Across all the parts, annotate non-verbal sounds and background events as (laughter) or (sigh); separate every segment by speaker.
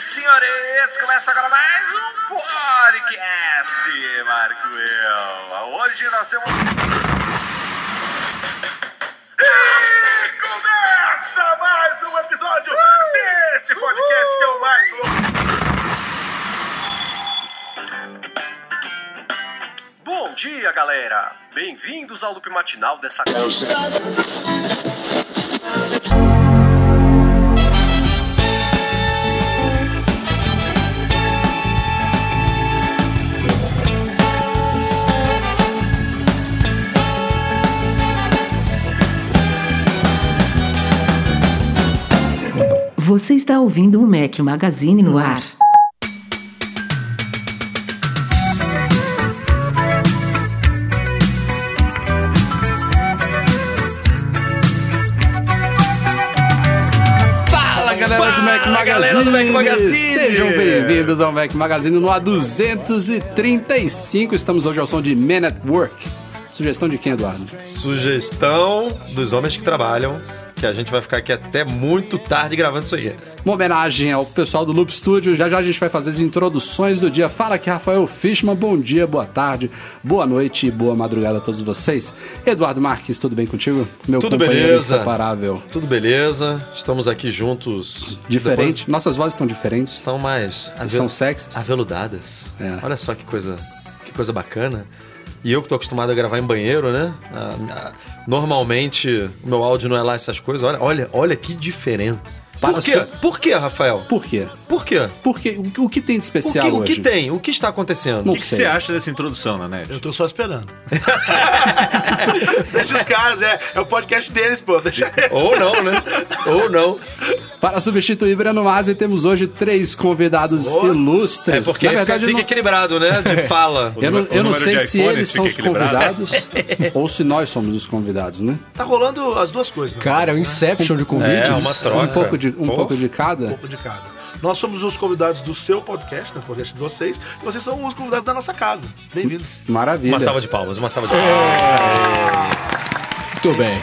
Speaker 1: senhores, começa agora mais um podcast, Marco Eu. Hoje nós temos. E começa mais um episódio desse podcast que é o mais louco. Bom dia, galera! Bem-vindos ao loop matinal dessa.
Speaker 2: Você está ouvindo o Mac Magazine no ar.
Speaker 3: Fala galera do Mac
Speaker 1: Fala,
Speaker 3: Magazine!
Speaker 1: galera do Mac Magazine!
Speaker 3: Sejam bem-vindos ao Mac Magazine no A235. Estamos hoje ao som de Men at Work. Sugestão de quem, Eduardo?
Speaker 4: sugestão dos homens que trabalham, que a gente vai ficar aqui até muito tarde gravando isso aqui.
Speaker 3: Uma homenagem ao pessoal do Loop Studio. Já já a gente vai fazer as introduções do dia. Fala aqui, Rafael Fishman. Bom dia, boa tarde, boa noite e boa madrugada a todos vocês. Eduardo Marques, tudo bem contigo? Meu
Speaker 4: Tudo
Speaker 3: companheiro
Speaker 4: beleza.
Speaker 3: inseparável.
Speaker 4: Tudo beleza? Estamos aqui juntos.
Speaker 3: Diferente?
Speaker 4: Depois-
Speaker 3: Nossas vozes estão diferentes.
Speaker 4: Estão mais
Speaker 3: Estão sexys.
Speaker 4: aveludadas.
Speaker 3: É.
Speaker 4: Olha só que coisa, que coisa bacana. E eu que tô acostumado a gravar em banheiro, né? Ah, ah, Normalmente o meu áudio não é lá essas coisas. Olha, olha, olha que diferença.
Speaker 3: Para
Speaker 4: Por quê?
Speaker 3: ser-
Speaker 4: Por quê, Rafael?
Speaker 3: Por quê?
Speaker 4: Por quê?
Speaker 3: Porque o o que tem
Speaker 4: O
Speaker 3: de
Speaker 4: que,
Speaker 3: especial
Speaker 4: o
Speaker 3: hoje?
Speaker 4: que tem? O que está acontecendo?
Speaker 3: Não
Speaker 5: O que
Speaker 3: sei.
Speaker 5: você acha dessa introdução, né, Nanete?
Speaker 6: Eu tô só esperando. Deixa os caras, é, é o podcast deles, pô. Deixa
Speaker 4: Ou não, né? Ou não.
Speaker 3: Para substituir Breno Masi, temos hoje três convidados
Speaker 4: Oh. É
Speaker 3: ilustres.
Speaker 4: porque
Speaker 3: Na verdade,
Speaker 4: fica
Speaker 3: eu não-
Speaker 4: equilibrado, né? De fala.
Speaker 3: eu não,
Speaker 5: O
Speaker 3: eu não
Speaker 5: número
Speaker 3: sei
Speaker 5: de
Speaker 3: se
Speaker 5: iPhones
Speaker 3: eles são
Speaker 5: fica
Speaker 3: os
Speaker 5: equilibrado.
Speaker 4: (laughs)
Speaker 3: convidados ou se nós somos os convidados, né?
Speaker 6: Tá rolando as duas coisas, né?
Speaker 7: Cara, é um Inception de convites.
Speaker 4: É, uma troca.
Speaker 3: Um pouco de, um
Speaker 4: Pô.
Speaker 3: pouco de
Speaker 6: Um
Speaker 3: cada.
Speaker 6: pouco de cada. Nós somos os convidados do seu podcast, né? Podcast de vocês, e vocês são os convidados da nossa casa. Bem-vindos.
Speaker 3: Maravilha.
Speaker 4: Uma salva de palmas, uma salva de palmas.
Speaker 7: Muito bem.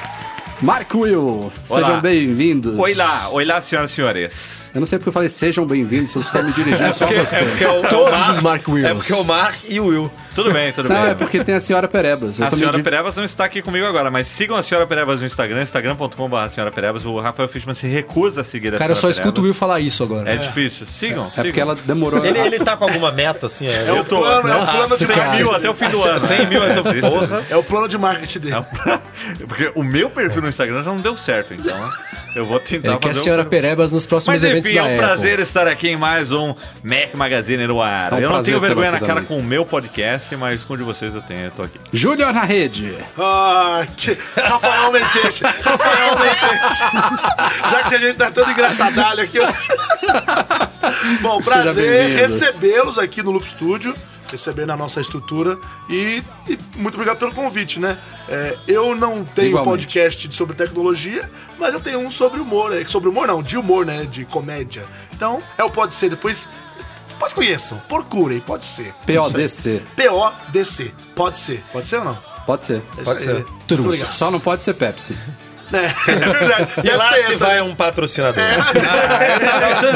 Speaker 3: Mark Will, sejam bem-vindos.
Speaker 5: Oi lá, oi lá, senhoras e senhores.
Speaker 3: Eu não sei porque eu falei sejam bem-vindos, eu estou me dirigindo só a você.
Speaker 4: (laughs) é
Speaker 3: (laughs)
Speaker 4: o,
Speaker 7: Todos os Mark Wills.
Speaker 4: É porque é o Mark e o Will.
Speaker 5: Tudo bem, tudo
Speaker 3: Não,
Speaker 5: bem.
Speaker 3: é porque tem a senhora Perebas. Eu
Speaker 5: A
Speaker 3: tô me
Speaker 5: senhora
Speaker 3: di-
Speaker 5: Perebas não está aqui comigo agora, mas sigam a senhora Perebas no Instagram, instagram.com.br senhora Perebas. O Rafael Fishman se recusa a seguir a
Speaker 7: Cara, eu só
Speaker 5: senhora
Speaker 7: escuto o Will
Speaker 5: Perebas.
Speaker 7: falar isso agora.
Speaker 5: É difícil. Sigam,
Speaker 3: É
Speaker 5: sigam.
Speaker 3: porque ela demorou.
Speaker 4: Ele, ele tá com alguma meta, assim? É,
Speaker 5: Eu tô.
Speaker 6: plano, é o
Speaker 5: Nossa,
Speaker 6: plano de
Speaker 5: 100
Speaker 6: cara.
Speaker 5: mil até o fim do ano. 100 mil até o fim do ano.
Speaker 6: É o plano de marketing dele.
Speaker 5: (laughs) Porque o meu perfil no Instagram já não deu certo, então eu vou tentar
Speaker 7: Ele
Speaker 3: É
Speaker 5: fazer
Speaker 7: quer a
Speaker 5: o-
Speaker 7: senhora Perebas nos próximos
Speaker 5: um- Mas
Speaker 7: eventos
Speaker 5: enfim, é
Speaker 7: da
Speaker 5: um
Speaker 7: Apple.
Speaker 5: prazer estar aqui em mais um Mac Magazine no ar.
Speaker 3: É um
Speaker 5: eu não
Speaker 3: prazer
Speaker 5: tenho vergonha
Speaker 3: tê-lo
Speaker 5: na
Speaker 3: aqui
Speaker 5: cara
Speaker 3: também.
Speaker 5: com o meu podcast, mas com o de vocês eu tenho, eu tô aqui.
Speaker 3: Júnior na rede.
Speaker 6: Ah, que... Rafael Leiteixe. Rafael Leiteixe. Já que a gente tá todo engraçadalho aqui. eu- Bom, prazer
Speaker 3: bem-vindo.
Speaker 6: recebê-los aqui no Loop Studio, receber na nossa estrutura e, e muito obrigado pelo convite, né? É, eu não tenho
Speaker 3: Igualmente.
Speaker 6: podcast de- sobre tecnologia, mas eu tenho um sobre humor, né? sobre humor não, de humor, né? De comédia. Então, é o Pode Ser, depois... Depois conheçam, procurem, pode ser.
Speaker 3: PODC.
Speaker 6: PODC, pode ser. Pode ser ou não?
Speaker 3: Pode ser.
Speaker 6: É isso
Speaker 4: Pode
Speaker 6: aí.
Speaker 4: ser.
Speaker 6: Muito
Speaker 7: Tudo.
Speaker 6: obrigado.
Speaker 3: Só não pode ser Pepsi.
Speaker 6: É, (laughs) é verdade.
Speaker 4: E
Speaker 6: Deve
Speaker 4: lá
Speaker 6: ser
Speaker 4: se
Speaker 6: essa,
Speaker 4: vai
Speaker 6: né?
Speaker 4: um patrocinador.
Speaker 6: (laughs)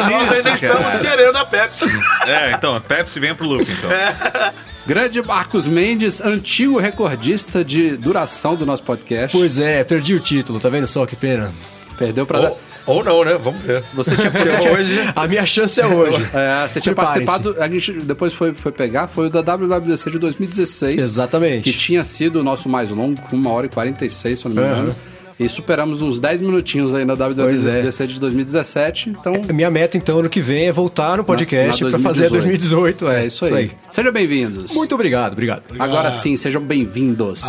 Speaker 6: Nós ainda estamos querendo a Pepsi.
Speaker 5: É, então, Pepsi vem pro
Speaker 3: (laughs)
Speaker 5: loop, então.
Speaker 3: É, Grande Marcos Mendes, antigo recordista de duração do nosso podcast.
Speaker 7: Pois é, perdi o título, tá vendo só que pena?
Speaker 3: Perdeu pra.
Speaker 4: Ou, ou não, né? Vamos ver.
Speaker 7: (laughs)
Speaker 3: Você tinha, você
Speaker 4: Porque
Speaker 3: tinha-
Speaker 4: hoje...
Speaker 7: A minha chance é hoje.
Speaker 3: é, você tinha
Speaker 7: Preparem-se.
Speaker 3: participado, a gente depois foi, foi pegar, foi o da WWDC de 2016. Que
Speaker 7: Exatamente.
Speaker 3: tinha sido o nosso mais longo, com 1 hora e 46, se eu não me engano. E superamos uns 10 minutinhos aí na
Speaker 7: é.
Speaker 3: WWDC de 2017. Então,
Speaker 7: A minha meta, então, ano que vem é voltar no podcast
Speaker 3: na
Speaker 7: pra fazer
Speaker 3: 2018.
Speaker 7: 2018.
Speaker 3: é isso aí. Sejam bem-vindos.
Speaker 7: Muito obrigado, obrigado.
Speaker 3: Agora sim, sejam bem-vindos.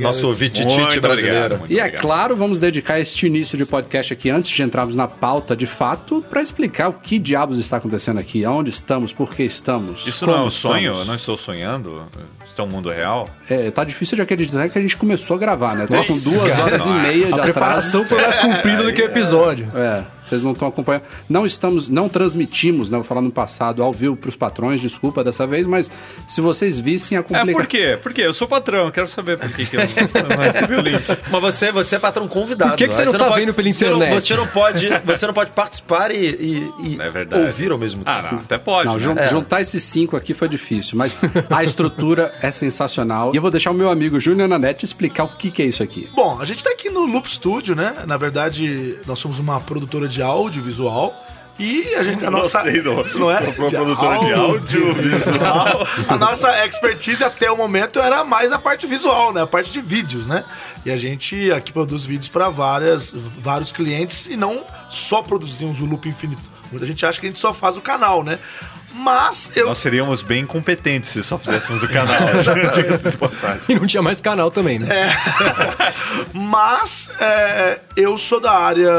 Speaker 4: Nosso vititite
Speaker 5: Muito obrigado,
Speaker 4: brasileiro.
Speaker 5: muito
Speaker 3: E é
Speaker 5: obrigado.
Speaker 3: claro, vamos dedicar este início de podcast aqui antes de entrarmos na pauta de fato para explicar o que diabos está acontecendo aqui, aonde estamos, por que estamos.
Speaker 5: Isso não é
Speaker 3: como
Speaker 5: um sonho? Eu
Speaker 3: estamos.
Speaker 5: não estou sonhando? Está um mundo real?
Speaker 3: É, tá difícil de acreditar que a gente começou a gravar, né? Tô com duas
Speaker 5: cara.
Speaker 3: horas e
Speaker 5: Nossa.
Speaker 3: meia de
Speaker 7: A
Speaker 3: atraso.
Speaker 7: preparação foi mais comprida do que o episódio.
Speaker 3: É. Vocês não estão acompanhando. Não estamos, não transmitimos, né? Vou falar no passado, ao vivo para os patrões, desculpa dessa vez, mas se vocês vissem a
Speaker 5: É,
Speaker 3: complicação.
Speaker 5: por quê? Por quê? Eu sou patrão, eu quero saber por
Speaker 3: (laughs)
Speaker 5: que, que eu não recebi o link.
Speaker 4: Mas você, você é patrão convidado.
Speaker 7: Por que que você
Speaker 4: Aí
Speaker 7: não tá
Speaker 4: pode-
Speaker 7: vendo pela
Speaker 4: você não-
Speaker 7: internet?
Speaker 4: Você não, pode, você não pode participar e, e- e
Speaker 5: É verdade.
Speaker 4: ouvir ao mesmo tempo.
Speaker 5: Ah, não, até pode.
Speaker 3: Não,
Speaker 5: né?
Speaker 3: jun-
Speaker 4: É.
Speaker 3: juntar esses cinco aqui foi difícil, mas a estrutura (laughs) é sensacional. E eu vou deixar o meu amigo Júnior Nanete explicar o que, que é isso aqui.
Speaker 6: Bom, a gente tá aqui no Loop Studio, né? Na verdade, nós somos uma produtora de audiovisual. E a gente. A nossa,
Speaker 5: Gostei do-
Speaker 6: não é?
Speaker 5: uma produtora de
Speaker 6: audiovisual. (laughs) a nossa expertise até o momento era mais a parte visual, né? A parte de vídeos, né? E a gente aqui produz vídeos para várias, vários clientes e não só produzimos o Loop Infinito. Muita gente acha que a gente só faz o canal, né? Mas eu
Speaker 5: Nós seríamos bem competentes se só fizéssemos o canal. né?
Speaker 3: (laughs)
Speaker 5: Diga-se de passagem.
Speaker 7: E não tinha mais canal também, né?
Speaker 6: Mas é, eu sou da área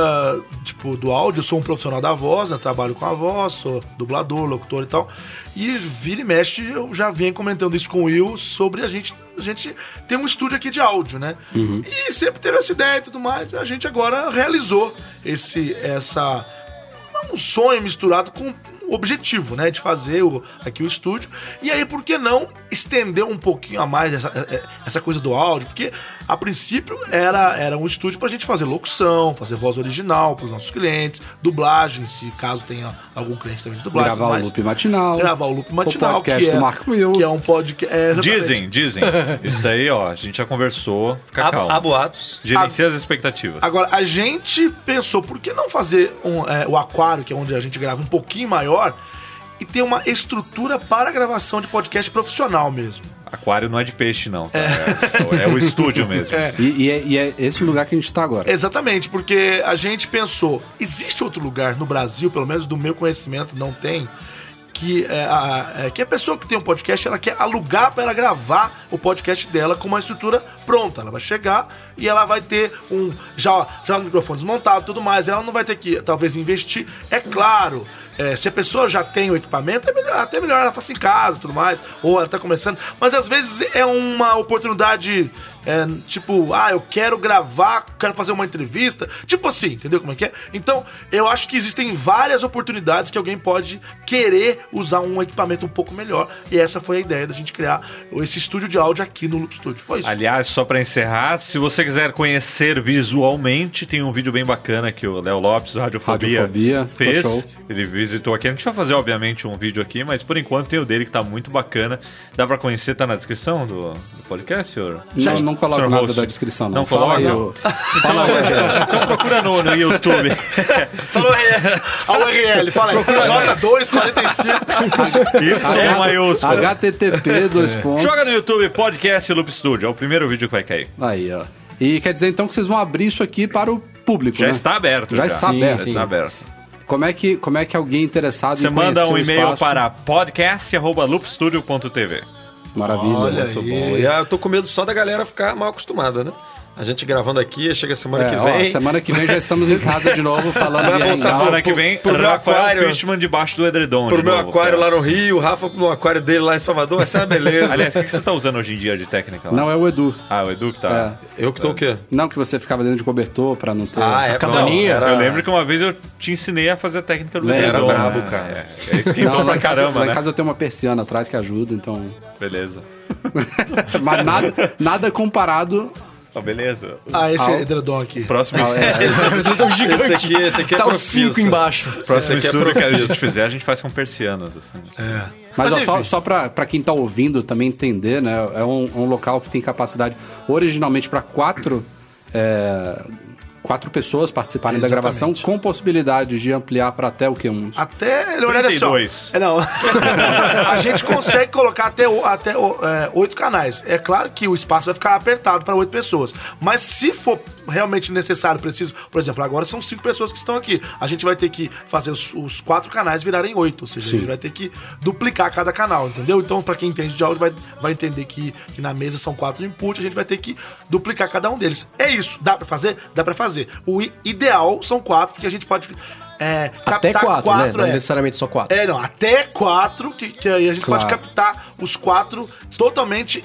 Speaker 6: tipo do áudio, eu sou um profissional da voz, né? Trabalho com a voz, sou dublador, locutor e tal. E vira e mexe, eu já venho comentando isso com o Will sobre a gente. A gente tem um estúdio aqui de áudio, né? E sempre teve essa ideia e tudo mais. A gente agora realizou esse, essa é um sonho misturado com o objetivo, né? De fazer o- aqui o estúdio. E aí, por que não estender um pouquinho a mais essa, é, é, essa coisa do áudio? Porque, a princípio, era, era um estúdio pra gente fazer locução, fazer voz original pros nossos clientes, dublagem, se caso tenha algum cliente também de dublagem.
Speaker 3: Gravar
Speaker 6: tudo
Speaker 3: o
Speaker 6: mais.
Speaker 3: loop matinal.
Speaker 6: Gravar o loop matinal.
Speaker 3: O podcast
Speaker 6: que é,
Speaker 3: do Marco Will.
Speaker 6: Que é um podcast... é, exatamente.
Speaker 5: Dizem, dizem. Isso daí, ó, a gente já conversou. Fica calmo.
Speaker 4: Há, há boatos.
Speaker 5: Gerencia as expectativas.
Speaker 6: Agora, a gente pensou, por que não fazer um, é, o aquário, que é onde a gente grava, um pouquinho maior e ter uma estrutura para gravação de podcast profissional mesmo?
Speaker 5: Aquário não é de peixe, não. tá? É, é o estúdio mesmo.
Speaker 3: E, e é, e é esse lugar que a gente está agora.
Speaker 6: Exatamente, porque a gente pensou, existe outro lugar no Brasil, pelo menos do meu conhecimento, não tem, que, é, a, é, que a pessoa que tem um podcast, ela quer alugar para ela gravar o podcast dela com uma estrutura pronta. Ela vai chegar e ela vai ter um já, já o microfone desmontado e tudo mais. Ela não vai ter que, talvez, investir. É claro, é, se a pessoa já tem o equipamento, é melhor- até melhor ela faça em casa e tudo mais, ou ela tá começando. Mas às vezes é uma oportunidade, é, tipo, ah, eu quero gravar, quero fazer uma entrevista, tipo assim, entendeu como é que é? Então, eu acho que existem várias oportunidades que alguém pode querer usar um equipamento um pouco melhor, e essa foi a ideia da gente criar esse estúdio de áudio aqui no Loop Studio. Foi isso.
Speaker 5: Aliás, só pra encerrar, se você quiser conhecer visualmente, tem um vídeo bem bacana que o Léo Lopes, do Radiofobia,
Speaker 3: Radiofobia, tá
Speaker 5: fez.
Speaker 3: show.
Speaker 5: Ele visitou aqui. A gente vai fazer, obviamente, um vídeo aqui, mas por enquanto tem o dele que tá muito bacana. Dá pra conhecer, tá na descrição do, do podcast, senhor?
Speaker 3: Já não, não coloco
Speaker 5: Senhor
Speaker 3: nada
Speaker 5: host.
Speaker 3: da descrição, não.
Speaker 5: Não coloca? (laughs)
Speaker 3: eu. Fala aí.
Speaker 5: Então procura no,
Speaker 3: (laughs)
Speaker 5: no YouTube.
Speaker 6: Falou aí, a URL, fala aí, J245.
Speaker 5: Y maiúsculo.
Speaker 3: HTTP,
Speaker 5: (laughs)
Speaker 3: dois pontos.
Speaker 5: É. Joga no YouTube Podcast Loop Studio. É o primeiro vídeo que vai cair.
Speaker 3: Aí, ó. E quer dizer então que vocês vão abrir isso aqui para o público,
Speaker 5: Já
Speaker 3: né?
Speaker 5: está aberto.
Speaker 3: Já está aberto.
Speaker 5: Já está aberto.
Speaker 3: Como é que, como é que alguém interessado
Speaker 5: Você
Speaker 3: em
Speaker 5: manda
Speaker 3: conhecer
Speaker 5: um
Speaker 3: o
Speaker 5: e-mail
Speaker 3: espaço-
Speaker 5: para podcast.loopstudio.tv.
Speaker 3: Maravilha.
Speaker 6: Olha
Speaker 3: né?
Speaker 6: aí.
Speaker 4: Bom, e ah, eu tô com medo só da galera ficar mal acostumada, né? A gente gravando aqui, chega semana
Speaker 3: É,
Speaker 4: que
Speaker 3: ó,
Speaker 4: vem.
Speaker 3: semana que vem já estamos em casa de
Speaker 5: (laughs)
Speaker 3: novo falando
Speaker 4: Vai
Speaker 3: de
Speaker 4: voltar
Speaker 3: Hangout.
Speaker 5: Semana que vem,
Speaker 4: pro meu
Speaker 5: Rafael
Speaker 4: aquário-
Speaker 5: Fishman debaixo do edredom.
Speaker 4: Pro
Speaker 5: de
Speaker 4: meu
Speaker 5: novo,
Speaker 4: aquário lá
Speaker 5: cara.
Speaker 4: no Rio, o Rafa pro aquário dele lá em Salvador, essa é uma beleza.
Speaker 5: (laughs) Aliás, o que que você tá usando hoje em dia de técnica lá?
Speaker 3: Não é o Edu.
Speaker 5: Ah, o Edu que tá.
Speaker 4: eu que tô
Speaker 7: (laughs)
Speaker 4: o quê?
Speaker 3: Não que você ficava dentro de cobertor pra não ter.
Speaker 4: Ah, é bom,
Speaker 7: cabaninha.
Speaker 4: era-
Speaker 5: Eu lembro que uma vez eu te ensinei a fazer a técnica do
Speaker 3: Lembra,
Speaker 5: edredom.
Speaker 4: era brabo,
Speaker 5: né?
Speaker 4: cara.
Speaker 5: É, é, esquentou
Speaker 3: Não, lá
Speaker 5: pra
Speaker 3: em casa-
Speaker 5: caramba,
Speaker 3: lá
Speaker 5: né?
Speaker 3: em casa eu tenho uma persiana atrás que ajuda, então. (laughs)
Speaker 5: Beleza.
Speaker 3: Mas nada, nada comparado.
Speaker 5: Ó, beleza.
Speaker 6: Ah, esse é edredom aqui.
Speaker 5: Próximo, (laughs)
Speaker 3: é,
Speaker 5: é,
Speaker 4: Esse, esse aqui,
Speaker 6: (laughs)
Speaker 4: esse aqui é
Speaker 7: tá os
Speaker 4: profissa.
Speaker 7: cinco embaixo.
Speaker 5: próximo
Speaker 4: aqui é
Speaker 5: estudo que a
Speaker 4: profissa.
Speaker 5: gente fizer, a gente faz com persianas. Assim.
Speaker 3: Mas,
Speaker 6: Mas
Speaker 3: ó, só,
Speaker 6: enfim.
Speaker 3: só pra, pra quem tá ouvindo também entender, né? É um, um local que tem capacidade originalmente pra quatro. é, quatro pessoas participarem da
Speaker 6: Exatamente.
Speaker 3: gravação, com possibilidade de ampliar pra até o que? Uns.
Speaker 6: Até. Olha só.
Speaker 5: 32.
Speaker 6: É, não. (laughs) a gente consegue colocar até, o- até o- é, oito canais. É claro que o espaço vai ficar apertado para oito pessoas. Mas se for realmente necessário, preciso. Por exemplo, agora são cinco pessoas que estão aqui. A gente vai ter que fazer os, os quatro canais virarem oito. Ou seja, a gente vai ter que duplicar cada canal, entendeu? Então, para quem entende de áudio, vai, vai entender que, que na mesa são quatro inputs. A gente vai ter que duplicar cada um deles. É isso. Dá para fazer? Dá para fazer. O i- ideal são quatro, porque a gente pode. É,
Speaker 7: Até
Speaker 6: captar
Speaker 7: quatro, né? Não
Speaker 6: é.
Speaker 7: necessariamente só quatro.
Speaker 6: É, não, até quatro, que, que aí a gente
Speaker 3: Claro.
Speaker 6: pode captar os quatro totalmente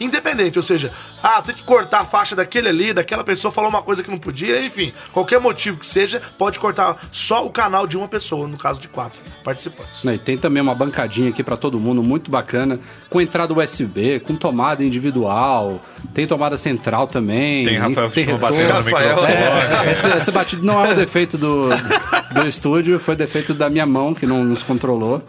Speaker 6: independente. Ou seja, ah, tem que cortar a faixa daquele ali, daquela pessoa falou uma coisa que não podia, enfim, qualquer motivo que seja, pode cortar só o canal de uma pessoa, no caso de quatro participantes.
Speaker 3: Né, E tem também uma bancadinha aqui pra todo mundo, muito bacana, com entrada USB, com tomada individual, tem tomada central também.
Speaker 5: Tem Rafael
Speaker 3: tem
Speaker 5: Fichman
Speaker 3: retorno.
Speaker 5: batendo no
Speaker 4: Rafael.
Speaker 5: microfone. né?
Speaker 3: É, esse, esse batido não é um defeito do, do estúdio, foi defeito da minha mão que não nos controlou.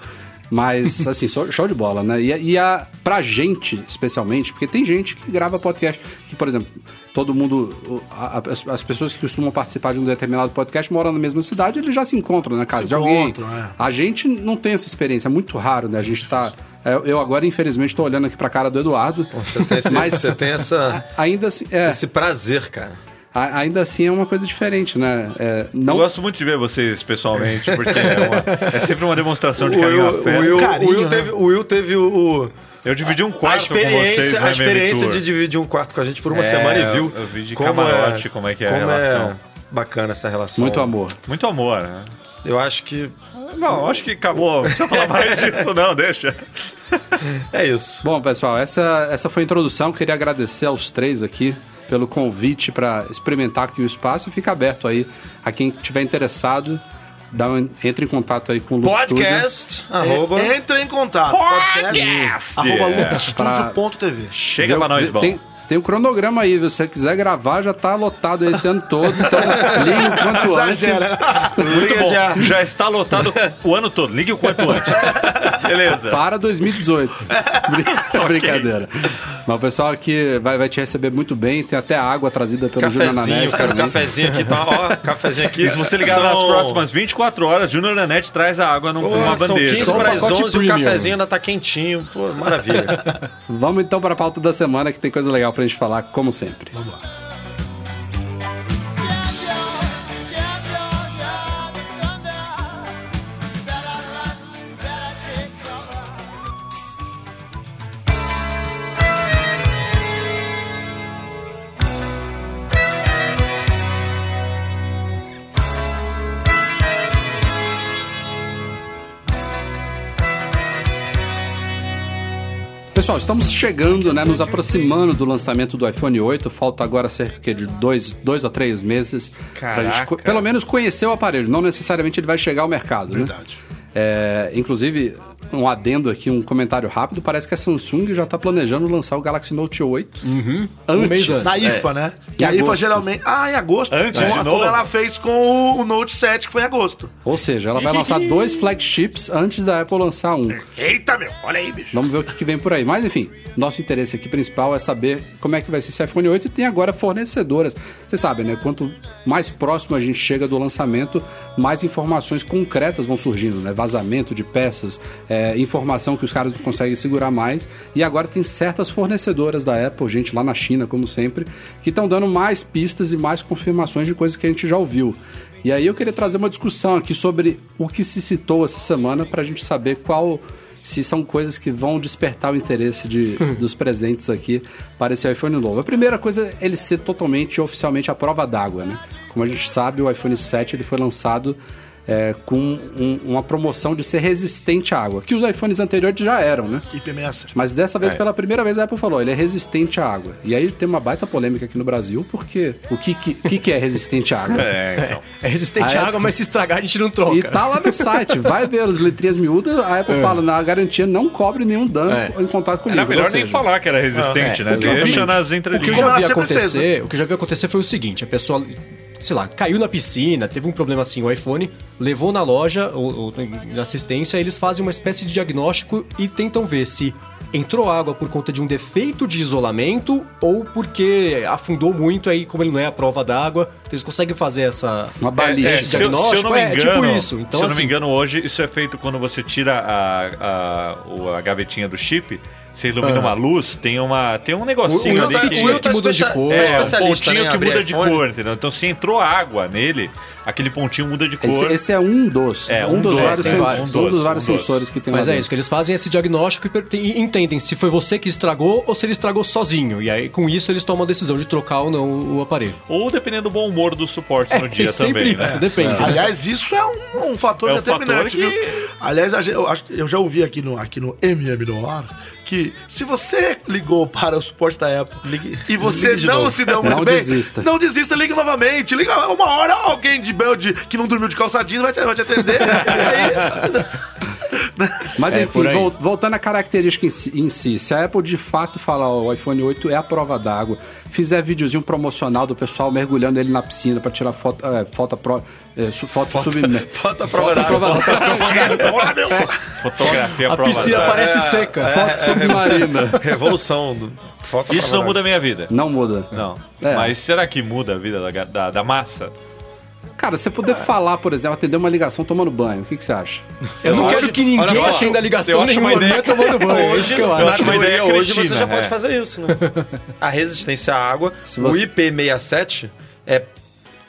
Speaker 3: Mas, assim, show show de bola, né? E, e a, pra gente, especialmente, porque tem gente que grava podcast, que, por exemplo, todo mundo, o- a- a- as, as pessoas que costumam participar de um determinado podcast moram na mesma cidade, eles já se encontram na casa
Speaker 6: Se
Speaker 3: de alguém.
Speaker 6: encontram, é.
Speaker 3: A gente não tem essa experiência, é muito raro, né? A gente tá. Eu eu agora, infelizmente, tô olhando aqui pra cara do Eduardo.
Speaker 4: Você tem esse,
Speaker 3: Mas-
Speaker 4: você tem essa,
Speaker 3: Ainda assim, é,
Speaker 4: esse prazer, cara.
Speaker 3: a- ainda assim é uma coisa diferente, né? É, não
Speaker 5: Eu gosto muito de ver vocês pessoalmente, porque é, uma- é sempre uma demonstração de
Speaker 4: O Will,
Speaker 5: carinho
Speaker 4: o
Speaker 5: e afeto.
Speaker 4: Will- o
Speaker 6: Carinho,
Speaker 4: Will
Speaker 6: né?
Speaker 4: teve, o Will teve o,
Speaker 5: Eu dividi um
Speaker 4: a
Speaker 5: quarto com vocês
Speaker 4: experiência,
Speaker 5: na
Speaker 4: a experiência
Speaker 5: MM
Speaker 4: de
Speaker 5: Tour.
Speaker 4: dividir um quarto com a gente por uma
Speaker 5: É,
Speaker 4: semana e viu
Speaker 5: eu vi de camarote como é que é a relação.
Speaker 4: bacana essa relação.
Speaker 3: Muito amor.
Speaker 5: Muito amor, né?
Speaker 4: Eu acho que
Speaker 5: Não, acho que acabou. Não precisa falar mais disso, não, deixa.
Speaker 4: é isso.
Speaker 3: Bom, pessoal, essa, essa foi a introdução. Queria agradecer aos três aqui pelo convite para experimentar aqui o espaço. Fica aberto aí a quem tiver interessado. Dá um- entre em contato aí com o Loop
Speaker 4: Podcast, arroba...
Speaker 6: É, Entra em contato. Podcast. Arroba loopstudio.tv.
Speaker 5: é. Chega pra nós, bom.
Speaker 3: Tem, tem um cronograma aí, viu? se você quiser gravar, já tá lotado esse ano todo. Então, (laughs) liga o quanto antes.
Speaker 5: Muito
Speaker 4: Liga
Speaker 5: bom.
Speaker 4: já.
Speaker 5: Já está lotado o ano todo. Ligue o quanto antes. Beleza.
Speaker 3: Para 2018. Brin- Brincadeira. Mas o pessoal aqui vai, vai te receber muito bem. Tem até água trazida pelo Júnior
Speaker 4: Cafezinho,
Speaker 3: Nanete
Speaker 4: cara, o
Speaker 3: também.
Speaker 4: cafezinho aqui tá,
Speaker 3: (laughs)
Speaker 4: ó, cafezinho aqui.
Speaker 5: E se você ligar
Speaker 4: São-
Speaker 5: nas próximas 24 horas, Júnior Nanete traz a água num-
Speaker 4: Pô,
Speaker 5: numa
Speaker 4: são
Speaker 5: bandeja.
Speaker 4: 15
Speaker 3: Só um
Speaker 4: para as
Speaker 3: pacote
Speaker 4: 11 o
Speaker 3: premium.
Speaker 4: cafezinho ainda tá quentinho. Pô, maravilha.
Speaker 3: Vamos então para a pauta da semana, que tem coisa legal pra gente falar, como sempre. Pessoal, estamos chegando, né? Nos aproximando do lançamento do iPhone 8. Falta agora cerca que, de dois, dois a três meses pra gente, co- pelo menos, conhecer o aparelho. Não necessariamente ele vai chegar ao mercado,
Speaker 6: Verdade.
Speaker 3: né? É, inclusive, um adendo aqui, um comentário rápido. Parece que a Samsung já tá planejando lançar o Galaxy Note 8 antes.
Speaker 7: Uhum. Um mês antes.
Speaker 6: Na IFA, né?
Speaker 3: é. Em
Speaker 6: E a IFA
Speaker 3: agosto.
Speaker 6: geralmente. Ah, em agosto.
Speaker 5: Antes
Speaker 6: Como-
Speaker 5: de
Speaker 6: como
Speaker 5: novo.
Speaker 6: ela fez com o- o Note 7, que foi em agosto.
Speaker 3: Ou seja, ela vai
Speaker 7: (laughs)
Speaker 3: lançar dois flagships antes da Apple lançar um.
Speaker 6: Eita, meu, olha aí, bicho.
Speaker 3: Vamos ver o que, que vem por aí. Mas enfim, nosso interesse aqui principal é saber como é que vai ser esse iPhone 8 e tem agora fornecedoras. Vocês sabem, né? Quanto mais próximo a gente chega do lançamento, mais informações concretas vão surgindo, né? Vazamento de peças, é, informação que os caras não conseguem segurar mais. E agora tem certas fornecedoras da Apple, gente lá na China, como sempre, que estão dando mais pistas e mais confirmações de coisas que a gente já ouviu. E aí eu queria trazer uma discussão aqui sobre o que se citou essa semana para a gente saber qual se são coisas que vão despertar o interesse
Speaker 5: (laughs)
Speaker 3: de, dos presentes aqui para esse iPhone novo. A primeira coisa é ele ser totalmente, oficialmente, a prova d'água, né? Como a gente sabe, o iPhone 7 ele foi lançado é, com um- uma promoção de ser resistente à água, que os iPhones anteriores já eram, né?
Speaker 6: IP67.
Speaker 3: Mas dessa
Speaker 5: É.
Speaker 3: vez, pela primeira vez, a Apple falou, ele é resistente à água. E aí tem uma baita polêmica aqui no Brasil, porque o que, que, o que que é resistente à água?
Speaker 5: (laughs) É, então.
Speaker 7: É resistente
Speaker 3: Ah,
Speaker 7: à
Speaker 3: é?
Speaker 7: água, mas se estragar a gente não troca.
Speaker 3: E tá lá no site, vai ver as letrinhas miúdas, a Apple fala, na garantia não cobre nenhum dano
Speaker 7: É.
Speaker 3: em contato com o
Speaker 5: Era
Speaker 3: líquido.
Speaker 5: melhor
Speaker 3: ou
Speaker 5: nem
Speaker 3: seja,
Speaker 5: falar que era resistente, né? Deixa nas
Speaker 7: O que eu
Speaker 5: entrelinhas.
Speaker 6: Como
Speaker 7: já
Speaker 6: ela
Speaker 7: vi
Speaker 6: sempre fez,
Speaker 7: acontecer,
Speaker 5: né?
Speaker 7: o que eu já vi acontecer foi o seguinte, a pessoa, sei lá, caiu na piscina, teve um problema assim, o iPhone, levou na loja, ou, ou na assistência, eles fazem uma espécie de diagnóstico e tentam ver se entrou água por conta de um defeito de isolamento ou porque afundou muito aí, como ele não é a prova d'água, eles conseguem fazer essa
Speaker 3: Uma
Speaker 5: É,
Speaker 3: balista.
Speaker 5: se, eu- se eu não
Speaker 7: diagnóstico,
Speaker 5: me
Speaker 7: é,
Speaker 5: engano,
Speaker 7: tipo isso. Então,
Speaker 5: se eu não
Speaker 7: assim-
Speaker 5: me engano, hoje isso é feito quando você tira a, a, o- a gavetinha do chip, você ilumina uma luz, tem, uma, tem um negocinho
Speaker 7: Will
Speaker 5: ali
Speaker 7: tá-
Speaker 5: que...
Speaker 7: Ah. o Will tá
Speaker 4: muda de cor.
Speaker 5: É, um
Speaker 4: especialista,
Speaker 5: pontinho
Speaker 4: né, em
Speaker 5: que
Speaker 4: abrir
Speaker 5: muda de
Speaker 4: iPhone.
Speaker 5: cor, entendeu? Então, se entrou água nele, aquele pontinho muda de cor.
Speaker 3: Esse, esse é um dos.
Speaker 5: É,
Speaker 3: um,
Speaker 5: um
Speaker 3: dos
Speaker 5: dos,
Speaker 3: vários
Speaker 5: é,
Speaker 3: sen-
Speaker 5: vários.
Speaker 3: um
Speaker 5: Um
Speaker 3: dos
Speaker 5: dos,
Speaker 3: vários
Speaker 5: um dos.
Speaker 3: sensores que tem
Speaker 7: Mas
Speaker 3: lá
Speaker 7: é
Speaker 3: dentro.
Speaker 7: isso, que eles fazem esse diagnóstico e per- e entendem se foi você que estragou ou se ele estragou sozinho. E aí, com isso, eles tomam a decisão de trocar ou não o aparelho.
Speaker 5: Ou dependendo do bom humor do suporte no dia
Speaker 7: É, tem sempre
Speaker 5: também, né?
Speaker 7: isso, depende. né?
Speaker 6: Aliás, isso é um, um fator
Speaker 5: É um
Speaker 6: determinante,
Speaker 5: fator que-
Speaker 6: viu? Aliás, a gente- eu, acho- eu já ouvi aqui no, aqui no MM no ar que se você ligou para o suporte da Apple
Speaker 4: Ligue-
Speaker 6: e você
Speaker 4: ligue de
Speaker 6: não
Speaker 4: novo.
Speaker 6: se deu muito
Speaker 3: Não
Speaker 6: bem,
Speaker 3: desista.
Speaker 6: não desista, ligue novamente. Liga uma hora, alguém de Belde que não dormiu de calçadinho vai te, vai te atender. e aí,
Speaker 3: Mas
Speaker 7: É,
Speaker 3: enfim,
Speaker 7: por aí.
Speaker 3: vol- voltando à característica em si, em si, se a Apple de fato falar "Ó, o iPhone 8 é a prova d'água, fizer videozinho promocional do pessoal mergulhando ele na piscina pra tirar foto, é, foto, pro, é, su- foto, submer-
Speaker 4: Falta prova d'água.
Speaker 5: Fotografia
Speaker 7: A
Speaker 5: prova
Speaker 7: piscina
Speaker 5: d'água.
Speaker 7: parece seca.
Speaker 3: Foto submarina.
Speaker 6: (laughs)
Speaker 4: Revolução. Do... Falta
Speaker 5: Isso
Speaker 4: prova
Speaker 5: não muda a minha vida.
Speaker 3: Não muda.
Speaker 5: Não.
Speaker 3: É.
Speaker 5: Mas será que muda a vida da, ga- da, da massa?
Speaker 3: Cara, você
Speaker 5: É.
Speaker 3: poder falar, por exemplo, atender uma ligação tomando banho, o que, que você acha?
Speaker 7: Eu não
Speaker 5: Eu
Speaker 7: quero
Speaker 5: acho-
Speaker 7: que
Speaker 5: olha
Speaker 7: ninguém
Speaker 5: só,
Speaker 7: atenda
Speaker 5: eu
Speaker 7: ligação
Speaker 5: acho
Speaker 7: nenhuma
Speaker 5: uma ideia-
Speaker 7: minha tomando (laughs) banho. É isso que eu acho.
Speaker 5: acho uma
Speaker 4: na
Speaker 5: ideia
Speaker 4: teoria, hoje
Speaker 5: cretina,
Speaker 4: você já
Speaker 5: é.
Speaker 4: pode fazer isso, né? A resistência à água,
Speaker 3: você-
Speaker 4: o IP67 é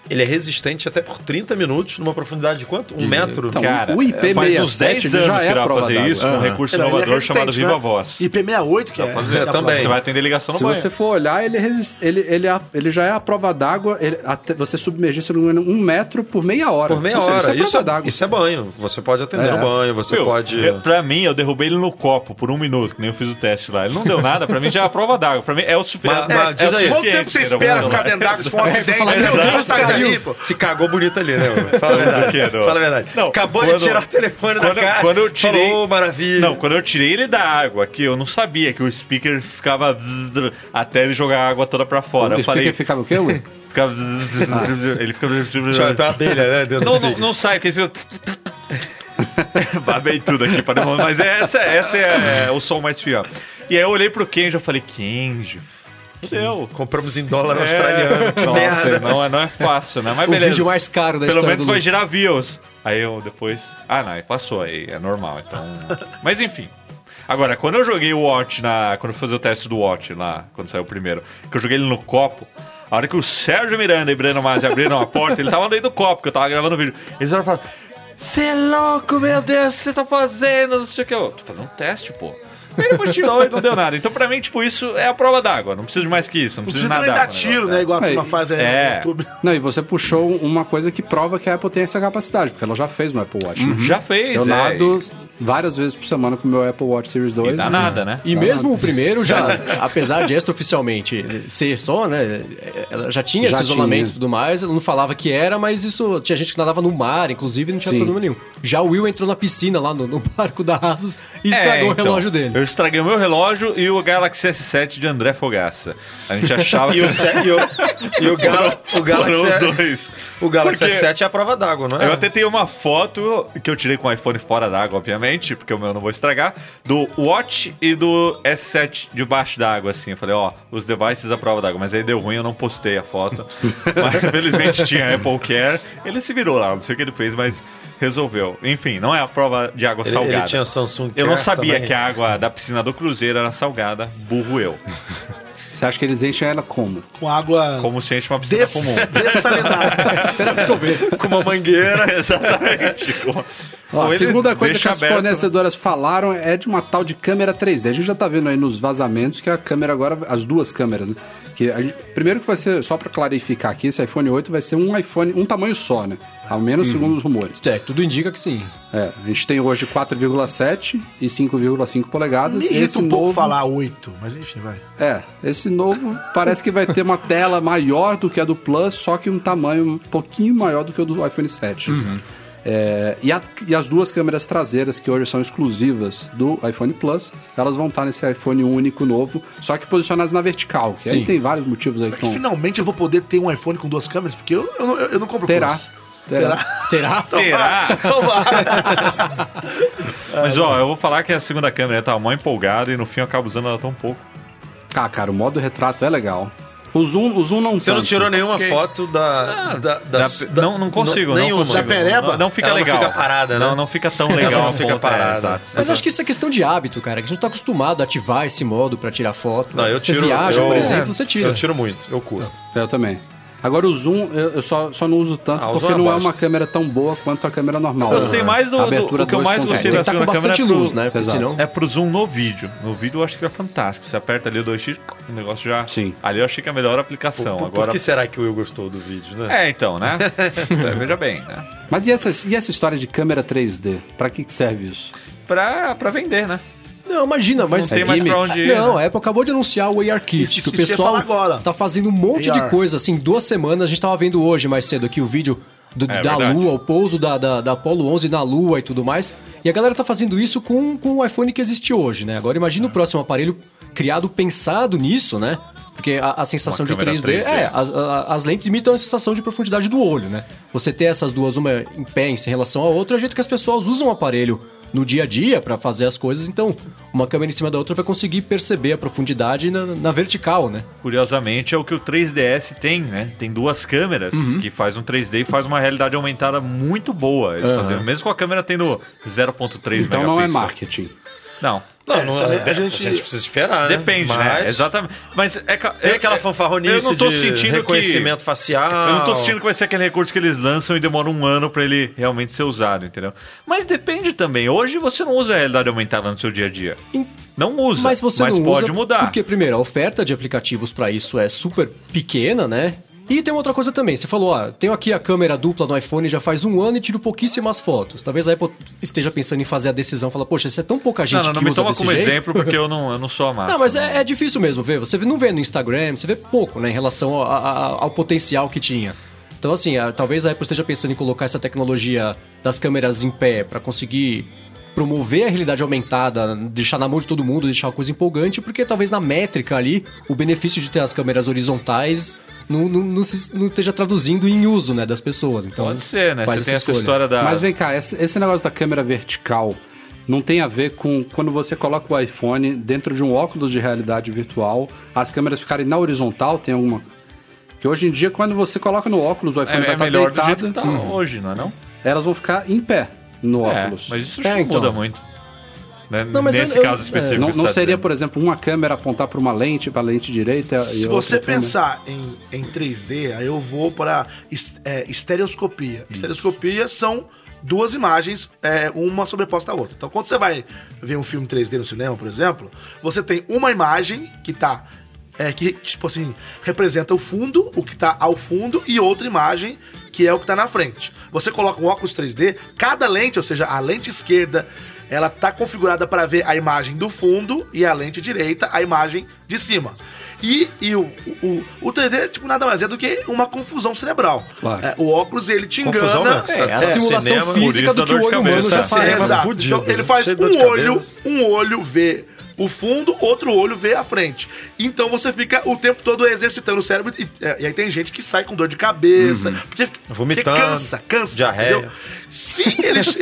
Speaker 4: ele é resistente até por 30 minutos numa profundidade de quanto? Um metro?
Speaker 3: Então,
Speaker 5: Cara,
Speaker 3: o IP67
Speaker 5: faz uns 10
Speaker 3: já
Speaker 5: anos
Speaker 3: é
Speaker 5: que dá pra
Speaker 3: prova
Speaker 5: fazer
Speaker 3: d'água.
Speaker 5: isso com um recurso
Speaker 6: Não, ele é
Speaker 5: inovador
Speaker 6: resistente,
Speaker 5: chamado
Speaker 6: né?
Speaker 5: Viva Voz.
Speaker 6: IP68, que é.
Speaker 4: fazer
Speaker 6: que a
Speaker 4: também.
Speaker 5: Você vai atender ligação no
Speaker 3: Se
Speaker 5: banho.
Speaker 3: você for olhar, ele, resist, ele, ele, é- ele já é a prova d'água. ele- até- Você submergir, se não me engano, um metro por meia hora.
Speaker 4: Por meia
Speaker 3: Ou seja,
Speaker 4: hora.
Speaker 3: Isso é
Speaker 4: Isso
Speaker 3: prova
Speaker 4: é,
Speaker 3: d'água.
Speaker 4: isso é banho. Você pode atender
Speaker 3: É.
Speaker 4: no banho, você
Speaker 5: Meu,
Speaker 4: pode.
Speaker 5: eu- Pra mim, eu derrubei ele no copo por um minuto, que nem eu fiz o teste lá. Ele não deu nada, pra mim já é a prova d'água. Pra mim é o suficiente.
Speaker 4: Mas- mas diz aí,
Speaker 6: Quanto tempo Então você espera ficar dentro d'água se for um acidente? Meu
Speaker 4: assim,
Speaker 6: Deus, sai daí, pô.
Speaker 4: Se cagou bonito ali, né? mano? Fala a verdade.
Speaker 5: Do quê, do-
Speaker 4: Fala a verdade.
Speaker 5: Não,
Speaker 4: Acabou
Speaker 5: quando-
Speaker 4: de tirar o telefone
Speaker 5: quando,
Speaker 4: da cara.
Speaker 5: Quando eu tirei...
Speaker 4: Falou, maravilha.
Speaker 5: Não, quando eu tirei ele da água aqui, eu não sabia que o speaker ficava... zzz, zzz, Até ele jogar a água toda pra fora.
Speaker 3: O
Speaker 5: é Eu falei...
Speaker 3: speaker ficava o quê, Will?
Speaker 5: ficava zzz, zzz, zzz, Ele
Speaker 4: Tinha até
Speaker 5: ficava...
Speaker 4: uma abelha, né? Dentro do
Speaker 5: Não, não,
Speaker 4: speaker.
Speaker 5: não sai, porque ele fica... (laughs) Babei tudo aqui para não... Mas essa, essa é, é o som mais fiel. E aí eu olhei pro Kenji e falei, Kenji, fudeu.
Speaker 4: Compramos em
Speaker 5: É.
Speaker 4: dólar australiano. Que
Speaker 5: (laughs) Nossa,
Speaker 4: merda.
Speaker 5: Não, é- não é fácil, né? Mas
Speaker 7: O
Speaker 5: (laughs) beleza.
Speaker 7: vídeo mais caro da
Speaker 5: Pelo
Speaker 7: história do
Speaker 5: menos vai
Speaker 7: mundo.
Speaker 5: gerar views. Aí eu depois. Ah, não, aí passou, aí é normal, então. Mas enfim. Agora, quando eu joguei o Watch na. Quando eu fiz o teste do Watch lá, quando saiu o primeiro, que eu joguei ele no copo. A hora que o Sérgio Miranda e Breno Masi abriram a porta, ele tava dentro do copo, que eu tava gravando o vídeo. Eles olharam e falaram: Você é louco, meu Deus, o que você tá fazendo? Não sei o que. Eu tô fazendo um teste, pô. Aí depois tirou e não deu nada. Então, pra mim, tipo, isso é a prova d'água. Não preciso de mais que isso. Não
Speaker 6: Os
Speaker 5: preciso de
Speaker 6: vídeos
Speaker 5: nada.
Speaker 6: também dá tiro, né? Igual a
Speaker 3: É.
Speaker 6: turma faz aí
Speaker 5: É.
Speaker 6: no YouTube.
Speaker 3: Não, e você puxou uma coisa que prova que a Apple tem essa capacidade, porque ela já fez no Apple Watch. né?
Speaker 7: Uhum.
Speaker 5: Já fez,
Speaker 3: Eu
Speaker 5: é.
Speaker 3: nado várias vezes por semana com o meu Apple Watch Series 2.
Speaker 5: E dá
Speaker 3: né?
Speaker 5: nada, né?
Speaker 7: E mesmo o primeiro já, apesar de extraoficialmente ser só, né? Ela já tinha
Speaker 3: Já
Speaker 7: esse isolamento
Speaker 3: tinha.
Speaker 7: e tudo mais, ela não falava que era, mas isso tinha gente que nadava no mar, inclusive, não tinha
Speaker 3: Sim.
Speaker 7: problema nenhum. Já o Will entrou na piscina lá no, no barco da Asus e estragou
Speaker 5: então,
Speaker 7: o relógio dele.
Speaker 5: Eu estraguei o meu relógio e o Galaxy S7 de André Fogaça. A gente achava que
Speaker 4: E o, Sé- e o, e o, Gal- o
Speaker 5: foram
Speaker 4: Galaxy
Speaker 5: (laughs) os
Speaker 4: é-
Speaker 5: dois.
Speaker 4: O Galaxy
Speaker 5: Porque
Speaker 4: S7 é a prova d'água, não é?
Speaker 5: Eu até tenho uma foto que eu tirei com o iPhone fora d'água, obviamente, porque o meu eu não vou estragar, do Watch e do S7 debaixo d'água, assim. Eu falei, ó, os devices à prova d'água. Mas aí deu ruim, eu não postei a foto.
Speaker 4: (laughs)
Speaker 5: mas felizmente tinha Apple Care. Ele se virou lá, não sei o que ele fez, mas resolveu. Enfim, não é a prova de água
Speaker 4: Ele,
Speaker 5: salgada.
Speaker 4: ele tinha Samsung
Speaker 5: Eu não
Speaker 4: Care
Speaker 5: sabia
Speaker 4: também.
Speaker 5: que a água da piscina do Cruzeiro era salgada, burro eu.
Speaker 3: Você acha que eles enchem ela como?
Speaker 6: Com água
Speaker 5: Como se enche uma piscina
Speaker 4: (laughs)
Speaker 6: des
Speaker 5: comum. (laughs)
Speaker 6: dessalinada.
Speaker 7: Espera pra eu ver.
Speaker 6: (laughs)
Speaker 5: Com uma mangueira, exatamente.
Speaker 3: Ó,
Speaker 5: Ou
Speaker 3: a
Speaker 5: eles
Speaker 3: segunda coisa que
Speaker 5: deixam
Speaker 3: as
Speaker 5: aberto, né?
Speaker 3: fornecedoras falaram é de uma tal de câmera 3D. A gente já tá vendo aí nos vazamentos que a câmera agora, as duas câmeras, né? Que a gente- primeiro que vai ser, só pra clarificar aqui, esse iPhone 8 vai ser um iPhone, um tamanho só, né? Ao
Speaker 5: Hum.
Speaker 3: menos segundo os rumores.
Speaker 7: É, tudo indica que sim.
Speaker 3: É, a gente tem hoje 4,7 e 5,5
Speaker 6: Me
Speaker 3: polegadas.
Speaker 6: irrita
Speaker 3: esse
Speaker 6: um pouco
Speaker 3: novo,
Speaker 6: falar oito, mas enfim, vai.
Speaker 3: É, esse novo parece que vai ter uma tela maior do que a do Plus, só que um tamanho um pouquinho maior do que o do iPhone 7. É, e, a- e as duas câmeras traseiras, que hoje são exclusivas do iPhone Plus, elas vão estar nesse iPhone único novo, só que posicionadas na vertical. Que aí
Speaker 7: Sim.
Speaker 3: tem vários motivos aí que
Speaker 6: É Que
Speaker 3: estão.
Speaker 6: finalmente eu vou poder ter um iPhone com duas câmeras, porque eu, eu, não- eu não compro Então
Speaker 3: Terá.
Speaker 6: Plus.
Speaker 3: Terá.
Speaker 7: Terá?
Speaker 5: né?
Speaker 4: Ah,
Speaker 6: (laughs)
Speaker 5: Terá? Mas ó, eu vou falar que a segunda câmera tá mó empolgada e no fim eu acabo usando ela tão pouco.
Speaker 3: Ah, cara, o modo retrato é legal. O zoom, o zoom não
Speaker 4: Você não
Speaker 3: tanto.
Speaker 4: tirou nenhuma
Speaker 5: Ok.
Speaker 4: foto
Speaker 6: Ah,
Speaker 4: da, da,
Speaker 5: Da-
Speaker 4: da, da-
Speaker 5: não, não consigo,
Speaker 4: n-
Speaker 5: não,
Speaker 4: nenhuma.
Speaker 5: consigo.
Speaker 6: pereba?
Speaker 5: Não, não fica
Speaker 4: Ela não
Speaker 5: legal.
Speaker 4: fica parada, né?
Speaker 5: Não, não fica tão legal.
Speaker 4: não
Speaker 5: a
Speaker 4: fica
Speaker 5: ponta,
Speaker 4: parada.
Speaker 5: exato.
Speaker 7: Mas acho que isso é questão de hábito, cara, que a gente não tá acostumado a ativar esse modo pra tirar foto.
Speaker 4: Não, eu
Speaker 7: você
Speaker 4: tiro.
Speaker 7: viaja,
Speaker 4: eu-
Speaker 7: por exemplo, você tira.
Speaker 4: Eu tiro muito, eu curto.
Speaker 3: Eu também. Agora o zoom eu, eu só, só não uso tanto
Speaker 4: Ah, o
Speaker 3: porque
Speaker 4: zoom
Speaker 3: não é
Speaker 4: abaixo.
Speaker 3: uma câmera tão boa quanto a câmera normal.
Speaker 5: Eu gostei mais do,
Speaker 3: A
Speaker 5: do-
Speaker 3: abertura
Speaker 5: o que eu mais
Speaker 3: 2.1.
Speaker 5: gostei
Speaker 7: Tem que
Speaker 5: da
Speaker 7: tá com
Speaker 5: segunda câmera
Speaker 7: bastante
Speaker 5: é pro-
Speaker 7: luz, né? Porque
Speaker 3: Exato.
Speaker 7: senão...
Speaker 5: É pro zoom no vídeo. No vídeo eu acho que é fantástico. Você aperta ali o 2x, o negócio já.
Speaker 3: Sim.
Speaker 5: Ali eu achei que é a melhor
Speaker 6: Então,
Speaker 5: aplicação.
Speaker 4: Por- Por
Speaker 5: Agora.
Speaker 4: que será que o Will gostou do vídeo, né?
Speaker 5: É,
Speaker 4: (laughs)
Speaker 5: então, né? Veja bem, né?
Speaker 3: Mas e essa, e essa história de câmera 3D? Pra que que serve isso?
Speaker 5: Pra, pra vender, né?
Speaker 7: Não, Não, imagina, mas.
Speaker 5: tem mais pra onde ir,
Speaker 7: Não, a Apple acabou de anunciar o ARKit.
Speaker 6: Isso- isso
Speaker 7: que
Speaker 6: que eu
Speaker 7: o
Speaker 6: ia
Speaker 7: pessoal
Speaker 6: falar agora.
Speaker 7: tá fazendo um monte
Speaker 6: AR.
Speaker 7: de coisa, assim, duas semanas. A gente tava vendo hoje mais cedo aqui o vídeo do-
Speaker 5: É,
Speaker 7: da
Speaker 5: verdade.
Speaker 7: Lua, o pouso da, da, da Apollo 11 na Lua e tudo mais. E a galera tá fazendo isso com, com o iPhone que existe hoje, né? Agora imagina o próximo aparelho criado, pensado nisso, né? Porque a, a sensação de
Speaker 5: câmera
Speaker 7: 3D,
Speaker 5: 3D.
Speaker 7: é, as, a- as lentes imitam a sensação de profundidade do olho, né? Você ter essas duas, uma em pé em relação à outra, é o jeito que as pessoas usam o aparelho no dia a dia pra fazer as coisas. Então, uma câmera em cima da outra vai conseguir perceber a profundidade na, na vertical, né?
Speaker 5: Curiosamente, é o que o 3DS tem, né? Tem duas câmeras
Speaker 7: Uhum.
Speaker 5: que faz um 3D e faz uma realidade aumentada muito boa. Eles faziam, mesmo com a câmera tendo 0.3
Speaker 3: Então não é
Speaker 5: megapixel.
Speaker 3: marketing.
Speaker 5: Não.
Speaker 4: Não,
Speaker 6: É,
Speaker 4: não
Speaker 6: também
Speaker 5: tá
Speaker 4: é,
Speaker 6: a
Speaker 4: a,
Speaker 6: gente-
Speaker 4: gente... precisa esperar, né?
Speaker 5: Depende, né?
Speaker 4: Mas
Speaker 5: Exatamente. Mas é ca-
Speaker 4: Tem
Speaker 5: é-
Speaker 4: aquela
Speaker 5: é-
Speaker 4: fanfarronice
Speaker 5: Eu não tô
Speaker 4: de
Speaker 5: sentindo
Speaker 4: reconhecimento
Speaker 5: que...
Speaker 4: facial.
Speaker 5: Eu não tô sentindo que vai ser aquele recurso que eles lançam e demora um ano pra ele realmente ser usado, entendeu? Mas depende também. Hoje você não usa a realidade aumentada no seu dia a dia. Não usa.
Speaker 7: Mas você não
Speaker 5: pode
Speaker 7: usa
Speaker 5: mudar.
Speaker 7: Porque, primeiro, a oferta de aplicativos pra isso é super pequena, né? E tem uma outra coisa também. Você falou, ó, tenho aqui a câmera dupla no iPhone já faz um ano e tiro pouquíssimas fotos. Talvez a Apple esteja pensando em fazer a decisão, falar, poxa, isso é tão pouca gente
Speaker 5: não, não, não
Speaker 7: que
Speaker 5: me
Speaker 7: usa
Speaker 5: toma
Speaker 7: desse
Speaker 5: como
Speaker 7: jeito.
Speaker 5: exemplo porque eu não, eu não sou a massa.
Speaker 7: Não, mas é,
Speaker 5: né?
Speaker 7: é difícil mesmo ver. Você não vê no Instagram, você vê pouco, né, em relação ao, ao- ao potencial que tinha. Então, assim, a- talvez a Apple esteja pensando em colocar essa tecnologia das câmeras em pé pra conseguir promover a realidade aumentada, deixar na mão de todo mundo, deixar uma coisa empolgante, porque talvez na métrica ali o benefício de ter as câmeras horizontais não, não- não se- não esteja traduzindo em uso, né, das pessoas. Então,
Speaker 5: Pode ser, né?
Speaker 7: faz
Speaker 5: Você tem essa
Speaker 7: escolha.
Speaker 5: história da.
Speaker 3: Mas vem cá, esse, esse negócio da câmera vertical não tem a ver com quando você coloca o iPhone dentro de um óculos de realidade virtual, as câmeras ficarem na horizontal, tem alguma... Que hoje em dia, quando você coloca no óculos, o
Speaker 5: é,
Speaker 3: iPhone vai
Speaker 5: é
Speaker 3: estar
Speaker 5: melhor do jeito
Speaker 3: deitado,
Speaker 5: que tá
Speaker 7: né?
Speaker 5: hoje, não é não?
Speaker 3: elas vão ficar em pé no
Speaker 5: É,
Speaker 3: óculos.
Speaker 5: mas isso
Speaker 7: É,
Speaker 5: não
Speaker 7: então.
Speaker 5: muda muito. Né?
Speaker 7: Não, mas eu-
Speaker 5: Nesse
Speaker 7: eu-
Speaker 5: caso
Speaker 7: é,
Speaker 5: específico.
Speaker 3: Não,
Speaker 5: que
Speaker 3: não
Speaker 5: você tá
Speaker 3: seria,
Speaker 5: dizendo.
Speaker 3: por exemplo, uma câmera apontar para uma lente, para a lente direita e né?
Speaker 6: Se
Speaker 3: outra
Speaker 6: você
Speaker 3: pra uma-
Speaker 6: pensar em, em 3D, aí eu vou para es- é, estereoscopia. Estereoscopia são duas imagens, é, uma sobreposta à outra. Então, quando você vai ver um filme 3D no cinema, por exemplo, você tem uma imagem que tá. é, que, tipo assim, representa o fundo, o que tá ao fundo, e outra imagem que é o que tá na frente. Você coloca um óculos 3D, cada lente, ou seja, a lente esquerda ela tá configurada para ver a imagem do fundo e a lente direita a imagem de cima. E, e o, o, o 3D, tipo, nada mais é do que uma confusão cerebral.
Speaker 3: Claro.
Speaker 6: É, o óculos, ele te
Speaker 4: Confusão,
Speaker 6: engana.
Speaker 4: não.
Speaker 7: É, a
Speaker 4: É,
Speaker 7: simulação
Speaker 4: cinema,
Speaker 7: física
Speaker 5: por
Speaker 7: do
Speaker 5: isso dá
Speaker 7: que
Speaker 5: dor
Speaker 7: o
Speaker 5: de
Speaker 7: olho humano
Speaker 5: cabeça.
Speaker 7: já
Speaker 4: Sabe,
Speaker 7: faz.
Speaker 4: cinema
Speaker 6: Exato.
Speaker 4: fudido,
Speaker 6: então, ele
Speaker 4: né?
Speaker 6: faz
Speaker 4: Cheio de dor de
Speaker 6: um olho,
Speaker 4: cabeça.
Speaker 6: um olho vê o fundo, outro olho vê a frente. Então você fica o tempo todo exercitando o cérebro. E, é, e aí tem gente que sai com dor de cabeça. Porque,
Speaker 4: Uhum. Vomitando,
Speaker 6: porque cansa, cansa.
Speaker 4: diarreia.
Speaker 6: entendeu? Se
Speaker 4: (laughs)
Speaker 6: eles. (laughs)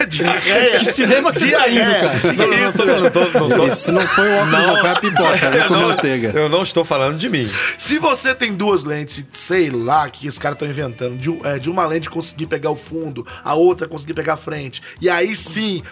Speaker 6: É, diarreia.
Speaker 7: Que cinema que você tá indo, cara?
Speaker 4: Não, não, não, tô- não tô- não tô-
Speaker 3: Isso não foi o óculos, não, foi a pipoca,
Speaker 5: (laughs)
Speaker 3: né, com manteiga.
Speaker 4: Eu não estou falando de mim.
Speaker 6: Se você tem duas lentes, sei lá, que os caras estão inventando, de, é, de uma lente conseguir pegar o fundo, a outra conseguir pegar a frente, e aí sim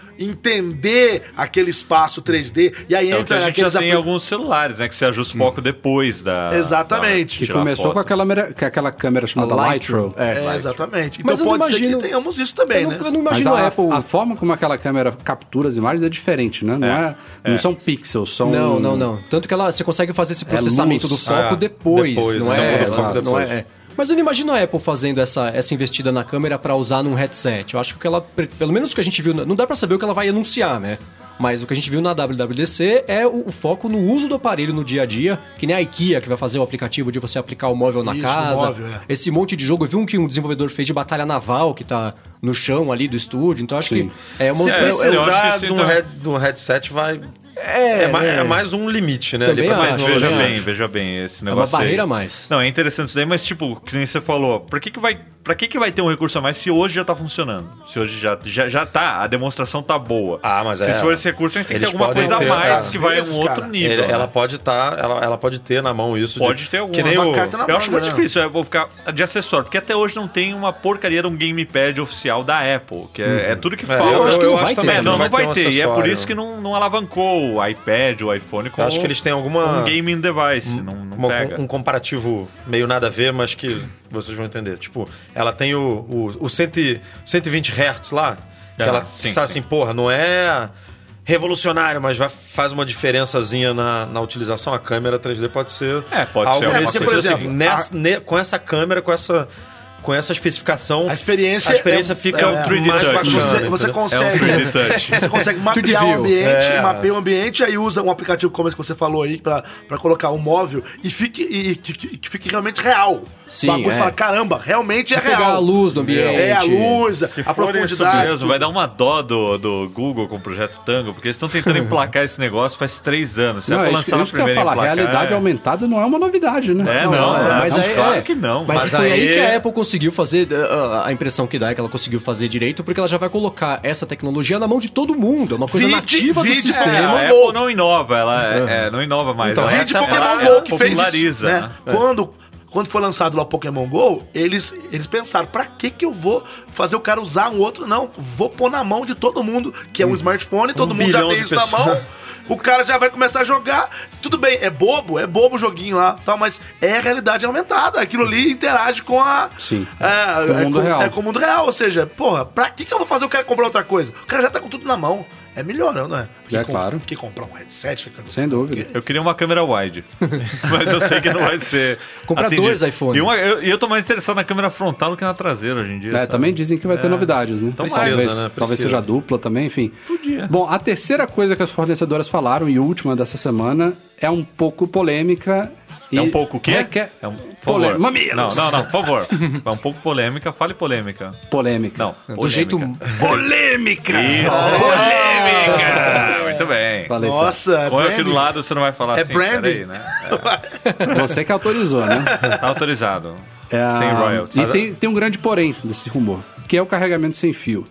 Speaker 6: entender aquele espaço 3D, e aí
Speaker 7: Então,
Speaker 5: É o que
Speaker 6: entra
Speaker 5: a gente já
Speaker 6: aqueles
Speaker 5: tem em
Speaker 6: apli-
Speaker 5: alguns celulares, né? Que você ajusta o
Speaker 7: Hum.
Speaker 5: foco depois da.
Speaker 6: Exatamente.
Speaker 5: da-
Speaker 3: Que
Speaker 6: Que
Speaker 5: tirar
Speaker 3: começou
Speaker 5: foto.
Speaker 3: com aquela, câmera- com aquela câmera chamada
Speaker 7: A
Speaker 3: Lightro.
Speaker 7: Lightroom,
Speaker 6: É, exatamente. Então
Speaker 7: Mas eu não
Speaker 6: pode ser que
Speaker 7: imagino-
Speaker 6: tenhamos isso também,
Speaker 7: Eu não,
Speaker 6: né?
Speaker 7: eu não
Speaker 3: Mas
Speaker 7: imagino
Speaker 3: a,
Speaker 7: a Apple...
Speaker 3: a forma como aquela câmera captura as imagens é diferente, né? Não, é, não são pixels, são. É
Speaker 7: Não, não, não. Tanto que ela, você consegue fazer esse processamento
Speaker 3: luz.
Speaker 7: do foco
Speaker 4: Ah,
Speaker 7: depois,
Speaker 4: depois,
Speaker 7: não
Speaker 4: você
Speaker 7: é?
Speaker 4: muda o foco
Speaker 7: ela- não
Speaker 4: depois.
Speaker 7: é- é. Mas eu não imagino a Apple fazendo essa, essa investida na câmera pra usar num headset. Eu acho que o que ela, pre- pelo menos o que a gente viu, na- não dá pra saber o que ela vai anunciar, né? Mas o que a gente viu na WWDC é o, o foco no uso do aparelho no dia a dia, que nem a IKEA que vai fazer o aplicativo de você aplicar o móvel na
Speaker 6: Isso,
Speaker 7: casa.
Speaker 6: móvel, é.
Speaker 7: Esse monte de jogo, eu vi um que um desenvolvedor fez de batalha naval que tá no chão ali do estúdio, então acho
Speaker 3: Sim.
Speaker 7: que é uma
Speaker 4: Se
Speaker 5: É, eu acho
Speaker 4: precisar
Speaker 5: que
Speaker 4: de
Speaker 5: isso
Speaker 4: um,
Speaker 5: então-
Speaker 4: head- de um headset, vai. É, ma- é mais um limite, né?
Speaker 7: Também
Speaker 4: pra
Speaker 7: acho,
Speaker 5: Mas
Speaker 7: Ah,
Speaker 5: veja
Speaker 7: não,
Speaker 5: bem,
Speaker 7: acho.
Speaker 5: veja bem esse
Speaker 7: É uma
Speaker 5: negócio. aí.
Speaker 7: barreira a mais.
Speaker 5: Não, é interessante isso daí, mas tipo, que nem você falou, pra que, que vai. Pra que, que vai ter um recurso a mais se hoje já tá funcionando? Se hoje já, já, já tá, a demonstração tá boa.
Speaker 4: Ah, mas
Speaker 5: se
Speaker 4: é,
Speaker 5: Se for esse recurso, a gente tem que ter
Speaker 4: eles
Speaker 5: alguma
Speaker 4: podem
Speaker 5: coisa
Speaker 4: ter, é.
Speaker 5: a mais
Speaker 6: às
Speaker 5: que vai a
Speaker 6: vezes,
Speaker 5: um outro
Speaker 6: cara,
Speaker 5: nível.
Speaker 4: Ele-
Speaker 5: né?
Speaker 4: ela pode tá, ela, ela pode ter na mão isso. de-
Speaker 5: Pode ter alguma,
Speaker 4: Que nem
Speaker 5: uma
Speaker 4: o,
Speaker 6: carta na
Speaker 5: Eu acho
Speaker 6: mão,
Speaker 5: muito
Speaker 6: né?
Speaker 5: difícil, eu vou ficar de acessório, porque até hoje não tem uma porcaria de um gamepad oficial da Apple, que é, é tudo que falta.
Speaker 7: eu acho que não vai ter,
Speaker 5: É,
Speaker 7: também
Speaker 5: não, não vai ter.
Speaker 4: um
Speaker 5: e é por
Speaker 4: acessório.
Speaker 5: isso que não, não alavancou o iPad, o iPhone com
Speaker 4: Eu acho que eles têm alguma-
Speaker 5: um gaming device. não, não
Speaker 4: Uma-
Speaker 5: pega.
Speaker 4: um comparativo meio nada a ver, mas que vocês vão entender. Tipo, ela tem o, o, o 100 120 Hz lá, que
Speaker 5: Ah,
Speaker 4: ela
Speaker 5: sim,
Speaker 4: sabe
Speaker 5: sim.
Speaker 4: assim, porra, não é revolucionário, mas vai, faz uma diferençazinha na, na utilização. A câmera 3D pode ser
Speaker 5: É, pode
Speaker 4: algo
Speaker 5: ser alguma
Speaker 4: nesse
Speaker 5: coisa.
Speaker 4: sentido.
Speaker 6: Por
Speaker 4: Assim,
Speaker 6: exemplo,
Speaker 4: nessa- ne- com essa câmera, com essa com essa especificação,
Speaker 6: A experiência
Speaker 4: Então, a experiência
Speaker 6: é-
Speaker 4: fica
Speaker 6: é-
Speaker 4: um 3D
Speaker 5: mais
Speaker 4: touch.
Speaker 5: bacana,
Speaker 6: Você,
Speaker 4: entendeu?
Speaker 6: você
Speaker 4: É um
Speaker 6: consegue,
Speaker 5: 3D touch.
Speaker 6: (laughs) você consegue mapear
Speaker 7: view.
Speaker 6: o ambiente,
Speaker 4: É.
Speaker 6: mapeia o ambiente, aí usa um aplicativo como esse que você falou aí pra, pra colocar o móvel e fique, e, que, que- que fique realmente real.
Speaker 7: Sim,
Speaker 6: O bagulho
Speaker 7: é.
Speaker 6: fala, caramba, realmente é
Speaker 7: pegar
Speaker 6: real.
Speaker 7: a luz do ambiente.
Speaker 6: É, a luz,
Speaker 5: Se
Speaker 6: a
Speaker 5: for isso
Speaker 6: profundidade.
Speaker 5: mesmo, vai dar uma dó do, do Google com o projeto Tango, porque eles estão tentando emplacar esse negócio faz três anos. Se é
Speaker 3: Não,
Speaker 5: pra
Speaker 3: é
Speaker 5: lançar
Speaker 3: isso,
Speaker 5: na
Speaker 3: isso que eu ia
Speaker 5: primeira
Speaker 3: falar.
Speaker 5: emplacar,
Speaker 3: Realidade
Speaker 5: é.
Speaker 3: aumentada não é uma novidade, né?
Speaker 5: É, não,
Speaker 7: é,
Speaker 5: é,
Speaker 7: mas
Speaker 5: não,
Speaker 7: aí-
Speaker 5: claro
Speaker 7: é.
Speaker 5: que não.
Speaker 7: Mas,
Speaker 4: Mas
Speaker 7: foi aí...
Speaker 4: aí-
Speaker 7: que a Apple conseguiu fazer ah, ah, a impressão que dá é que ela conseguiu fazer direito, porque ela já vai colocar essa tecnologia na mão de todo mundo. É uma coisa
Speaker 6: Vide-
Speaker 7: nativa do
Speaker 6: vide-
Speaker 5: É,
Speaker 7: sistema.
Speaker 5: a Apple não inova, ela é- é, não inova mais.
Speaker 4: Então,
Speaker 5: ela,
Speaker 4: é
Speaker 6: Vide
Speaker 4: essa-
Speaker 6: Pokémon
Speaker 5: ela-
Speaker 6: Go
Speaker 5: ela
Speaker 6: que fez isso,
Speaker 5: populariza,
Speaker 6: né?
Speaker 5: né?
Speaker 6: Quando, quando foi lançado lá o Pokémon Go, eles, eles pensaram, pra que que eu vou fazer o cara usar um outro? Não, vou pôr na mão de todo mundo, que é um smartphone, todo mundo já
Speaker 4: bilhão
Speaker 6: tem
Speaker 4: de
Speaker 6: isso na
Speaker 4: pessoas.
Speaker 6: mão. O cara já vai começar a jogar. Tudo bem, é bobo, é bobo o joguinho lá, tal, mas é a realidade aumentada. Aquilo ali interage com a.
Speaker 3: Sim,
Speaker 6: É,
Speaker 3: com o
Speaker 6: é
Speaker 3: mundo real.
Speaker 6: é com o mundo real. Ou seja, porra, pra que que eu vou fazer o cara comprar outra coisa? O cara já tá com tudo na mão. É melhor, não é?
Speaker 3: É,
Speaker 6: Que com-
Speaker 3: claro.
Speaker 6: Que comprar um headset, cara.
Speaker 3: Sem dúvida.
Speaker 5: Eu queria uma câmera wide, (laughs) mas eu sei que não vai ser.
Speaker 7: Comprar
Speaker 5: atendido.
Speaker 7: dois iPhones.
Speaker 5: E uma- eu, e eu tô mais interessado na câmera frontal do que na traseira hoje em dia.
Speaker 3: É,
Speaker 5: sabe?
Speaker 3: também dizem que vai ter novidades, né?
Speaker 5: Precisa,
Speaker 3: talvez,
Speaker 4: né?
Speaker 3: talvez
Speaker 4: Precisa.
Speaker 3: seja dupla também, enfim. Bom, a terceira coisa que as fornecedoras falaram, e última dessa semana, é um pouco polêmica. E
Speaker 5: É um pouco o quê?
Speaker 3: Requer...
Speaker 5: É um, por
Speaker 3: Polê-
Speaker 5: favor.
Speaker 3: Mamilos!
Speaker 5: Não, não, não, por favor. É um pouco polêmica, fale polêmica.
Speaker 3: Polêmica.
Speaker 5: Não,
Speaker 7: Do jeito.
Speaker 3: Polêmica!
Speaker 5: Isso,
Speaker 6: Ah,
Speaker 5: polêmica! (laughs) Muito bem.
Speaker 3: Falei certo.
Speaker 6: Nossa,
Speaker 5: Põe aqui do
Speaker 6: É branding.
Speaker 5: lado, você não vai falar
Speaker 6: É
Speaker 5: assim.
Speaker 6: branding.
Speaker 5: peraí, né?
Speaker 3: Você que autorizou, né?
Speaker 5: É, tá autorizado.
Speaker 3: É,
Speaker 5: (laughs) Sem royalties.
Speaker 3: E tem, tem um grande porém desse rumor, que é o carregamento sem fio.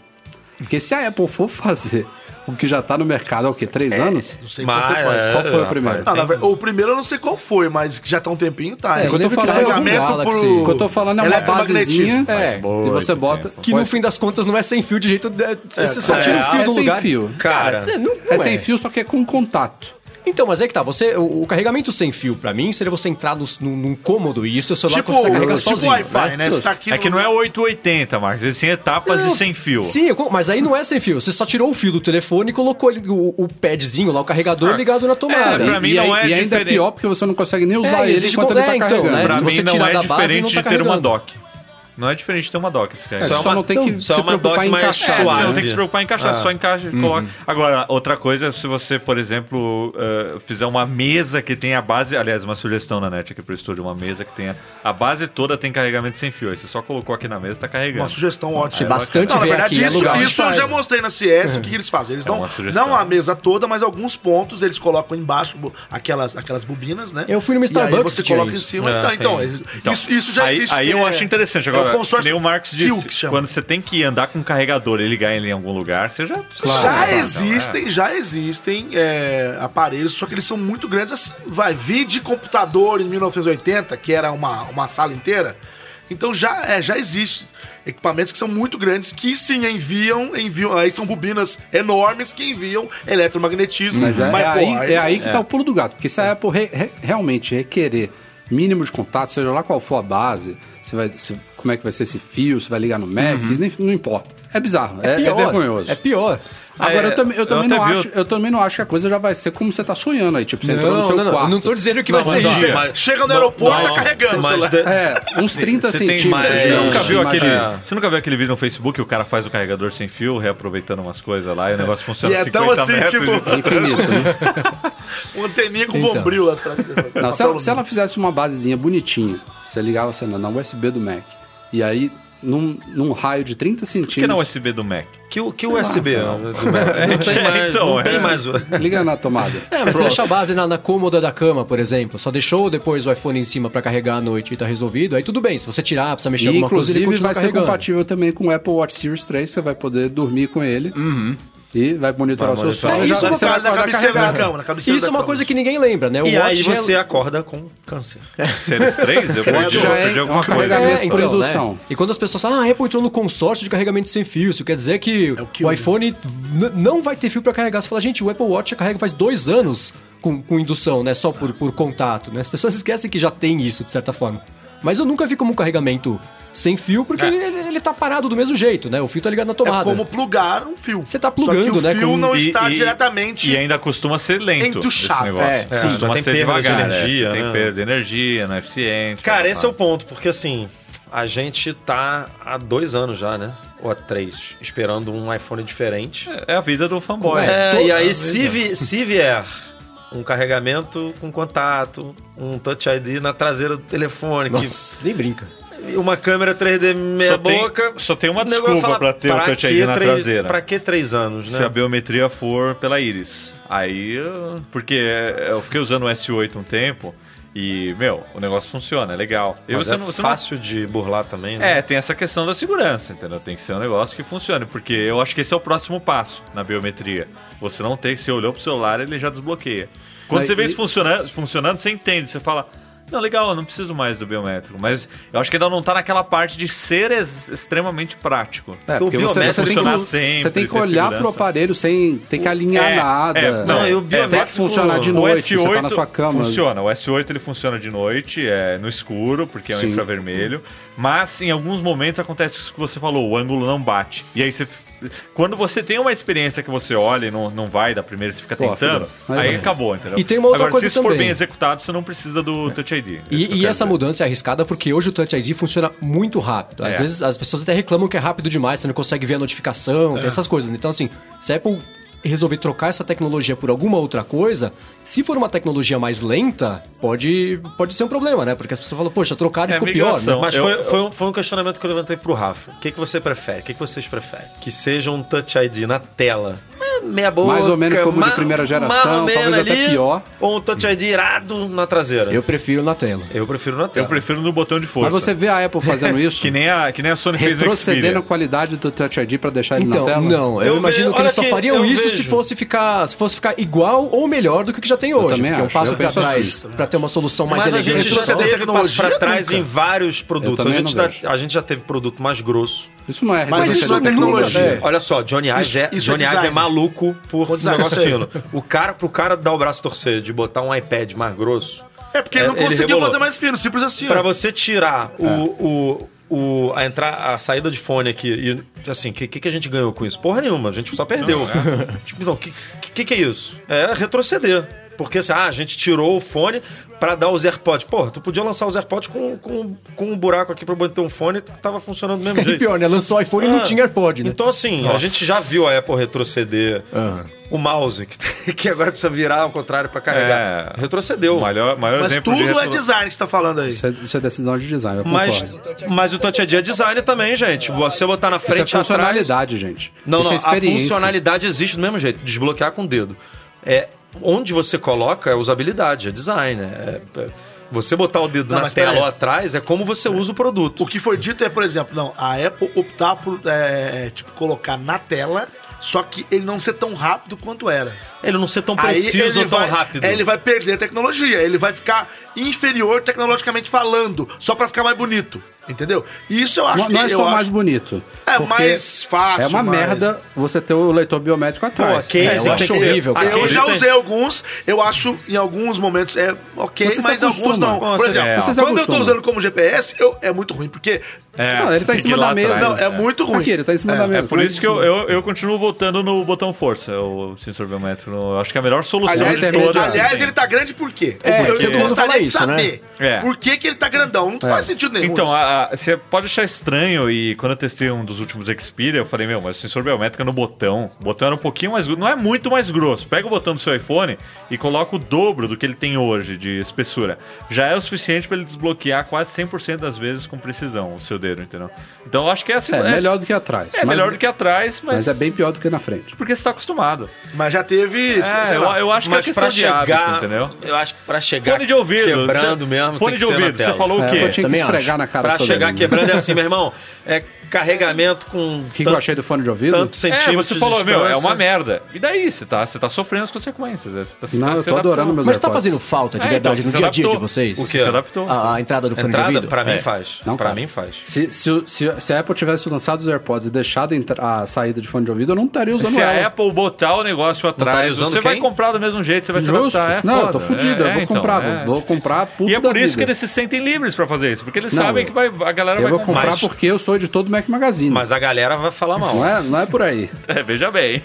Speaker 3: Porque se a Apple for fazer o que já tá no mercado há o quê? Três
Speaker 5: É,
Speaker 3: anos?
Speaker 6: Não sei
Speaker 4: Mas-
Speaker 6: quanto tempo é.
Speaker 4: é,
Speaker 3: Qual foi o
Speaker 4: rapaz.
Speaker 3: primeiro?
Speaker 6: Não, na verdade, o primeiro eu não sei qual foi, mas que já tá um tempinho, tá.
Speaker 7: É, eu
Speaker 6: Enquanto
Speaker 7: lembro que
Speaker 3: falando um
Speaker 7: era algum
Speaker 6: carregamento
Speaker 7: Galaxy.
Speaker 6: pro-
Speaker 3: O que eu tô falando é uma basezinha
Speaker 6: Eletromagnetismo.
Speaker 7: É,
Speaker 3: que você bota...
Speaker 7: que no fim das contas não é sem fio de jeito. de- Você só
Speaker 3: É,
Speaker 7: tira o fio
Speaker 3: é
Speaker 7: do
Speaker 3: sem
Speaker 7: lugar.
Speaker 3: fio.
Speaker 4: Cara,
Speaker 7: Você não, não
Speaker 3: É sem fio, só que é com contato.
Speaker 7: Então, mas é que tá, você, o, o carregamento sem fio, pra mim, seria você entrar nos- num, num cômodo e isso o celular
Speaker 6: Tipo,
Speaker 7: consegue carregar
Speaker 6: tipo
Speaker 7: sozinho.
Speaker 6: Wi-Fi, né? Você tá aqui
Speaker 5: É que
Speaker 6: no-
Speaker 5: não é 880, Marcos. Eles têm etapas e sem fio.
Speaker 7: Sim, eu con- mas aí não é sem fio. Você só tirou o fio do telefone e colocou ele- o, o padzinho lá, o carregador
Speaker 5: Ah,
Speaker 7: ligado na tomada.
Speaker 5: é, pra
Speaker 3: e,
Speaker 5: mim
Speaker 3: e
Speaker 5: não
Speaker 3: aí- e
Speaker 5: é
Speaker 3: ainda é
Speaker 5: diferente.
Speaker 3: pior porque você não consegue nem usar ele
Speaker 7: exige
Speaker 3: enquanto
Speaker 7: con-
Speaker 3: ele tá
Speaker 7: é, então,
Speaker 3: carregando.
Speaker 7: né?
Speaker 5: Pra
Speaker 7: Se
Speaker 5: mim
Speaker 7: você
Speaker 5: não
Speaker 7: tirar
Speaker 5: é
Speaker 7: da base,
Speaker 5: diferente
Speaker 7: não tá
Speaker 5: de ter uma
Speaker 7: carregando.
Speaker 5: dock. Não é diferente de ter uma dock, esse cara.
Speaker 3: É,
Speaker 5: Só
Speaker 3: só,
Speaker 4: uma-
Speaker 3: não tem que
Speaker 7: então,
Speaker 3: se
Speaker 4: só uma
Speaker 3: preocupar em
Speaker 4: doc mais
Speaker 5: É,
Speaker 3: encaixar.
Speaker 5: você
Speaker 4: suave.
Speaker 5: não
Speaker 3: né?
Speaker 5: tem que se preocupar em
Speaker 7: É.
Speaker 5: encaixar, só encaixa,
Speaker 7: Uhum.
Speaker 5: coloca. Agora, outra coisa é se você, por exemplo, eh, fizer uma mesa que tenha a base. Aliás, uma sugestão na net aqui pro estúdio: uma mesa que tenha. A base toda tem carregamento sem fio. Aí você só colocou aqui na mesa e tá carregando.
Speaker 6: Uma sugestão ótima.
Speaker 7: bastante
Speaker 6: Não, na
Speaker 7: vem
Speaker 6: verdade,
Speaker 7: aqui, é
Speaker 6: isso,
Speaker 7: lugar onde
Speaker 6: isso eu
Speaker 7: faz.
Speaker 6: já mostrei na CS o que eles fazem. Eles
Speaker 5: É
Speaker 6: não,
Speaker 5: uma sugestão.
Speaker 6: não a mesa toda, mas alguns pontos eles colocam embaixo bo- aquelas, aquelas bobinas, né?
Speaker 7: Eu fui numa
Speaker 6: E aí
Speaker 7: Starbucks
Speaker 6: você
Speaker 7: que tinha
Speaker 6: coloca em
Speaker 7: isso.
Speaker 6: cima.
Speaker 4: Ah,
Speaker 6: então, então,
Speaker 4: tem.
Speaker 5: Então,
Speaker 6: isso, isso já
Speaker 5: aí,
Speaker 6: existe.
Speaker 5: aí
Speaker 6: que
Speaker 5: eu
Speaker 6: é-
Speaker 5: acho interessante. Agora,
Speaker 6: é o consórcio
Speaker 5: nem o Marcos
Speaker 6: Kill
Speaker 5: disse,
Speaker 6: que chama.
Speaker 5: quando você tem que andar com um carregador e ligar ele em algum lugar, você já... Claro.
Speaker 6: já existem, já existem é, aparelhos, só que eles são muito grandes assim. Vai, vi de computador em 1980, que era uma, uma sala inteira. Então já, é, já existe equipamentos que são muito grandes, que sim enviam, enviam. Aí são bobinas enormes que enviam eletromagnetismo.
Speaker 3: Mas é, é
Speaker 6: pô,
Speaker 3: aí, é aí que tá o pulo do gato. Porque se a Apple re- re- realmente requerer mínimo de contato, seja lá qual for a base, se vai, se- como é que vai ser esse fio, se vai ligar no Mac,
Speaker 5: Uhum.
Speaker 3: nem- não importa. É bizarro, é, é
Speaker 7: pior,
Speaker 3: vergonhoso.
Speaker 7: É pior.
Speaker 3: Agora,
Speaker 5: É,
Speaker 3: eu, também, eu,
Speaker 5: eu
Speaker 3: também
Speaker 5: até
Speaker 3: não
Speaker 5: vi o-
Speaker 3: acho, eu também não acho que a coisa já vai ser como você tá sonhando aí. Tipo, você entrou no
Speaker 7: Não,
Speaker 3: seu
Speaker 7: não, não,
Speaker 3: quarto.
Speaker 7: não tô dizendo que vai
Speaker 5: mas
Speaker 7: ser
Speaker 5: ó,
Speaker 7: isso.
Speaker 5: mas-
Speaker 6: Chega no aeroporto, tá carregando. sei lá.
Speaker 4: Mas, de-
Speaker 3: É, uns 30
Speaker 5: Você, tem
Speaker 3: centímetros.
Speaker 5: mais-
Speaker 4: mais-
Speaker 5: você
Speaker 3: de
Speaker 4: é,
Speaker 5: nunca
Speaker 3: longe,
Speaker 5: viu
Speaker 3: mas
Speaker 5: aquele,
Speaker 3: é.
Speaker 5: você nunca viu aquele vídeo no Facebook que o cara faz o carregador sem fio, reaproveitando umas coisas lá, e o negócio
Speaker 6: E
Speaker 5: funciona
Speaker 6: é
Speaker 5: 50
Speaker 6: tão assim,
Speaker 5: metros.
Speaker 6: tipo-
Speaker 5: de distância.
Speaker 3: Infinito, né?
Speaker 6: (laughs) Um anteninha com
Speaker 7: Então.
Speaker 6: bombril assim, né? Tá lá, sabe?
Speaker 3: Não, se, ela, se
Speaker 6: né?
Speaker 3: ela fizesse uma basezinha bonitinha, você ligava sei lá, na USB do Mac, e aí num, num raio de 30
Speaker 5: Por que não o
Speaker 3: centímetros,
Speaker 5: USB do Mac?
Speaker 4: Que, o- que USB? né, do (laughs) Mac? Não tem mais.
Speaker 5: Então,
Speaker 4: não tem
Speaker 5: é.
Speaker 4: mais. o-
Speaker 3: liga na tomada.
Speaker 7: É, mas você deixa a base na, na cômoda da cama, por exemplo. Só deixou depois o iPhone em cima pra carregar à noite e tá resolvido. Aí tudo bem, se você tirar, precisa mexer em
Speaker 3: E
Speaker 7: alguma coisa, ele
Speaker 3: inclusive
Speaker 7: continua
Speaker 3: vai ser
Speaker 7: carregando.
Speaker 3: compatível também com o Apple Watch Series 3, você vai poder dormir com ele e vai monitorar
Speaker 4: Vai
Speaker 3: o seu
Speaker 4: monitorar.
Speaker 3: sono.
Speaker 7: É,
Speaker 3: e já-
Speaker 7: isso é uma
Speaker 3: você vai
Speaker 4: né?
Speaker 6: na
Speaker 3: acordar
Speaker 6: cabeceira da
Speaker 3: carregado.
Speaker 6: cama, na
Speaker 7: E
Speaker 6: cabeceira
Speaker 7: isso é
Speaker 6: da
Speaker 7: uma
Speaker 6: cama.
Speaker 7: coisa que É ninguém lembra, né? O
Speaker 4: E aí
Speaker 7: Watch é-
Speaker 4: você acorda com câncer.
Speaker 5: Series 3? Eu perdi,
Speaker 3: já
Speaker 5: eu
Speaker 3: é
Speaker 5: perdi alguma
Speaker 3: um
Speaker 5: coisa.
Speaker 3: carregamento
Speaker 7: É, então,
Speaker 3: produção.
Speaker 7: né? E quando as pessoas falam, ah, a Apple entrou no consórcio de carregamento sem fio, isso quer dizer que
Speaker 6: É o
Speaker 7: o,
Speaker 6: que eu-
Speaker 7: iPhone n- não vai ter fio pra carregar. Você fala, gente, o Apple Watch já carrega faz dois anos com, com indução, né? Só por, por contato, né? As pessoas (laughs) esquecem que já tem isso, de certa forma. Mas eu nunca vi como um carregamento sem fio, porque ele, ele tá parado do mesmo jeito, né? O fio tá ligado na tomada.
Speaker 6: É como plugar um fio.
Speaker 7: Você tá
Speaker 6: Só que
Speaker 7: plugando,
Speaker 6: o
Speaker 7: né,
Speaker 6: fio
Speaker 7: com-
Speaker 6: não
Speaker 5: E-
Speaker 6: está
Speaker 5: e-
Speaker 6: diretamente.
Speaker 5: E é ainda costuma ser lento.
Speaker 6: Entuchado.
Speaker 5: esse negócio.
Speaker 7: É, sim.
Speaker 5: costuma
Speaker 4: Tem
Speaker 5: ser
Speaker 4: perda de
Speaker 5: devagar. é.
Speaker 4: energia,
Speaker 5: Tem
Speaker 4: né?
Speaker 5: perda de energia, não é eficiente.
Speaker 4: Cara,
Speaker 5: tal,
Speaker 4: esse é
Speaker 5: tal.
Speaker 4: o ponto, porque assim. A gente tá há dois anos já, né? Ou há três, esperando um iPhone diferente.
Speaker 5: É a vida do fanboy.
Speaker 4: É,
Speaker 5: Toda
Speaker 4: e aí,
Speaker 5: vida.
Speaker 4: se, vi- se vier um carregamento com contato, um Touch ID na traseira do telefone, que-
Speaker 6: (laughs)
Speaker 7: Nossa, nem brinca.
Speaker 4: uma câmera 3D meia
Speaker 5: Só tem-
Speaker 4: boca.
Speaker 5: só tem uma
Speaker 4: o nego vai
Speaker 5: desculpa pra ter o Touch ID
Speaker 4: que
Speaker 5: na
Speaker 4: três-
Speaker 5: traseira?
Speaker 4: Pra que três anos,
Speaker 5: Se a
Speaker 4: né?
Speaker 5: biometria for pela íris. Aí. eu- Porque é, eu fiquei usando o S8 um tempo e, meu, o negócio funciona, é legal. E
Speaker 4: Mas
Speaker 5: você
Speaker 4: é
Speaker 5: não- você não-
Speaker 4: fácil de burlar também, né?
Speaker 5: É, tem essa questão da segurança, entendeu? Tem que ser um negócio que funcione, porque eu acho que esse é o próximo passo na biometria. Você não tem, você olhou pro celular, ele já desbloqueia. Quando
Speaker 3: Aí-
Speaker 5: você vê isso funcionando, funcionando, você entende, você fala, não, legal, eu não preciso mais do biométrico. Mas eu acho que ainda não tá naquela parte de ser ex- extremamente prático.
Speaker 3: É,
Speaker 4: Porque
Speaker 3: porque
Speaker 4: o
Speaker 3: você, você, tem
Speaker 5: biométrico
Speaker 3: que,
Speaker 5: sempre,
Speaker 3: você tem que
Speaker 5: ter
Speaker 3: olhar
Speaker 5: segurança.
Speaker 3: pro aparelho sem ter que alinhar
Speaker 5: É,
Speaker 3: nada.
Speaker 5: é,
Speaker 4: Não, e o
Speaker 5: É,
Speaker 4: biométrico...
Speaker 3: tem que funcionar de noite, você tá na sua cama.
Speaker 5: Funciona, o S8 ele funciona de noite, é no escuro, porque é um
Speaker 3: Sim.
Speaker 5: infravermelho. Mas em alguns momentos acontece isso que você falou, o ângulo não bate. E aí você. Quando você tem uma experiência que você olha e não, não vai da primeira, você fica
Speaker 3: Pô,
Speaker 5: tentando,
Speaker 3: filho, aí
Speaker 5: aí
Speaker 3: vai.
Speaker 5: acabou, entendeu?
Speaker 7: E tem uma outra
Speaker 5: Agora,
Speaker 7: coisa
Speaker 5: se isso for
Speaker 7: também.
Speaker 5: bem executado, você não precisa do Touch ID. É isso que eu
Speaker 7: E, e
Speaker 5: quero
Speaker 7: essa
Speaker 5: dizer.
Speaker 7: mudança é arriscada porque hoje o Touch ID funciona muito rápido. Às
Speaker 5: É.
Speaker 7: vezes as pessoas até reclamam que é rápido demais, você não consegue ver a notificação,
Speaker 4: É.
Speaker 7: tem essas coisas. Então, assim, se a Apple resolver trocar essa tecnologia por alguma outra coisa, se for uma tecnologia mais lenta, pode, pode ser um problema, né? Porque as pessoas falam, poxa, trocaram e
Speaker 5: É
Speaker 7: ficou pior.
Speaker 5: migração.
Speaker 7: Né?
Speaker 4: Mas
Speaker 5: Eu-
Speaker 4: foi,
Speaker 5: eu-
Speaker 4: foi um, foi um questionamento que eu levantei pro Rafa. O que, que você prefere? O que, que vocês preferem? Que seja um Touch ID na tela. é, Meia boca,
Speaker 3: Mais ou menos como de
Speaker 4: ma-
Speaker 3: primeira geração,
Speaker 4: mais ou menos
Speaker 3: talvez até pior.
Speaker 4: Ou um Touch ID irado na traseira.
Speaker 7: Eu prefiro na tela.
Speaker 4: Eu prefiro na
Speaker 5: Eu
Speaker 4: tela.
Speaker 5: prefiro no botão de força.
Speaker 3: Mas você vê a Apple fazendo isso,
Speaker 5: que, nem a, que nem a Sony fez no
Speaker 3: retrocedendo a
Speaker 5: Xperia.
Speaker 3: qualidade do Touch ID pra deixar ele
Speaker 7: Então,
Speaker 3: na tela.
Speaker 7: não,
Speaker 4: Eu
Speaker 7: eu, imagino
Speaker 4: vejo-
Speaker 7: que
Speaker 4: olha
Speaker 7: eles só
Speaker 4: que
Speaker 7: fariam
Speaker 4: eu
Speaker 7: isso se
Speaker 4: vejo.
Speaker 7: fosse ficar, se fosse ficar igual ou melhor do que o que já tem hoje.
Speaker 3: também
Speaker 7: porque um
Speaker 3: acho, eu
Speaker 7: passo pra
Speaker 3: penso
Speaker 7: trás
Speaker 3: assim.
Speaker 7: pra ter uma solução mais
Speaker 4: Mas a
Speaker 7: elegante.
Speaker 4: gente
Speaker 6: elegante
Speaker 4: já
Speaker 6: só.
Speaker 4: teve passo
Speaker 6: Tecnologia
Speaker 4: pra trás
Speaker 6: nunca.
Speaker 4: em vários produtos. A
Speaker 3: também
Speaker 4: gente,
Speaker 3: não
Speaker 4: tá-
Speaker 3: vejo.
Speaker 4: a gente já teve produto mais grosso.
Speaker 3: Isso não é
Speaker 6: Mas isso
Speaker 3: resolver
Speaker 6: não é
Speaker 3: tudo,
Speaker 6: tecnologia.
Speaker 3: né?
Speaker 4: Olha só, Johnny Ive
Speaker 6: Isso-
Speaker 4: é,
Speaker 6: isso é
Speaker 4: Johnny Ive
Speaker 6: design.
Speaker 4: é maluco por
Speaker 6: design,
Speaker 4: negócio
Speaker 6: isso aí.
Speaker 4: fino.
Speaker 3: (laughs)
Speaker 4: O cara, pro cara dar o braço torcer de botar um iPad mais grosso.
Speaker 6: É porque ele não conseguiu
Speaker 4: rebolou.
Speaker 6: fazer mais fino, simples assim.
Speaker 4: Pra
Speaker 6: ó.
Speaker 4: você tirar
Speaker 7: É.
Speaker 4: o, o, o- a, entrar, a saída de fone aqui e, assim, o que, que que a gente ganhou com isso? Porra nenhuma, a gente só perdeu.
Speaker 7: é.
Speaker 4: (laughs) Tipo, não, o que, que, que é isso? É retroceder. Porque assim, ah, a gente tirou o fone pra dar os AirPods. Porra, tu podia lançar os AirPods com, com, com um buraco aqui pra botar um fone que tava funcionando do mesmo
Speaker 7: (laughs) E
Speaker 4: jeito.
Speaker 7: pior, né? Lançou o iPhone e não
Speaker 4: Ah,
Speaker 7: tinha AirPod, né? Ah.
Speaker 4: Então, assim, a gente já viu a Apple retroceder o mouse, que, (laughs) que agora precisa virar ao contrário pra carregar.
Speaker 5: É.
Speaker 4: Retrocedeu.
Speaker 5: O maior, maior
Speaker 6: Mas
Speaker 5: exemplo de
Speaker 6: tudo é
Speaker 5: retro-
Speaker 6: design que você tá falando aí.
Speaker 3: Isso é, isso é decisão de design, eu
Speaker 4: Mas,
Speaker 3: concordo.
Speaker 4: mas o Touch ID é design também, gente. Você botar na
Speaker 3: Isso é
Speaker 4: frente atrás.
Speaker 3: funcionalidade, gente.
Speaker 4: Não,
Speaker 3: isso
Speaker 4: não,
Speaker 3: é
Speaker 4: a
Speaker 3: experiência.
Speaker 4: funcionalidade existe do mesmo jeito, desbloquear com o dedo. É, onde você coloca é usabilidade, é design. É, é- você botar o dedo
Speaker 6: Não,
Speaker 4: na
Speaker 6: mas pera
Speaker 4: tela
Speaker 6: aí.
Speaker 4: ou atrás é como você usa o produto.
Speaker 6: O que foi dito é, por exemplo, não, a Apple optar por é, tipo, colocar na tela, só que ele não ser tão rápido quanto era.
Speaker 4: Ele não ser tão
Speaker 6: Aí
Speaker 4: preciso
Speaker 6: ele
Speaker 4: ou tão
Speaker 6: vai- é,
Speaker 4: rápido.
Speaker 6: Ele vai perder a tecnologia, ele vai ficar inferior tecnologicamente falando, só pra ficar mais bonito, entendeu? E isso eu acho
Speaker 3: Não,
Speaker 6: que
Speaker 3: não é
Speaker 6: eu
Speaker 3: só
Speaker 6: acho-
Speaker 3: mais bonito.
Speaker 6: É
Speaker 3: porque
Speaker 6: mais fácil,
Speaker 3: É uma
Speaker 6: mais-
Speaker 3: merda você ter o leitor biométrico atrás.
Speaker 4: ok,
Speaker 3: É,
Speaker 4: eu
Speaker 3: eu
Speaker 4: acho
Speaker 3: acho
Speaker 4: que-
Speaker 7: horrível, cara.
Speaker 6: Eu
Speaker 4: Aquele
Speaker 6: já
Speaker 4: tem-
Speaker 6: usei alguns, eu acho em alguns momentos é ok,
Speaker 3: Você se
Speaker 6: mas alguns
Speaker 3: acostuma.
Speaker 6: não. Por
Speaker 3: Você-
Speaker 6: exemplo,
Speaker 3: é, você se
Speaker 6: quando eu tô
Speaker 3: acostuma.
Speaker 6: usando como GPS, eu- é muito ruim, porque
Speaker 5: É,
Speaker 3: Não, ele tá em
Speaker 5: tem que ir
Speaker 3: cima da
Speaker 5: lá
Speaker 3: mesa.
Speaker 5: atrás,
Speaker 6: não, é, muito ruim.
Speaker 3: Aqui, ele tá em cima da mesa.
Speaker 5: É por isso que eu, eu, eu continuo votando no botão força, o sensor biométrico. Eu acho que é a melhor solução
Speaker 6: Aliás,
Speaker 5: de
Speaker 3: Aliás,
Speaker 6: ele,
Speaker 5: todas.
Speaker 6: aliás,
Speaker 5: assim.
Speaker 6: ele tá grande por quê?
Speaker 7: É,
Speaker 6: eu,
Speaker 7: porque-
Speaker 6: eu gostaria
Speaker 7: fala
Speaker 6: de
Speaker 7: isso, né?
Speaker 6: saber
Speaker 5: É.
Speaker 6: por que, que ele tá grandão. Não faz sentido nenhum.
Speaker 5: Então,
Speaker 6: isso.
Speaker 5: a- a- você pode achar estranho, e quando eu testei um dos últimos Xperia, eu falei, meu, mas o sensor biométrico é no botão. O botão era um pouquinho mais grosso, não é muito mais grosso. Pega o botão do seu iPhone e coloca o dobro do que ele tem hoje de espessura. Já é o suficiente pra ele desbloquear quase 100% das vezes com precisão o seu dedo, entendeu? Então, eu acho que é assim.
Speaker 3: É, melhor do que atrás.
Speaker 5: É melhor do que atrás, mas,
Speaker 3: Mas é bem pior do que na frente.
Speaker 5: porque você tá acostumado.
Speaker 6: mas já teve.
Speaker 5: É,
Speaker 6: sei
Speaker 5: eu,
Speaker 6: lá,
Speaker 5: eu acho que é
Speaker 4: Mas
Speaker 5: questão
Speaker 4: pra chegar,
Speaker 5: de hábito, entendeu?
Speaker 4: Eu acho que pra chegar
Speaker 5: Fone de ouvido.
Speaker 4: quebrando
Speaker 5: você-
Speaker 4: mesmo,
Speaker 5: Fone
Speaker 4: tem que
Speaker 5: de
Speaker 4: ser na
Speaker 5: ouvido, você
Speaker 4: tela.
Speaker 5: falou tá o
Speaker 3: É,
Speaker 5: quê?
Speaker 3: eu tinha que
Speaker 7: também acho.
Speaker 3: esfregar na cara
Speaker 4: Pra
Speaker 3: toda
Speaker 4: chegar
Speaker 3: vez.
Speaker 4: quebrando é assim, meu irmão. É carregamento com
Speaker 3: O que, que eu achei do fone de ouvido?
Speaker 4: tanto centímetro
Speaker 5: É, você
Speaker 4: de
Speaker 5: falou, meu, é
Speaker 4: distância.
Speaker 5: uma merda. E daí, você tá, você tá sofrendo as consequências. né? Você tá, você
Speaker 3: Não,
Speaker 5: tá
Speaker 3: eu
Speaker 5: se
Speaker 3: tô adorando
Speaker 5: adaptando.
Speaker 3: meus
Speaker 7: Mas tá
Speaker 3: AirPods.
Speaker 7: fazendo falta, de
Speaker 5: É,
Speaker 7: verdade,
Speaker 5: então,
Speaker 7: no
Speaker 5: se
Speaker 7: dia a dia de
Speaker 5: adaptou.
Speaker 7: vocês?
Speaker 4: O
Speaker 5: Você
Speaker 4: quê?
Speaker 5: se adaptou.
Speaker 3: Ah,
Speaker 7: A, a entrada do fone de
Speaker 4: Entrada,
Speaker 7: ouvido?
Speaker 4: pra mim
Speaker 5: É.
Speaker 4: faz.
Speaker 3: Não,
Speaker 4: pra
Speaker 3: cara.
Speaker 4: mim faz.
Speaker 3: Se, se, o- se- se a Apple tivesse lançado os AirPods e deixado entra- a saída de fone de ouvido, eu não é. estaria usando
Speaker 5: Se
Speaker 3: ela.
Speaker 5: a Apple botar o negócio atrás,
Speaker 4: usando
Speaker 5: você vai
Speaker 4: quem?
Speaker 5: comprar do mesmo jeito, você vai
Speaker 3: Justo.
Speaker 5: se adaptar. É
Speaker 3: Não, eu
Speaker 5: foda.
Speaker 3: tô fudido, eu vou comprar, vou- vou
Speaker 5: difícil.
Speaker 3: comprar puto
Speaker 5: E é por
Speaker 3: da
Speaker 5: isso
Speaker 3: vida.
Speaker 5: que eles se sentem livres pra fazer isso, porque eles
Speaker 3: Não,
Speaker 5: sabem
Speaker 3: eu-
Speaker 5: que vai, a galera
Speaker 3: Eu
Speaker 5: vai
Speaker 3: vou comprar
Speaker 4: mas-
Speaker 3: porque eu sou editor do Mac Magazine.
Speaker 4: Mas a galera vai falar mal.
Speaker 3: Não, é, não é por aí.
Speaker 5: É, veja bem,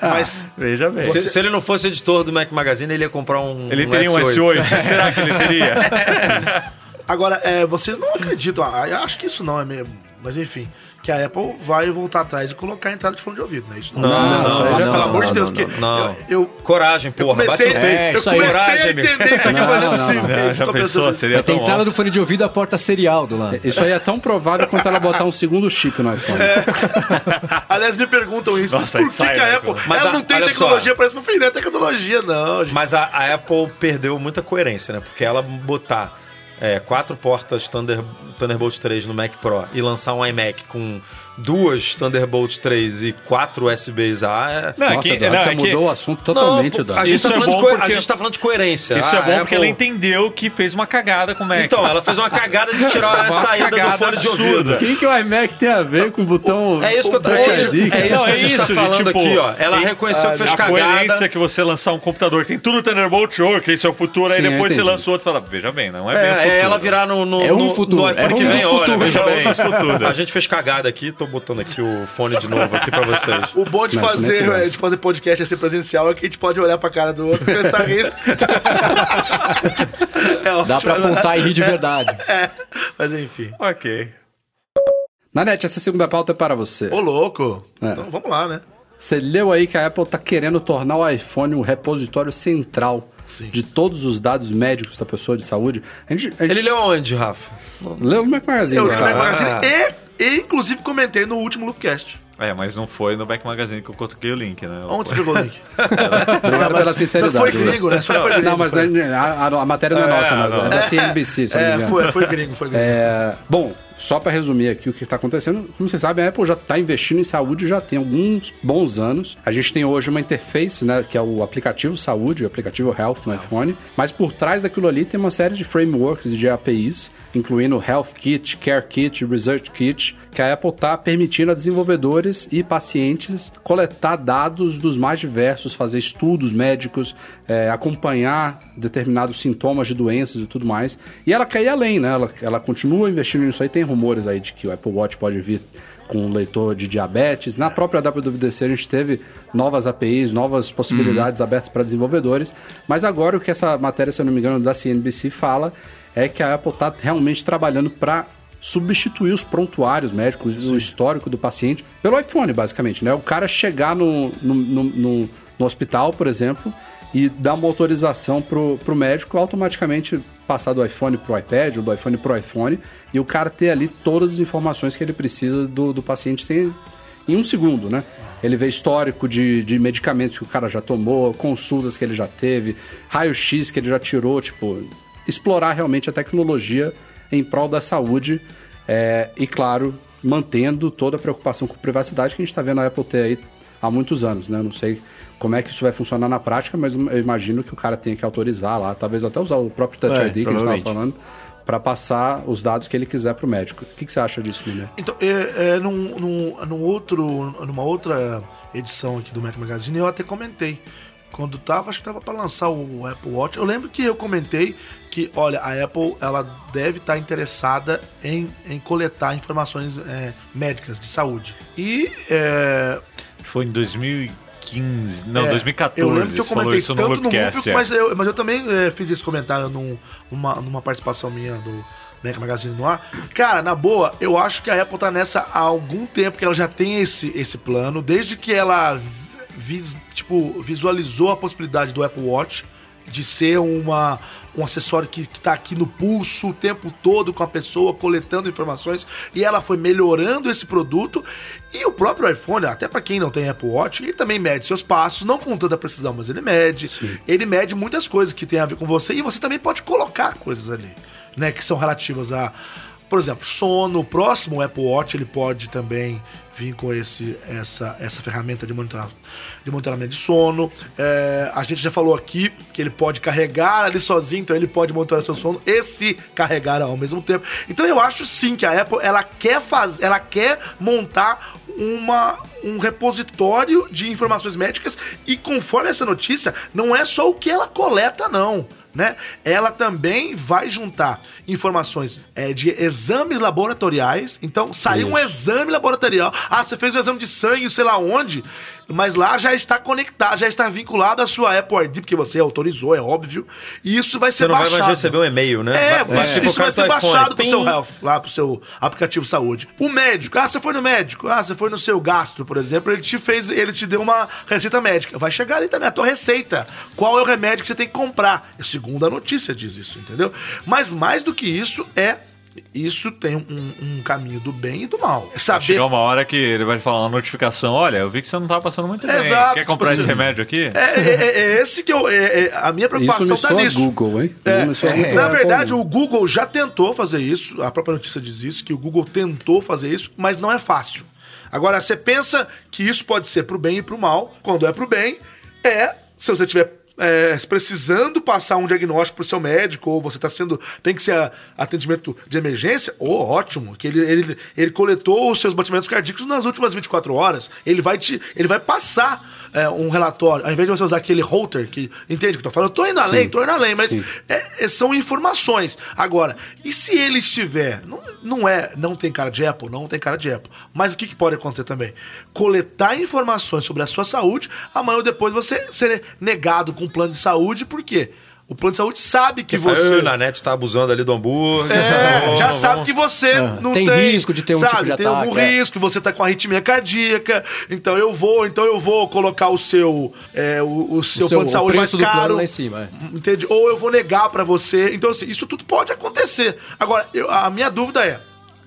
Speaker 6: Mas
Speaker 5: veja bem.
Speaker 4: Se, se ele não fosse editor do Mac Magazine, ele ia comprar um. (laughs)
Speaker 5: Ele teria um S8, será que ele teria?
Speaker 6: Agora, é, vocês não acreditam, ah, eu acho que isso não é mesmo, mas enfim, que a Apple vai voltar atrás e colocar a entrada de fone de ouvido, né? Isso não,
Speaker 4: não,
Speaker 6: isso
Speaker 4: não,
Speaker 6: aí já,
Speaker 4: não,
Speaker 6: pelo
Speaker 4: não,
Speaker 6: amor de
Speaker 4: não,
Speaker 6: Deus,
Speaker 4: não,
Speaker 6: porque
Speaker 4: não.
Speaker 6: eu- eu
Speaker 4: Coragem, porra.
Speaker 6: eu
Speaker 4: bate
Speaker 6: comecei,
Speaker 4: no peito.
Speaker 7: É,
Speaker 6: eu
Speaker 7: isso aí.
Speaker 6: comecei a
Speaker 5: Coragem,
Speaker 6: entender isso aqui, mas não
Speaker 3: Não,
Speaker 6: é
Speaker 3: não,
Speaker 6: possível.
Speaker 3: não,
Speaker 6: Eu
Speaker 5: É, já
Speaker 6: estou
Speaker 5: pensou?
Speaker 6: pensando-
Speaker 5: Seria
Speaker 7: Tem
Speaker 5: tão
Speaker 7: entrada
Speaker 5: ótimo.
Speaker 7: do fone de ouvido e a porta serial do lado.
Speaker 3: Isso aí é tão provável quanto ela botar um segundo chip no
Speaker 5: (laughs)
Speaker 3: iPhone.
Speaker 5: É,
Speaker 6: Aliás, me perguntam isso,
Speaker 5: Nossa,
Speaker 6: mas por
Speaker 5: aí sai,
Speaker 6: que que a
Speaker 5: né,
Speaker 6: Apple...
Speaker 4: mas
Speaker 6: ela
Speaker 4: a-
Speaker 6: não tem
Speaker 4: olha só.
Speaker 6: tecnologia para isso, não tem tecnologia, não, gente.
Speaker 4: Mas a, a Apple perdeu muita coerência, né? Porque ela botar é, quatro portas Thunder, Thunderbolt 3 no Mac Pro e lançar um iMac com duas Thunderbolt 3 e quatro USBs A. é-
Speaker 5: Não, é
Speaker 3: Nossa,
Speaker 5: que-
Speaker 3: Eduardo,
Speaker 5: não,
Speaker 3: você
Speaker 5: é que-
Speaker 3: mudou o assunto totalmente,
Speaker 4: pô, a,
Speaker 3: Eduardo.
Speaker 4: gente
Speaker 5: Isso
Speaker 4: tá
Speaker 5: é
Speaker 4: falando de
Speaker 5: bom
Speaker 4: co- a
Speaker 5: porque-
Speaker 4: gente tá falando de coerência.
Speaker 5: Isso
Speaker 4: A
Speaker 5: é bom porque ela
Speaker 4: Apple-
Speaker 5: entendeu que fez uma cagada com o Mac.
Speaker 4: Então, ela fez uma cagada de tirar a
Speaker 5: É. Uma
Speaker 4: saída do
Speaker 5: cagada
Speaker 4: fone de
Speaker 5: absurda.
Speaker 4: ouvido.
Speaker 3: O que, que o iMac tem a ver com o botão
Speaker 4: É isso que eu tô
Speaker 3: Touch
Speaker 4: é, isso-
Speaker 3: ID, cara?
Speaker 4: é isso que a
Speaker 5: Não, é
Speaker 4: gente tá
Speaker 5: isso, gente,
Speaker 4: falando
Speaker 5: tipo,
Speaker 4: aqui, ó. Ela
Speaker 5: e-
Speaker 4: reconheceu que fez
Speaker 5: a
Speaker 4: cagada.
Speaker 5: coerência que você lançar um computador que tem tudo no Thunderbolt, oh, que esse é o futuro,
Speaker 3: Sim,
Speaker 5: aí
Speaker 3: eu
Speaker 5: depois você
Speaker 3: entendi.
Speaker 5: lança o outro e fala, veja bem, não é,
Speaker 4: É,
Speaker 5: bem o
Speaker 4: é
Speaker 5: futuro.
Speaker 4: ela virar no, no,
Speaker 7: É um
Speaker 4: no- no
Speaker 7: futuro,
Speaker 4: iPhone
Speaker 7: é um
Speaker 4: que
Speaker 7: dos
Speaker 4: vem, olha,
Speaker 7: futuros.
Speaker 4: veja
Speaker 5: É um
Speaker 4: bem.
Speaker 5: dos (laughs) futuros.
Speaker 4: A gente fez cagada aqui, tô botando aqui o fone de novo aqui pra vocês.
Speaker 6: O bom de
Speaker 3: Não, isso não é
Speaker 6: fazer,
Speaker 3: verdade.
Speaker 6: é, de fazer podcast é ser presencial é que a gente pode olhar pra cara do outro e pensar rindo. (laughs) é ótimo.
Speaker 7: Dá pra apontar e rir de verdade.
Speaker 6: É, mas enfim.
Speaker 5: Ok.
Speaker 3: Nanete, essa segunda pauta é para você.
Speaker 6: Ô, louco.
Speaker 3: É.
Speaker 6: Então vamos lá, né?
Speaker 3: Você leu aí que a Apple tá querendo tornar o iPhone um repositório central
Speaker 6: Sim.
Speaker 3: de todos os dados médicos da pessoa de saúde. A gente, a gente
Speaker 4: Ele leu aonde, Rafa?
Speaker 3: leu o Mac Magazine.
Speaker 6: Eu li
Speaker 3: cara.
Speaker 6: no Mac Magazine e, e, inclusive, comentei no último Loopcast.
Speaker 5: É, mas não foi no Back Magazine que eu coloquei o link, né?
Speaker 6: Onde você pegou o link?
Speaker 3: Obrigado pela sinceridade.
Speaker 6: Só que foi
Speaker 3: Eduardo.
Speaker 6: gringo, É né? Só que foi gringo.
Speaker 3: Não, mas
Speaker 6: foi.
Speaker 3: a, a- a matéria não é, nossa, não, é da CNBC, se eu não me
Speaker 6: É,
Speaker 3: engano.
Speaker 6: foi, foi gringo, foi gringo.
Speaker 3: É, bom, só para resumir aqui o que está acontecendo, como vocês sabem, a Apple já está investindo em saúde já tem alguns bons anos. A gente tem hoje uma interface, né, que é o aplicativo saúde, o aplicativo Health no iPhone, mas por trás daquilo ali tem uma série de frameworks e de APIs, incluindo Health Kit, Care Kit, Research Kit, que a Apple está permitindo a desenvolvedores e pacientes coletar dados dos mais diversos, fazer estudos médicos, é, acompanhar determinados sintomas de doenças e tudo mais. E ela quer ir além, né? Ela, ela continua investindo nisso aí. Tem rumores aí de que o Apple Watch pode vir com um leitor de diabetes. Na própria WWDC a gente teve novas APIs, novas possibilidades abertas para desenvolvedores. Mas agora o que essa matéria, se eu não me engano, da CNBC fala é que a Apple está realmente trabalhando para substituir os prontuários médicos, o histórico do paciente, pelo iPhone, basicamente, né? O cara chegar no, no, no, no- no hospital, por exemplo, e dar uma autorização pro, pro médico, automaticamente passar do iPhone pro iPad ou do iPhone pro iPhone, e o cara ter ali todas as informações que ele precisa do, do paciente sem, em um segundo, né? Ele vê histórico de, de medicamentos que o cara já tomou, consultas que ele já teve, raio-x que ele já tirou, tipo, explorar realmente a tecnologia em prol da saúde é, e, claro, mantendo toda a preocupação com privacidade que a gente está vendo a Apple ter aí há muitos anos, né? Eu não sei como é que isso vai funcionar na prática, mas eu imagino que o cara tenha que autorizar lá, talvez até usar o próprio Touch
Speaker 7: É,
Speaker 3: ID que a gente estava
Speaker 7: provavelmente.
Speaker 3: falando, para passar os dados que ele quiser para o médico. O que, que você acha disso, Lilian?
Speaker 6: Então, é, é, num, num, num outro, numa outra edição aqui do Mac Magazine, eu até comentei. Quando tava, acho que tava para lançar o Apple Watch. Eu lembro que eu comentei que, olha, a Apple ela deve estar interessada em, em coletar informações é, médicas de saúde. E é,
Speaker 5: Foi em 2015. Não,
Speaker 6: é,
Speaker 5: 2014.
Speaker 6: Eu lembro que eu
Speaker 5: você falou
Speaker 6: comentei
Speaker 5: isso
Speaker 6: tanto no
Speaker 5: webcast,
Speaker 6: público,
Speaker 5: é.
Speaker 6: mas, eu, mas eu também é, fiz esse comentário num- numa, numa participação minha do Mac Magazine no ar. Cara, na boa, eu acho que a Apple tá nessa há algum tempo que ela já tem esse, esse plano, desde que ela vis- tipo, visualizou a possibilidade do Apple Watch de ser uma, um acessório que, que tá aqui no pulso o tempo todo com a pessoa, coletando informações, e ela foi melhorando esse produto. E o próprio iPhone, até para quem não tem Apple Watch, ele também mede seus passos, não com tanta precisão, mas ele mede. Ele mede muitas coisas que tem a ver com você, e você também pode colocar coisas ali, né, que são relativas a, por exemplo, sono. O próximo Apple Watch, ele pode também vir com esse, essa, essa ferramenta de monitoramento de, monitoramento de sono. É, a gente já falou aqui que ele pode carregar ali sozinho, então ele pode monitorar seu sono e se carregar ao mesmo tempo. Então eu acho sim que a Apple ela quer fazer, ela quer montar uma, um repositório de informações médicas e conforme essa notícia, não é só o que ela coleta não né? Ela também vai juntar informações é, de exames laboratoriais. Então, saiu um exame laboratorial. Ah, você fez um exame de sangue, sei lá onde. Mas lá já está conectado, já está vinculado à sua Apple ID, porque você autorizou, é óbvio. E isso vai ser
Speaker 4: Você não vai
Speaker 6: baixado.
Speaker 4: mais receber um e-mail, né?
Speaker 6: É,
Speaker 4: vai,
Speaker 6: isso, isso
Speaker 4: colocar
Speaker 6: vai ser
Speaker 4: no seu iPhone.
Speaker 6: baixado pro seu
Speaker 4: Pim.
Speaker 6: health, lá pro seu aplicativo saúde. O médico, ah, você foi no médico, ah, você foi no seu gastro, por exemplo, ele te fez, ele te deu uma receita médica. Vai chegar ali também a tua receita. Qual é o remédio que você tem que comprar? Segundo a notícia diz isso, entendeu? Mas mais do que isso é isso tem um, um caminho do bem e do mal. É saber
Speaker 5: Chega uma hora que ele vai falar uma notificação: olha, eu vi que você não tava passando muito bem.
Speaker 6: Exato,
Speaker 5: Quer
Speaker 6: tipo
Speaker 5: comprar esse
Speaker 6: assim.
Speaker 5: remédio aqui?
Speaker 6: É, é, é, é esse que eu. é, é, a minha
Speaker 3: Isso
Speaker 6: preocupação
Speaker 3: me
Speaker 6: tá
Speaker 3: soa
Speaker 6: nisso.
Speaker 3: Google, hein?
Speaker 6: É,
Speaker 3: Isso me soa
Speaker 6: é,
Speaker 3: muito
Speaker 6: na
Speaker 3: Apple.
Speaker 6: verdade, o Google já tentou fazer isso, a própria notícia diz isso, que o Google tentou fazer isso, mas não é fácil. Agora, você pensa que isso pode ser pro bem e pro mal. Quando é pro bem, é se você tiver é, precisando passar um diagnóstico pro seu médico, ou você tá sendo. tem que ser a- atendimento de emergência, ô, ótimo, que ele, ele, ele coletou os seus batimentos cardíacos nas últimas 24 horas. Ele vai te. ele vai passar. é, um relatório, ao invés de você usar aquele holter que entende o que eu tô falando, eu tô indo além, tô indo além, mas
Speaker 3: Sim.
Speaker 6: é- é- são informações. Agora, e se ele estiver. Não, não é. Não tem cara de Apple, não tem cara de Apple. Mas o que, que pode acontecer também? Coletar informações sobre a sua saúde, amanhã ou depois você ser negado com um plano de saúde, por quê? O plano de saúde sabe que você.
Speaker 4: Você... Na net tá abusando ali do hambúrguer.
Speaker 6: É,
Speaker 4: Vamos,
Speaker 6: já
Speaker 4: vamos.
Speaker 6: sabe que você não
Speaker 7: Tem
Speaker 6: tem,
Speaker 7: risco de ter um
Speaker 6: sabe,
Speaker 7: tipo de
Speaker 6: tem
Speaker 7: ataque,
Speaker 6: algum
Speaker 7: é.
Speaker 6: risco, você tá com arritmia cardíaca, então eu vou, então eu vou colocar o seu é, o, o seu
Speaker 7: seu-
Speaker 6: plano de
Speaker 7: o
Speaker 6: saúde mais
Speaker 7: preço do plano
Speaker 6: caro,
Speaker 7: lá em cima, é.
Speaker 6: entende? Ou eu vou negar pra você, então assim, isso tudo pode acontecer. Agora, eu- a minha dúvida é,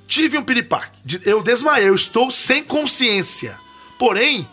Speaker 6: tive um piripaque, de- eu desmaiei, eu estou sem consciência, porém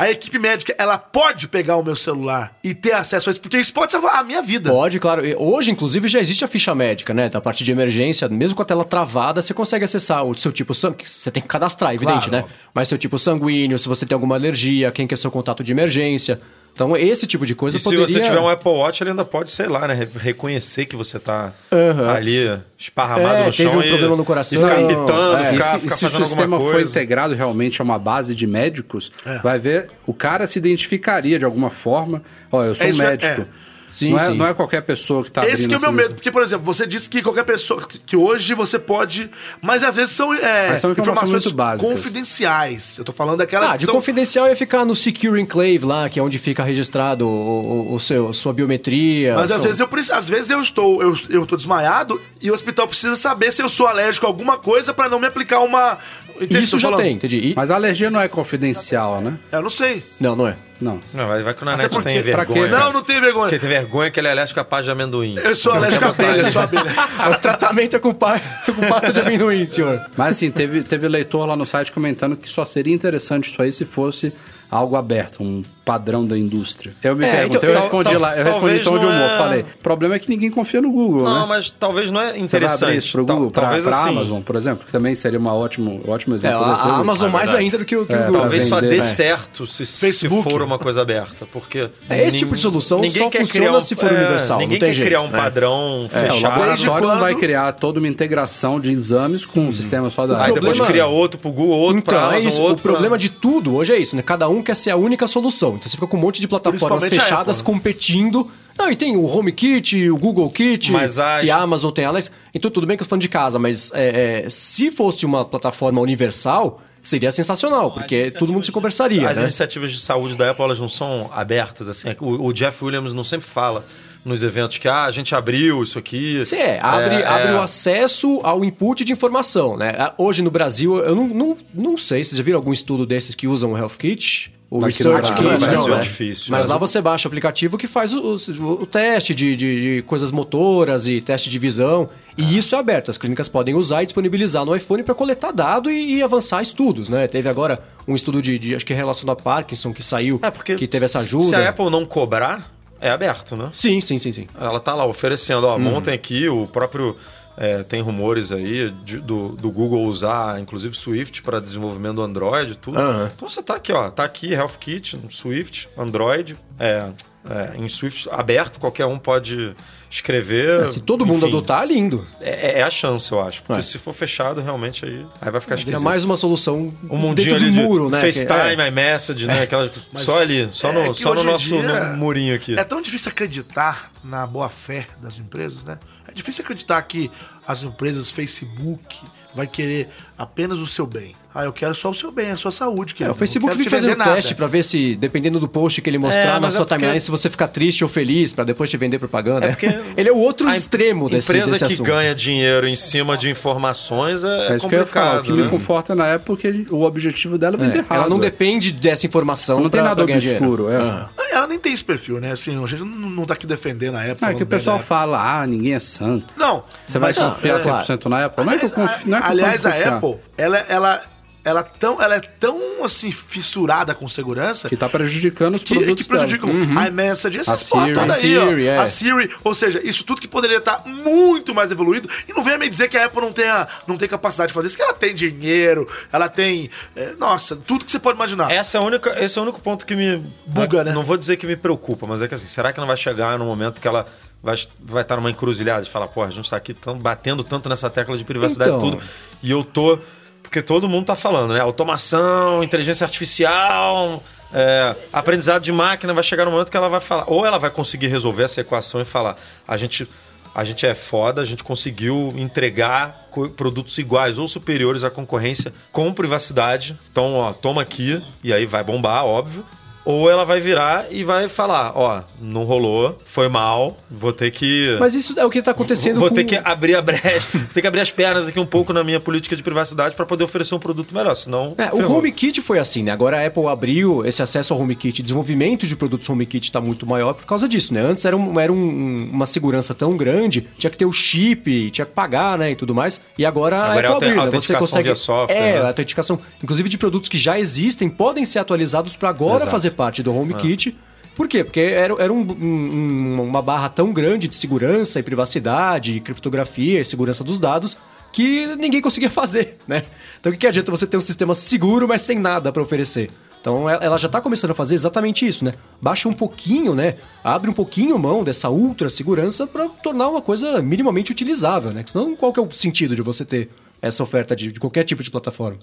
Speaker 6: a equipe médica, ela pode pegar o meu celular e ter acesso a isso, porque isso pode salvar a minha vida.
Speaker 7: Pode, claro. E Hoje, inclusive, já existe a ficha médica, né? Da parte de emergência, mesmo com a tela travada, você consegue acessar o seu tipo sanguíneo. Você tem que cadastrar, evidente,
Speaker 6: Claro,
Speaker 7: né?
Speaker 6: óbvio.
Speaker 7: Mas seu tipo sanguíneo, se você tem alguma alergia, quem que é seu contato de emergência. Então, esse tipo de coisa
Speaker 4: E
Speaker 7: poderia...
Speaker 4: se você tiver um Apple Watch, ele ainda pode, sei lá, né? re- Reconhecer que você tá
Speaker 7: Aham.
Speaker 4: ali esparramado
Speaker 7: É,
Speaker 4: no
Speaker 7: teve
Speaker 4: chão.
Speaker 7: um
Speaker 4: e,
Speaker 7: problema no coração.
Speaker 4: E ficar
Speaker 7: Não,
Speaker 4: imitando,
Speaker 7: é.
Speaker 3: E
Speaker 4: ficar,
Speaker 3: se,
Speaker 4: ficar
Speaker 3: se o
Speaker 4: fazendo
Speaker 3: sistema
Speaker 4: alguma
Speaker 3: for
Speaker 4: coisa.
Speaker 3: integrado realmente a uma base de médicos,
Speaker 6: É.
Speaker 3: vai ver, o cara se identificaria de alguma forma. Ó, eu sou
Speaker 6: É
Speaker 3: um
Speaker 6: isso, é-
Speaker 3: médico.
Speaker 6: é.
Speaker 7: Sim,
Speaker 3: não, é,
Speaker 7: sim.
Speaker 3: não é qualquer pessoa que tá
Speaker 6: Esse
Speaker 3: abrindo
Speaker 6: que é o meu
Speaker 3: essa-
Speaker 6: medo, porque, por exemplo, você disse que qualquer pessoa que que hoje você pode. Mas às vezes são, é,
Speaker 3: Mas são informações muito básicas.
Speaker 6: confidenciais. Eu tô falando daquelas
Speaker 7: Ah,
Speaker 6: que
Speaker 7: de
Speaker 6: são.
Speaker 7: confidencial ia ficar no Secure Enclave lá, que é onde fica registrado o, o- o seu, sua biometria.
Speaker 6: Mas às
Speaker 7: são-
Speaker 6: vezes eu preciso, às vezes eu estou, eu, eu tô desmaiado e o hospital precisa saber se eu sou alérgico a alguma coisa pra não me aplicar uma. Entende o que eu
Speaker 7: Isso
Speaker 6: tô
Speaker 7: já
Speaker 6: falando?
Speaker 7: tem, entendi. E-
Speaker 3: Mas a alergia não é confidencial, né?
Speaker 6: Eu não sei.
Speaker 7: Não, não é.
Speaker 3: Não.
Speaker 4: Não, vai, vai que o Nanete
Speaker 3: porque-
Speaker 4: tem
Speaker 3: pra
Speaker 4: vergonha.
Speaker 3: quê?
Speaker 6: Não, não tem vergonha.
Speaker 4: Porque tem vergonha que ele é alérgico à paz de amendoim. (laughs)
Speaker 6: Eu sou alérgico à abelha, eu sou abelha.
Speaker 7: o tratamento (laughs) é com, pa... com pasta de amendoim, senhor.
Speaker 3: Mas assim, teve, teve leitor lá no site comentando que só seria interessante isso aí se fosse algo aberto, um padrão da indústria. Eu me
Speaker 7: É,
Speaker 3: perguntei,
Speaker 7: então,
Speaker 3: eu
Speaker 7: tal-
Speaker 3: respondi
Speaker 4: tal-
Speaker 3: lá, eu respondi
Speaker 4: talvez
Speaker 3: em tom de
Speaker 4: não
Speaker 3: humor,
Speaker 4: é-
Speaker 3: falei. O problema é que ninguém confia no Google, né?
Speaker 4: Não, mas talvez não é
Speaker 3: Você vai
Speaker 4: interessante.
Speaker 3: abrir isso pro
Speaker 4: Tal-
Speaker 3: Google, pra,
Speaker 4: talvez
Speaker 3: pra
Speaker 4: assim.
Speaker 3: Amazon, por exemplo, que também seria uma ótimo, um ótimo
Speaker 7: É,
Speaker 3: exemplo.
Speaker 7: a,
Speaker 3: desse
Speaker 7: a
Speaker 3: aí.
Speaker 7: Amazon
Speaker 5: é
Speaker 7: mais
Speaker 5: verdade.
Speaker 7: ainda do que o, que
Speaker 3: É,
Speaker 7: o Google.
Speaker 4: Talvez só
Speaker 3: vender,
Speaker 4: dê
Speaker 3: né?
Speaker 4: certo se, se
Speaker 6: Facebook.
Speaker 4: for uma coisa aberta, porque...
Speaker 7: É, esse tipo de solução só funciona se for universal, não
Speaker 4: um é, Ninguém
Speaker 7: tem
Speaker 4: quer
Speaker 7: jeito,
Speaker 4: criar um
Speaker 7: né?
Speaker 4: padrão
Speaker 3: É, o
Speaker 4: fechado.
Speaker 6: Desde
Speaker 3: laboratório não
Speaker 6: quando-
Speaker 3: vai criar toda uma integração de exames com um sistema só da
Speaker 4: Aí
Speaker 3: área.
Speaker 4: depois
Speaker 7: problema-
Speaker 4: cria outro pro Google, outro pra
Speaker 7: Então, é
Speaker 4: Amazon,
Speaker 7: isso. O
Speaker 4: outro pra-
Speaker 7: problema de tudo hoje é isso, né? Cada um quer ser a única solução. Então você fica com um monte de plataformas
Speaker 6: Principalmente a
Speaker 7: fechadas
Speaker 4: né?
Speaker 6: Apple,
Speaker 7: competindo. Não, e tem o HomeKit, o Google Kit,
Speaker 4: Mas a-
Speaker 7: e a Amazon tem elas. Então tudo bem que eu tô falando de casa, mas é, é, se fosse uma plataforma universal, seria sensacional, porque todo mundo se conversaria,
Speaker 4: As
Speaker 7: né?
Speaker 4: iniciativas de saúde da Apple, elas não são abertas, assim. O, o Jeff Williams não sempre fala nos eventos que, ah, a gente abriu isso aqui.
Speaker 7: Sim, é, abre,
Speaker 4: É,
Speaker 7: abre
Speaker 4: é.
Speaker 7: o acesso ao input de informação, né? Ah, Hoje no Brasil, eu não, não, não sei, vocês já viram algum estudo desses que usam o Health Kit? O
Speaker 3: Aqui no
Speaker 7: Research
Speaker 3: Brasil,
Speaker 7: Kit,
Speaker 3: no
Speaker 4: Brasil
Speaker 7: não,
Speaker 4: é
Speaker 7: né?
Speaker 4: difícil,
Speaker 7: Mas
Speaker 4: né?
Speaker 7: lá você baixa o aplicativo que faz o, o- o teste de, de- de coisas motoras e teste de visão. E isso é aberto, as clínicas podem usar e disponibilizar no iPhone para coletar dado e, e avançar estudos, né? Teve agora um estudo de, de- acho que relacionado a Parkinson que saiu,
Speaker 4: É, porque
Speaker 7: que teve essa ajuda.
Speaker 4: Se a Apple não cobrar, é aberto, né?
Speaker 7: Sim, sim, sim, sim.
Speaker 4: Ela tá lá oferecendo,
Speaker 7: Hum.
Speaker 4: ó, montem aqui o próprio. é, tem rumores aí de- do, do Google usar, inclusive, Swift para desenvolvimento do Android e tudo.
Speaker 7: Aham.
Speaker 4: Então você tá aqui, ó, tá aqui, Health Kit, Swift, Android, é, é, em Swift aberto, qualquer um pode escrever.
Speaker 7: Se todo mundo
Speaker 4: enfim,
Speaker 7: adotar, lindo.
Speaker 4: É, é a chance, eu acho. Porque
Speaker 7: É.
Speaker 4: se for fechado, realmente aí, aí vai ficar
Speaker 7: Vira
Speaker 4: esquisito.
Speaker 7: mais uma solução
Speaker 4: um mundinho
Speaker 7: dentro
Speaker 4: ali
Speaker 7: do
Speaker 4: de
Speaker 7: muro, né? Que-
Speaker 4: FaceTime,
Speaker 7: é.
Speaker 4: iMessage, né? Aquela, só ali, só no,
Speaker 6: É que
Speaker 4: só no
Speaker 6: hoje em
Speaker 4: nosso
Speaker 6: dia
Speaker 4: no murinho aqui.
Speaker 6: É tão difícil acreditar na boa fé das empresas, né? É difícil acreditar que as empresas Facebook vai querer apenas o seu bem. Ah, eu quero só o seu bem, a sua saúde.
Speaker 7: É,
Speaker 6: querido.
Speaker 7: o Facebook
Speaker 6: Não
Speaker 7: vive
Speaker 6: quero te vender
Speaker 7: fazendo
Speaker 6: nada.
Speaker 7: teste pra ver se, dependendo do post que ele mostrar
Speaker 4: É,
Speaker 7: na
Speaker 4: mas é
Speaker 7: sua
Speaker 4: porque-
Speaker 7: timeline, se você ficar triste ou feliz pra depois te vender propaganda.
Speaker 4: porque
Speaker 7: (laughs) ele é o outro
Speaker 4: a em-
Speaker 7: extremo desse,
Speaker 4: empresa
Speaker 7: desse
Speaker 4: que
Speaker 7: assunto.
Speaker 4: ganha dinheiro em cima de informações é,
Speaker 3: É isso que eu ia falar. O
Speaker 4: complicado.
Speaker 3: que me
Speaker 4: né?
Speaker 3: conforta na época é porque o objetivo dela é
Speaker 7: É,
Speaker 3: vender errado.
Speaker 7: ela não depende dessa informação.
Speaker 3: Não tem
Speaker 7: pra-
Speaker 3: nada
Speaker 7: pra ganhar dinheiro.
Speaker 3: obscuro. É.
Speaker 6: Ah, Ela nem tem esse perfil, né? Assim, a gente não não tá aqui defendendo a época.
Speaker 3: Não, é que o
Speaker 6: né?
Speaker 3: pessoal fala, ah, ninguém é santo.
Speaker 6: Não.
Speaker 3: Você vai
Speaker 6: mas-
Speaker 3: confiar
Speaker 7: é, claro.
Speaker 3: 100% na Apple? Não é que eu confio, não é questão
Speaker 6: Então, Aliás,
Speaker 3: de
Speaker 6: a
Speaker 3: confiar.
Speaker 6: Apple, ela, ela, ela, tão, ela é tão assim fissurada com segurança
Speaker 3: Que tá prejudicando os
Speaker 6: que,
Speaker 3: produtos
Speaker 6: que prejudicam
Speaker 3: dela.
Speaker 6: a iMessage, essa
Speaker 3: A
Speaker 6: foto
Speaker 3: Siri.
Speaker 6: toda
Speaker 3: A
Speaker 6: aí, ó.
Speaker 7: Siri, é.
Speaker 6: a Siri, ou seja, isso tudo que poderia estar muito mais evoluído, e não venha me dizer que a Apple não tem, não tem capacidade de fazer isso, que ela tem dinheiro, ela tem, é, nossa, tudo que você pode imaginar.
Speaker 4: Essa é a única, esse é o único ponto que me.
Speaker 6: Buga, né?
Speaker 4: Não vou dizer que me preocupa, mas é que assim, será que não vai chegar no momento que ela vai, vai estar numa encruzilhada e falar, pô, a gente tá aqui tão, batendo tanto nessa tecla de privacidade
Speaker 7: Então.
Speaker 4: e tudo. E eu tô. Porque todo mundo tá falando, né? Automação, inteligência artificial. é, aprendizado de máquina vai chegar no momento que ela vai falar, ou ela vai conseguir resolver essa equação e falar: a gente, a gente é foda, a gente conseguiu entregar co- produtos iguais ou superiores à concorrência com privacidade. Então, ó, toma aqui, e aí vai bombar, óbvio. Ou ela vai virar e vai falar: ó, não rolou, foi mal, vou ter que.
Speaker 7: Mas isso é o que tá acontecendo
Speaker 4: Vou
Speaker 7: com...
Speaker 4: ter que abrir a brecha, (laughs) vou ter que abrir as pernas aqui um pouco na minha política de privacidade para poder oferecer um produto melhor, senão.
Speaker 7: É, o
Speaker 4: ferrou.
Speaker 7: HomeKit foi assim, né? Agora a Apple abriu esse acesso ao HomeKit, desenvolvimento de produtos HomeKit está muito maior por causa disso, né? Antes era, um- era um- uma segurança tão grande, tinha que ter o chip, tinha que pagar, né, e tudo mais. E agora, a
Speaker 4: Agora é
Speaker 7: Apple
Speaker 4: aute-
Speaker 7: abriu, né? Você
Speaker 4: autenticação
Speaker 7: consegue
Speaker 4: via software,
Speaker 7: é,
Speaker 4: né?
Speaker 7: a autenticação, inclusive de produtos que já existem, podem ser atualizados para agora
Speaker 4: Exato. É.
Speaker 7: fazer parte do HomeKit. Por quê? Porque era, era um- um- uma barra tão grande de segurança e privacidade, e criptografia e segurança dos dados que ninguém conseguia (laughs) fazer, né? Então o que, que adianta você ter um sistema seguro, mas sem nada para oferecer? Então ela ela já está começando a fazer exatamente isso, né? Baixa um pouquinho, né? Abre um pouquinho mão dessa ultra segurança para tornar uma coisa minimamente utilizável, né? Porque senão qual que é o sentido de você ter essa oferta de- de qualquer tipo de plataforma?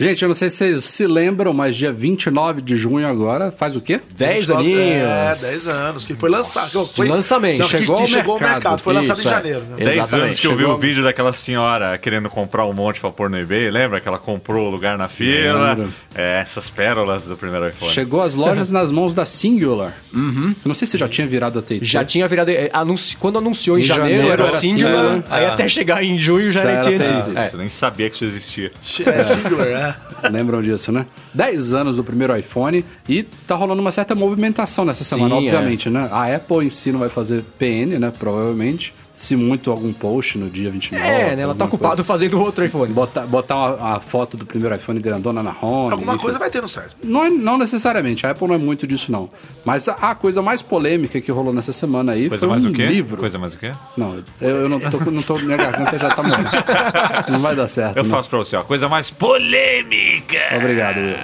Speaker 3: Gente, eu não sei se vocês se lembram, mas dia 29 de junho agora, faz o quê?
Speaker 7: 10
Speaker 6: aninhos. É,
Speaker 7: aninhos.
Speaker 6: 10 anos, que foi lançado. que Foi,
Speaker 7: De lançamento.
Speaker 6: Não, que-
Speaker 3: Chegou
Speaker 6: que
Speaker 3: ao
Speaker 6: chegou ao
Speaker 3: mercado.
Speaker 6: mercado, foi lançado
Speaker 7: Isso,
Speaker 6: em
Speaker 7: é.
Speaker 6: janeiro. Né?
Speaker 5: 10
Speaker 7: Exatamente,
Speaker 5: anos que eu vi
Speaker 7: chegou-
Speaker 5: o vídeo daquela senhora querendo comprar um monte pra pôr no eBay, lembra? Que ela comprou o lugar na fila.
Speaker 3: Lembro.
Speaker 5: É, essas pérolas do primeiro iPhone.
Speaker 3: Chegou às lojas nas mãos da Singular.
Speaker 6: Uhum.
Speaker 3: Eu não sei se já tinha virado a TT.
Speaker 7: Já tinha virado. é, anunci- quando anunciou em,
Speaker 3: Em
Speaker 7: janeiro,
Speaker 3: janeiro
Speaker 7: era
Speaker 3: era
Speaker 7: singular.
Speaker 3: singular.
Speaker 7: Aí até chegar em junho já, era
Speaker 3: era
Speaker 7: TNT.
Speaker 3: TNT.
Speaker 7: É.
Speaker 5: Você nem sabia que isso existia.
Speaker 6: É, singular, é.
Speaker 3: Lembram disso, né? 10 anos do primeiro iPhone e tá rolando uma certa movimentação nessa
Speaker 7: Sim,
Speaker 3: semana,
Speaker 7: é.
Speaker 3: obviamente, né? A Apple em si não vai fazer PN, né? Provavelmente. Se muito algum post no dia 29.
Speaker 7: É, né? Ela tá
Speaker 3: alguma coisa.
Speaker 7: ocupada fazendo outro iPhone.
Speaker 3: Botar, botar uma, a foto do primeiro iPhone grandona na home.
Speaker 6: Alguma
Speaker 3: enfim.
Speaker 6: coisa vai ter no site.
Speaker 3: Não, é- não necessariamente, a Apple não é muito disso, não. Mas a, a coisa mais polêmica que rolou nessa semana aí
Speaker 5: Coisa
Speaker 3: foi
Speaker 5: mais
Speaker 3: um
Speaker 5: o quê?
Speaker 3: livro.
Speaker 5: Coisa mais o quê?
Speaker 3: Não, eu, eu não, tô, não tô. Minha garganta já tá morrendo.
Speaker 5: (laughs)
Speaker 3: Não vai dar certo.
Speaker 5: Eu
Speaker 3: Ah, não.
Speaker 5: faço pra você, ó. Coisa mais polêmica!
Speaker 3: Obrigado. Will.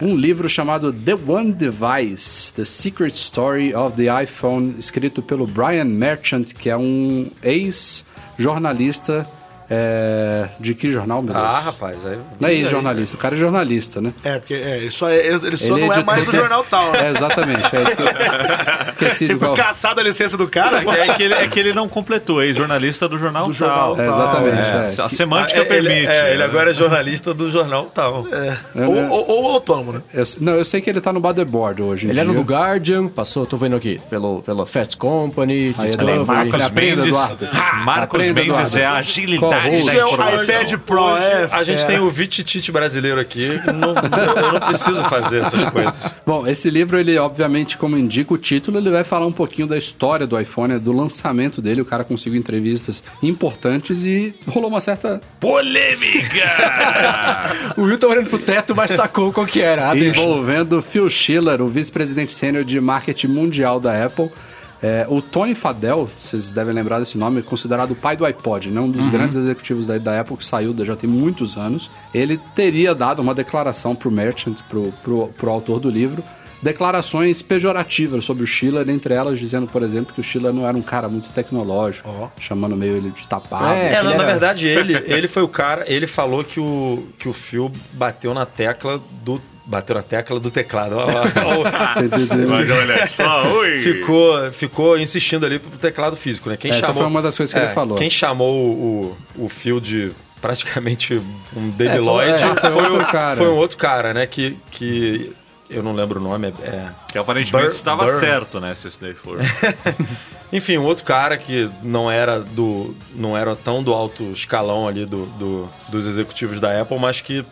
Speaker 3: Um livro chamado The One Device: The Secret Story of the iPhone, escrito pelo Brian Merchant, que é um ex-jornalista. é, de que jornal, meu Deus?
Speaker 4: Ah, rapaz, aí.
Speaker 3: Não é ex-jornalista, o cara é jornalista, né?
Speaker 6: É, porque é, ele só, é- ele, ele só
Speaker 3: Ele
Speaker 6: não é
Speaker 3: editor.
Speaker 6: mais do jornal tal, né?
Speaker 3: É, exatamente. É isso que eu... (laughs) Esqueci de
Speaker 6: Ele foi
Speaker 3: qual.
Speaker 6: caçado a licença do cara.
Speaker 5: É que, ele, é que ele não completou, é jornalista do jornal
Speaker 6: Do jornal
Speaker 5: tal.
Speaker 3: É, exatamente.
Speaker 5: É,
Speaker 3: é.
Speaker 5: A semântica
Speaker 4: É, ele,
Speaker 5: permite.
Speaker 4: é, ele agora é jornalista do jornal tal.
Speaker 6: É. ou, ou- ou autônomo, né?
Speaker 3: Eu- não, eu sei que ele tá no Motherboard hoje. em
Speaker 7: Ele é era
Speaker 3: dia.
Speaker 7: do Guardian, passou, tô vendo aqui, pelo, pelo Fast Company,
Speaker 3: Aí,
Speaker 7: Discovery.
Speaker 3: Eduardo,
Speaker 5: Marcos
Speaker 3: aprenda,
Speaker 5: Mendes.
Speaker 3: Eduardo.
Speaker 5: Marcos
Speaker 3: Aprenda,
Speaker 5: Mendes
Speaker 3: Eduardo.
Speaker 5: é a agilidade
Speaker 3: Co-host.
Speaker 5: da
Speaker 3: Isso é
Speaker 6: o
Speaker 5: informação.
Speaker 6: iPad Pro,
Speaker 4: Hoje,
Speaker 6: é.
Speaker 4: a gente tem o Vititite brasileiro aqui. não- eu não preciso fazer essas coisas.
Speaker 3: Bom, esse livro, ele obviamente, como indica o título, ele vai falar um pouquinho da história do iPhone, né, do lançamento dele. O cara conseguiu entrevistas importantes e rolou uma certa.
Speaker 5: Polêmica!
Speaker 7: O Will tá olhando pro teto, mas sacou qual que era. Ah, deixa.
Speaker 3: envolvendo Tá Phil Schiller, o vice-presidente sênior de marketing mundial da Apple. É, o Tony Fadell, vocês devem lembrar desse nome, é considerado o pai do iPod, né? um dos grandes executivos da, da Apple que saiu da- já tem muitos anos. Ele teria dado uma declaração pro Merchant, pro, pro, pro autor do livro, declarações pejorativas sobre o Schiller, entre elas dizendo, por exemplo, que o Schiller não era um cara muito tecnológico, chamando meio ele de tapado.
Speaker 7: É,
Speaker 4: É,
Speaker 7: ele
Speaker 4: na, na
Speaker 7: era-
Speaker 4: verdade, ele, ele foi o cara. Ele falou que o, que o fio bateu na tecla do. Bateu na tecla do teclado. Ó, ó, ó.
Speaker 5: Mas olha só, ui.
Speaker 4: ficou, ficou insistindo ali pro teclado físico, né? Quem
Speaker 3: Essa
Speaker 4: chamou, É,
Speaker 3: foi uma das coisas que ele falou.
Speaker 4: Quem chamou o, o, o fio de praticamente um debiloide
Speaker 7: foi- é,
Speaker 4: foi,
Speaker 7: foi
Speaker 4: o-
Speaker 3: outro cara.
Speaker 4: foi um outro cara, né? Que, que eu não lembro o nome. é- é,
Speaker 5: Que aparentemente
Speaker 4: Burn-
Speaker 5: estava
Speaker 4: Burn.
Speaker 5: certo, né? Se isso daí for.
Speaker 7: É,
Speaker 4: Enfim, um outro cara que não era do. não era tão do alto escalão ali do, do- dos executivos da Apple, mas que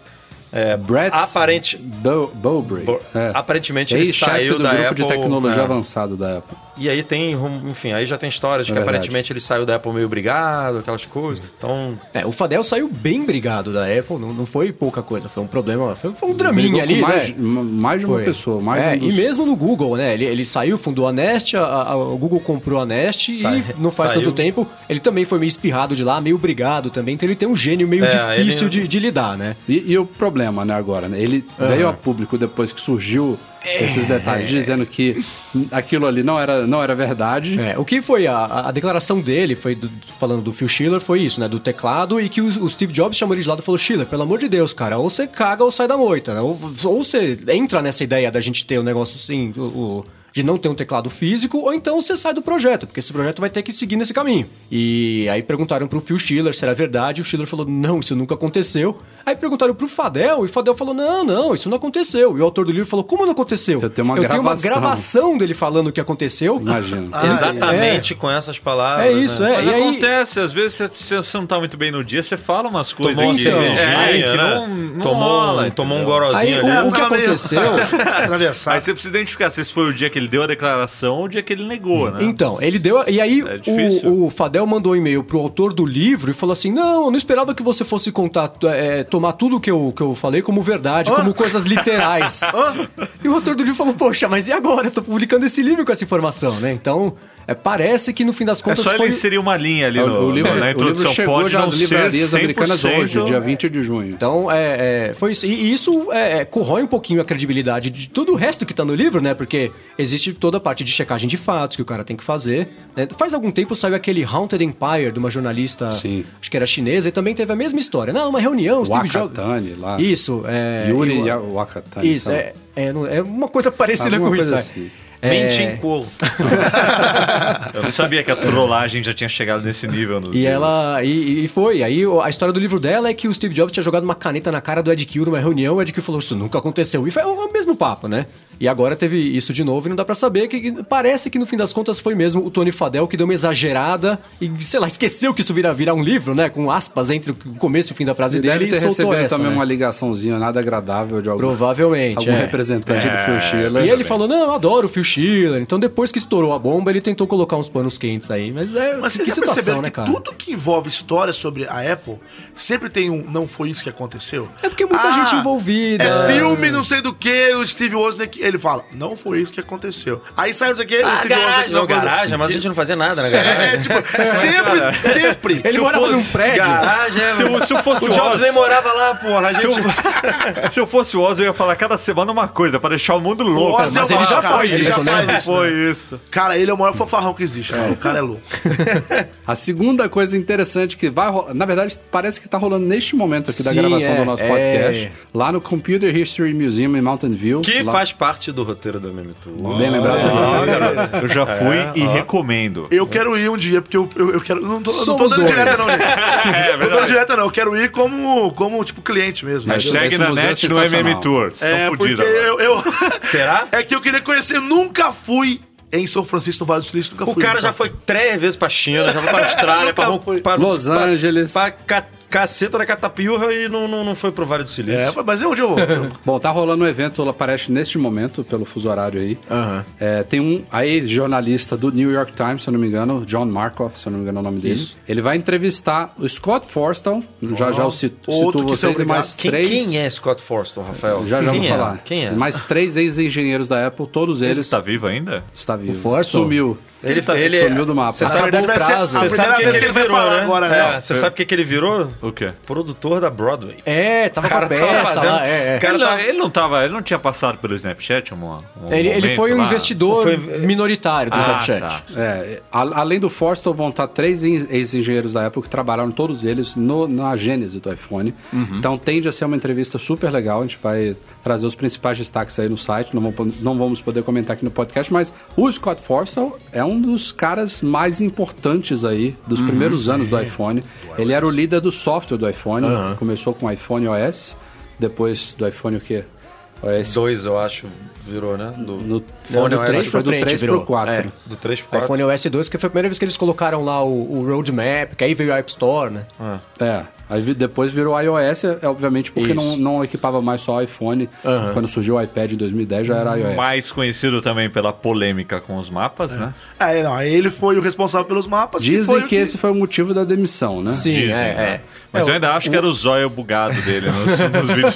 Speaker 4: é,
Speaker 3: Brett
Speaker 4: aparente,
Speaker 3: Bo- Bowbury.
Speaker 4: Bo-
Speaker 3: é.
Speaker 4: aparentemente ele
Speaker 3: Ex-chefe
Speaker 4: saiu
Speaker 3: do
Speaker 4: da
Speaker 3: grupo
Speaker 4: Apple.
Speaker 3: de tecnologia
Speaker 4: né?
Speaker 3: avançada da Apple.
Speaker 4: E aí tem, rum- enfim, aí já tem histórias de
Speaker 3: É
Speaker 4: que
Speaker 3: verdade.
Speaker 4: aparentemente ele saiu da Apple meio brigado, aquelas coisas. Então,
Speaker 7: É, o Fadel saiu bem brigado da Apple, não, não foi pouca coisa, foi um problema, foi, foi um draminha
Speaker 3: Brigou com
Speaker 7: ali,
Speaker 3: mais,
Speaker 7: né?
Speaker 3: ma- mais de uma
Speaker 7: Foi.
Speaker 3: pessoa, mais
Speaker 7: É,
Speaker 3: de um dos...
Speaker 7: E mesmo no Google, né? Ele, ele saiu, fundou a Nest, a, a- o Google comprou a Nest
Speaker 4: Sai-
Speaker 7: e não faz
Speaker 4: saiu.
Speaker 7: tanto tempo. Ele também foi meio espirrado de lá, meio brigado também, então ele tem um gênio meio
Speaker 4: É,
Speaker 7: difícil
Speaker 4: ele-
Speaker 7: de, de lidar, né?
Speaker 3: E, e o problema, né, agora, né? Ele veio a público depois que surgiu esses detalhes, dizendo que aquilo ali não era, não era verdade.
Speaker 7: É, o que foi a, a- a declaração dele, foi do- falando do Phil Schiller, foi isso, né? Do teclado e que o, o Steve Jobs chamou ele de lado e falou: Schiller, pelo amor de Deus, cara, ou você caga ou sai da moita, né? Ou, ou você entra nessa ideia da gente ter um negócio assim, o- o- de não ter um teclado físico, ou então você sai do projeto, porque esse projeto vai ter que seguir nesse caminho. E aí perguntaram pro Phil Schiller se era verdade, e o Schiller falou: não, isso nunca aconteceu. Aí perguntaram pro Fadel, e o Fadel falou: não, não, isso não aconteceu. E o autor do livro falou: como não aconteceu?
Speaker 3: Eu tenho uma gravação." é
Speaker 7: tenho uma gravação dele falando o que aconteceu.
Speaker 4: Ah,
Speaker 3: Imagina.
Speaker 4: é.
Speaker 7: Ele-
Speaker 4: exatamente com essas palavras.
Speaker 7: É isso,
Speaker 4: né?
Speaker 7: é.
Speaker 5: Mas
Speaker 7: e aí-
Speaker 5: acontece, às vezes você- você, você não tá muito bem no dia, você fala umas coisas
Speaker 4: Tomou uma
Speaker 5: que, é,
Speaker 4: cervejinha, né?
Speaker 5: que não, não
Speaker 4: tomou,
Speaker 5: rola,
Speaker 4: um, tomou um
Speaker 5: entendeu?
Speaker 7: Aí,
Speaker 4: gorozinho ali.
Speaker 7: o, o que
Speaker 6: tava meio-
Speaker 5: (laughs)
Speaker 7: aconteceu?
Speaker 5: Aí
Speaker 6: Atravessado.
Speaker 5: você precisa identificar se esse foi o dia que ele deu a declaração ou o dia que ele negou, né?
Speaker 7: Então, ele deu. E aí,
Speaker 5: É difícil.
Speaker 7: o, o Fadel mandou um e-mail pro autor do livro e falou assim: Não, eu não esperava que você fosse contar, é, tomar tudo que eu, que eu falei como verdade, como coisas
Speaker 5: (laughs)
Speaker 7: literais. E o autor do livro falou: Poxa, mas e agora? Eu tô publicando esse livro com essa informação, né? Então, é, parece que no fim das
Speaker 5: É
Speaker 7: contas
Speaker 5: só ele
Speaker 7: foi.
Speaker 5: inserir uma linha ali
Speaker 3: É, O-
Speaker 5: no,
Speaker 3: o livro,
Speaker 5: na
Speaker 3: o livro
Speaker 5: introdução.
Speaker 3: chegou
Speaker 5: Pode
Speaker 3: já
Speaker 5: não
Speaker 3: às
Speaker 5: ser
Speaker 3: livrarias
Speaker 5: 100%
Speaker 3: americanas hoje, dia 20 de junho.
Speaker 7: Então, é, é, foi isso. E, e isso é, é, corrói um pouquinho a credibilidade de todo o resto que tá no livro, né? Porque existe toda a parte de checagem de fatos que o cara tem que fazer. né? Faz algum tempo saiu aquele Haunted Empire de uma jornalista,
Speaker 3: Sim.
Speaker 7: acho que era chinesa, e também teve a mesma história. Não, uma reunião, Steve Jobs.
Speaker 3: Wakatani lá.
Speaker 7: Isso, é.
Speaker 3: Yuri
Speaker 7: eu-
Speaker 3: Wakatani.
Speaker 7: Isso, é, é, não- é uma coisa parecida
Speaker 3: Alguma
Speaker 7: com isso.
Speaker 3: coisa
Speaker 7: é.
Speaker 3: assim.
Speaker 7: É,
Speaker 4: (laughs) Mentinco.
Speaker 5: Eu não sabia que a trollagem já tinha chegado nesse nível. Nos
Speaker 7: E
Speaker 5: livros.
Speaker 7: ela. E, e foi. Aí o- a história do livro dela é que o Steve Jobs tinha jogado uma caneta na cara do Ed Kill numa reunião. O Ed Kill falou: Isso nunca aconteceu. E foi o o mesmo papo, né? E agora teve isso de novo e não dá pra saber. que- que Parece que no fim das contas foi mesmo o Tony Fadel que deu uma exagerada e, sei lá, esqueceu que isso viria virar um livro, né? Com aspas entre o começo e o fim da frase
Speaker 3: Ele
Speaker 7: dele
Speaker 3: deve
Speaker 7: e
Speaker 3: ter
Speaker 7: soltou
Speaker 3: recebido
Speaker 7: essa.
Speaker 3: também
Speaker 7: né?
Speaker 3: uma ligaçãozinha nada agradável de algum,
Speaker 7: Provavelmente,
Speaker 3: algum
Speaker 7: é.
Speaker 3: representante do Phil Schiller.
Speaker 7: E ele falou: Não, eu adoro o Phil Schiller. Então depois que estourou a bomba, ele tentou colocar uns panos quentes aí. Mas é.
Speaker 6: Mas
Speaker 7: que
Speaker 6: vocês já
Speaker 7: situação,
Speaker 6: perceberam
Speaker 7: né,
Speaker 6: que
Speaker 7: cara?
Speaker 6: tudo que envolve história sobre a Apple sempre tem um não foi isso que aconteceu?
Speaker 7: É porque muita gente envolvida.
Speaker 6: É filme, não sei do que, o Steve Wozniak, ele fala, não foi isso que aconteceu. Aí sai do que, o Steve Wozniak...
Speaker 4: não,
Speaker 6: quando-
Speaker 4: Ah, garagem, mas a gente não fazia nada na garagem.
Speaker 6: É, tipo, sempre, sempre.
Speaker 7: Ele
Speaker 6: eu
Speaker 7: morava
Speaker 6: fosse-
Speaker 7: num prédio.
Speaker 4: Garagem, é,
Speaker 5: Se eu, se eu fosse
Speaker 4: O Jobs
Speaker 5: Oz-
Speaker 4: nem morava lá, porra. A
Speaker 5: se,
Speaker 4: gente...
Speaker 5: eu, (laughs) se eu fosse o Oz, eu ia falar cada semana uma coisa pra deixar o mundo louco.
Speaker 6: Nossa,
Speaker 7: mas
Speaker 6: é
Speaker 7: ele
Speaker 6: uma-
Speaker 7: já
Speaker 6: cara,
Speaker 7: faz
Speaker 6: ele já
Speaker 7: isso, né?
Speaker 6: faz
Speaker 5: Não foi isso.
Speaker 6: Cara, ele é o maior fanfarrão que existe, cara. O cara é louco.
Speaker 3: A segunda coisa interessante que vai rolar, na verdade, parece que está rolando neste momento aqui da
Speaker 7: Sim,
Speaker 3: gravação
Speaker 7: é,
Speaker 3: do nosso
Speaker 7: é.
Speaker 3: podcast, lá no Computer History Museum em Mountain View.
Speaker 4: Que
Speaker 3: lá,
Speaker 4: faz parte do roteiro do MM Tour.
Speaker 3: Bem lembrado.
Speaker 5: Eu já fui e
Speaker 6: (laughs)
Speaker 5: recomendo.
Speaker 6: Eu quero ir um dia, porque eu, eu, eu quero... Não tô, não tô
Speaker 7: Somos
Speaker 6: dando
Speaker 7: dois.
Speaker 6: direta, não.
Speaker 5: É,
Speaker 6: Não tô dando direta, não. Eu quero ir como, como tipo, cliente mesmo.
Speaker 5: Hashtag
Speaker 3: Esse
Speaker 5: na
Speaker 3: museu é
Speaker 5: net no
Speaker 3: sensacional.
Speaker 5: MM Tour.
Speaker 6: É,
Speaker 5: Estão
Speaker 6: porque
Speaker 5: fodidos agora.
Speaker 6: eu, eu-
Speaker 4: Será?
Speaker 6: É que eu queria conhecer, eu nunca fui em São Francisco, no Vale do Silício, nunca
Speaker 4: O
Speaker 6: fui.
Speaker 4: cara já foi três vezes pra China, já foi pra Austrália, pra, Hong- pra
Speaker 3: Los
Speaker 4: pra-
Speaker 3: Angeles.
Speaker 4: Pra, ca- caceta da catapilra e não, não, não foi pro Vale do Silício.
Speaker 6: É, mas é onde eu vou.
Speaker 3: Bom, tá rolando um evento, ela aparece neste momento, pelo fuso horário aí. É, tem um a ex-jornalista do New York Times, se eu não me engano, John Markoff, se eu não me engano é o nome dele. Ele vai entrevistar o Scott Forstall, já já eu cito,
Speaker 6: outro
Speaker 3: cito
Speaker 6: que são
Speaker 3: vocês, e mais
Speaker 4: quem,
Speaker 3: três...
Speaker 4: quem é Scott Forston, Rafael?
Speaker 3: Já já
Speaker 4: quem
Speaker 3: vou
Speaker 4: é?
Speaker 3: falar.
Speaker 4: Quem é? tá
Speaker 3: E Mais três ex-engenheiros da Apple, todos
Speaker 5: Ele
Speaker 3: eles...
Speaker 7: tá
Speaker 5: está vivo ainda?
Speaker 3: Está vivo.
Speaker 7: Forstall?
Speaker 3: Sumiu.
Speaker 4: Ele, tá
Speaker 3: Sumiu do mapa.
Speaker 4: Você sabe,
Speaker 7: Acabou o
Speaker 6: vai ser a
Speaker 7: prazo.
Speaker 4: você
Speaker 6: primeira
Speaker 4: sabe o que,
Speaker 6: vez
Speaker 4: que ele
Speaker 6: vai
Speaker 4: virou,
Speaker 6: falar
Speaker 4: né?
Speaker 6: agora,
Speaker 4: É,
Speaker 6: né?
Speaker 4: você sabe o que, que ele virou?
Speaker 5: O quê?
Speaker 4: Produtor da Broadway.
Speaker 7: É, tava
Speaker 4: O cara
Speaker 7: com a
Speaker 4: tava
Speaker 7: peça
Speaker 4: fazendo-
Speaker 7: lá, é, é.
Speaker 4: O cara
Speaker 5: ele,
Speaker 6: tá-
Speaker 5: não,
Speaker 4: tava-
Speaker 5: ele não tava. Ele não tinha passado pelo Snapchat um, um
Speaker 7: Ele, ele
Speaker 5: momento
Speaker 7: foi um
Speaker 5: lá?
Speaker 7: investidor
Speaker 4: Foi-
Speaker 7: minoritário do
Speaker 5: Ah,
Speaker 7: Snapchat.
Speaker 5: tá.
Speaker 3: É, a- além do Forster, vão estar três en- ex-engenheiros da Apple que trabalharam todos eles no- na gênese do iPhone.
Speaker 7: Uhum.
Speaker 3: Então tende a ser uma entrevista super legal. A gente vai trazer os principais destaques aí no site. Não, vamos po- não vamos poder comentar aqui no podcast, mas o Scott Forstall é um dos caras mais importantes aí
Speaker 7: Uhum.
Speaker 3: dos primeiros anos
Speaker 7: É.
Speaker 3: do iPhone. Ele era o líder do software do iPhone. Começou com o iPhone OS, depois do iPhone o quê? OS.
Speaker 4: Dois, eu acho, virou, né? Do,
Speaker 3: É No
Speaker 7: Não,
Speaker 3: fone
Speaker 7: do
Speaker 3: OS,
Speaker 7: três
Speaker 3: foi
Speaker 7: pra
Speaker 3: do
Speaker 7: frente
Speaker 3: 3 para
Speaker 7: virou.
Speaker 3: 4.
Speaker 7: É.
Speaker 4: do 3 pro 4.
Speaker 7: iPhone OS 2, que foi a primeira vez que eles colocaram lá o, o roadmap, que aí veio o App Store, né?
Speaker 5: Ah,
Speaker 3: É. Aí vi- depois virou iOS, é, obviamente, porque não,
Speaker 7: Isso.
Speaker 3: não equipava mais só iPhone. Quando surgiu o iPad em 2010 já
Speaker 7: Uhum.
Speaker 3: era iOS.
Speaker 5: Mais conhecido também pela polêmica com os mapas, né?
Speaker 6: É, não, ele foi o responsável pelos mapas. e foi
Speaker 3: Dizem
Speaker 6: o
Speaker 3: que esse foi o motivo da demissão, né?
Speaker 7: Sim,
Speaker 5: Dizem,
Speaker 7: é,
Speaker 5: né?
Speaker 7: é.
Speaker 5: Mas
Speaker 7: É,
Speaker 5: eu ainda acho que era o zóio bugado dele nos, nos vídeos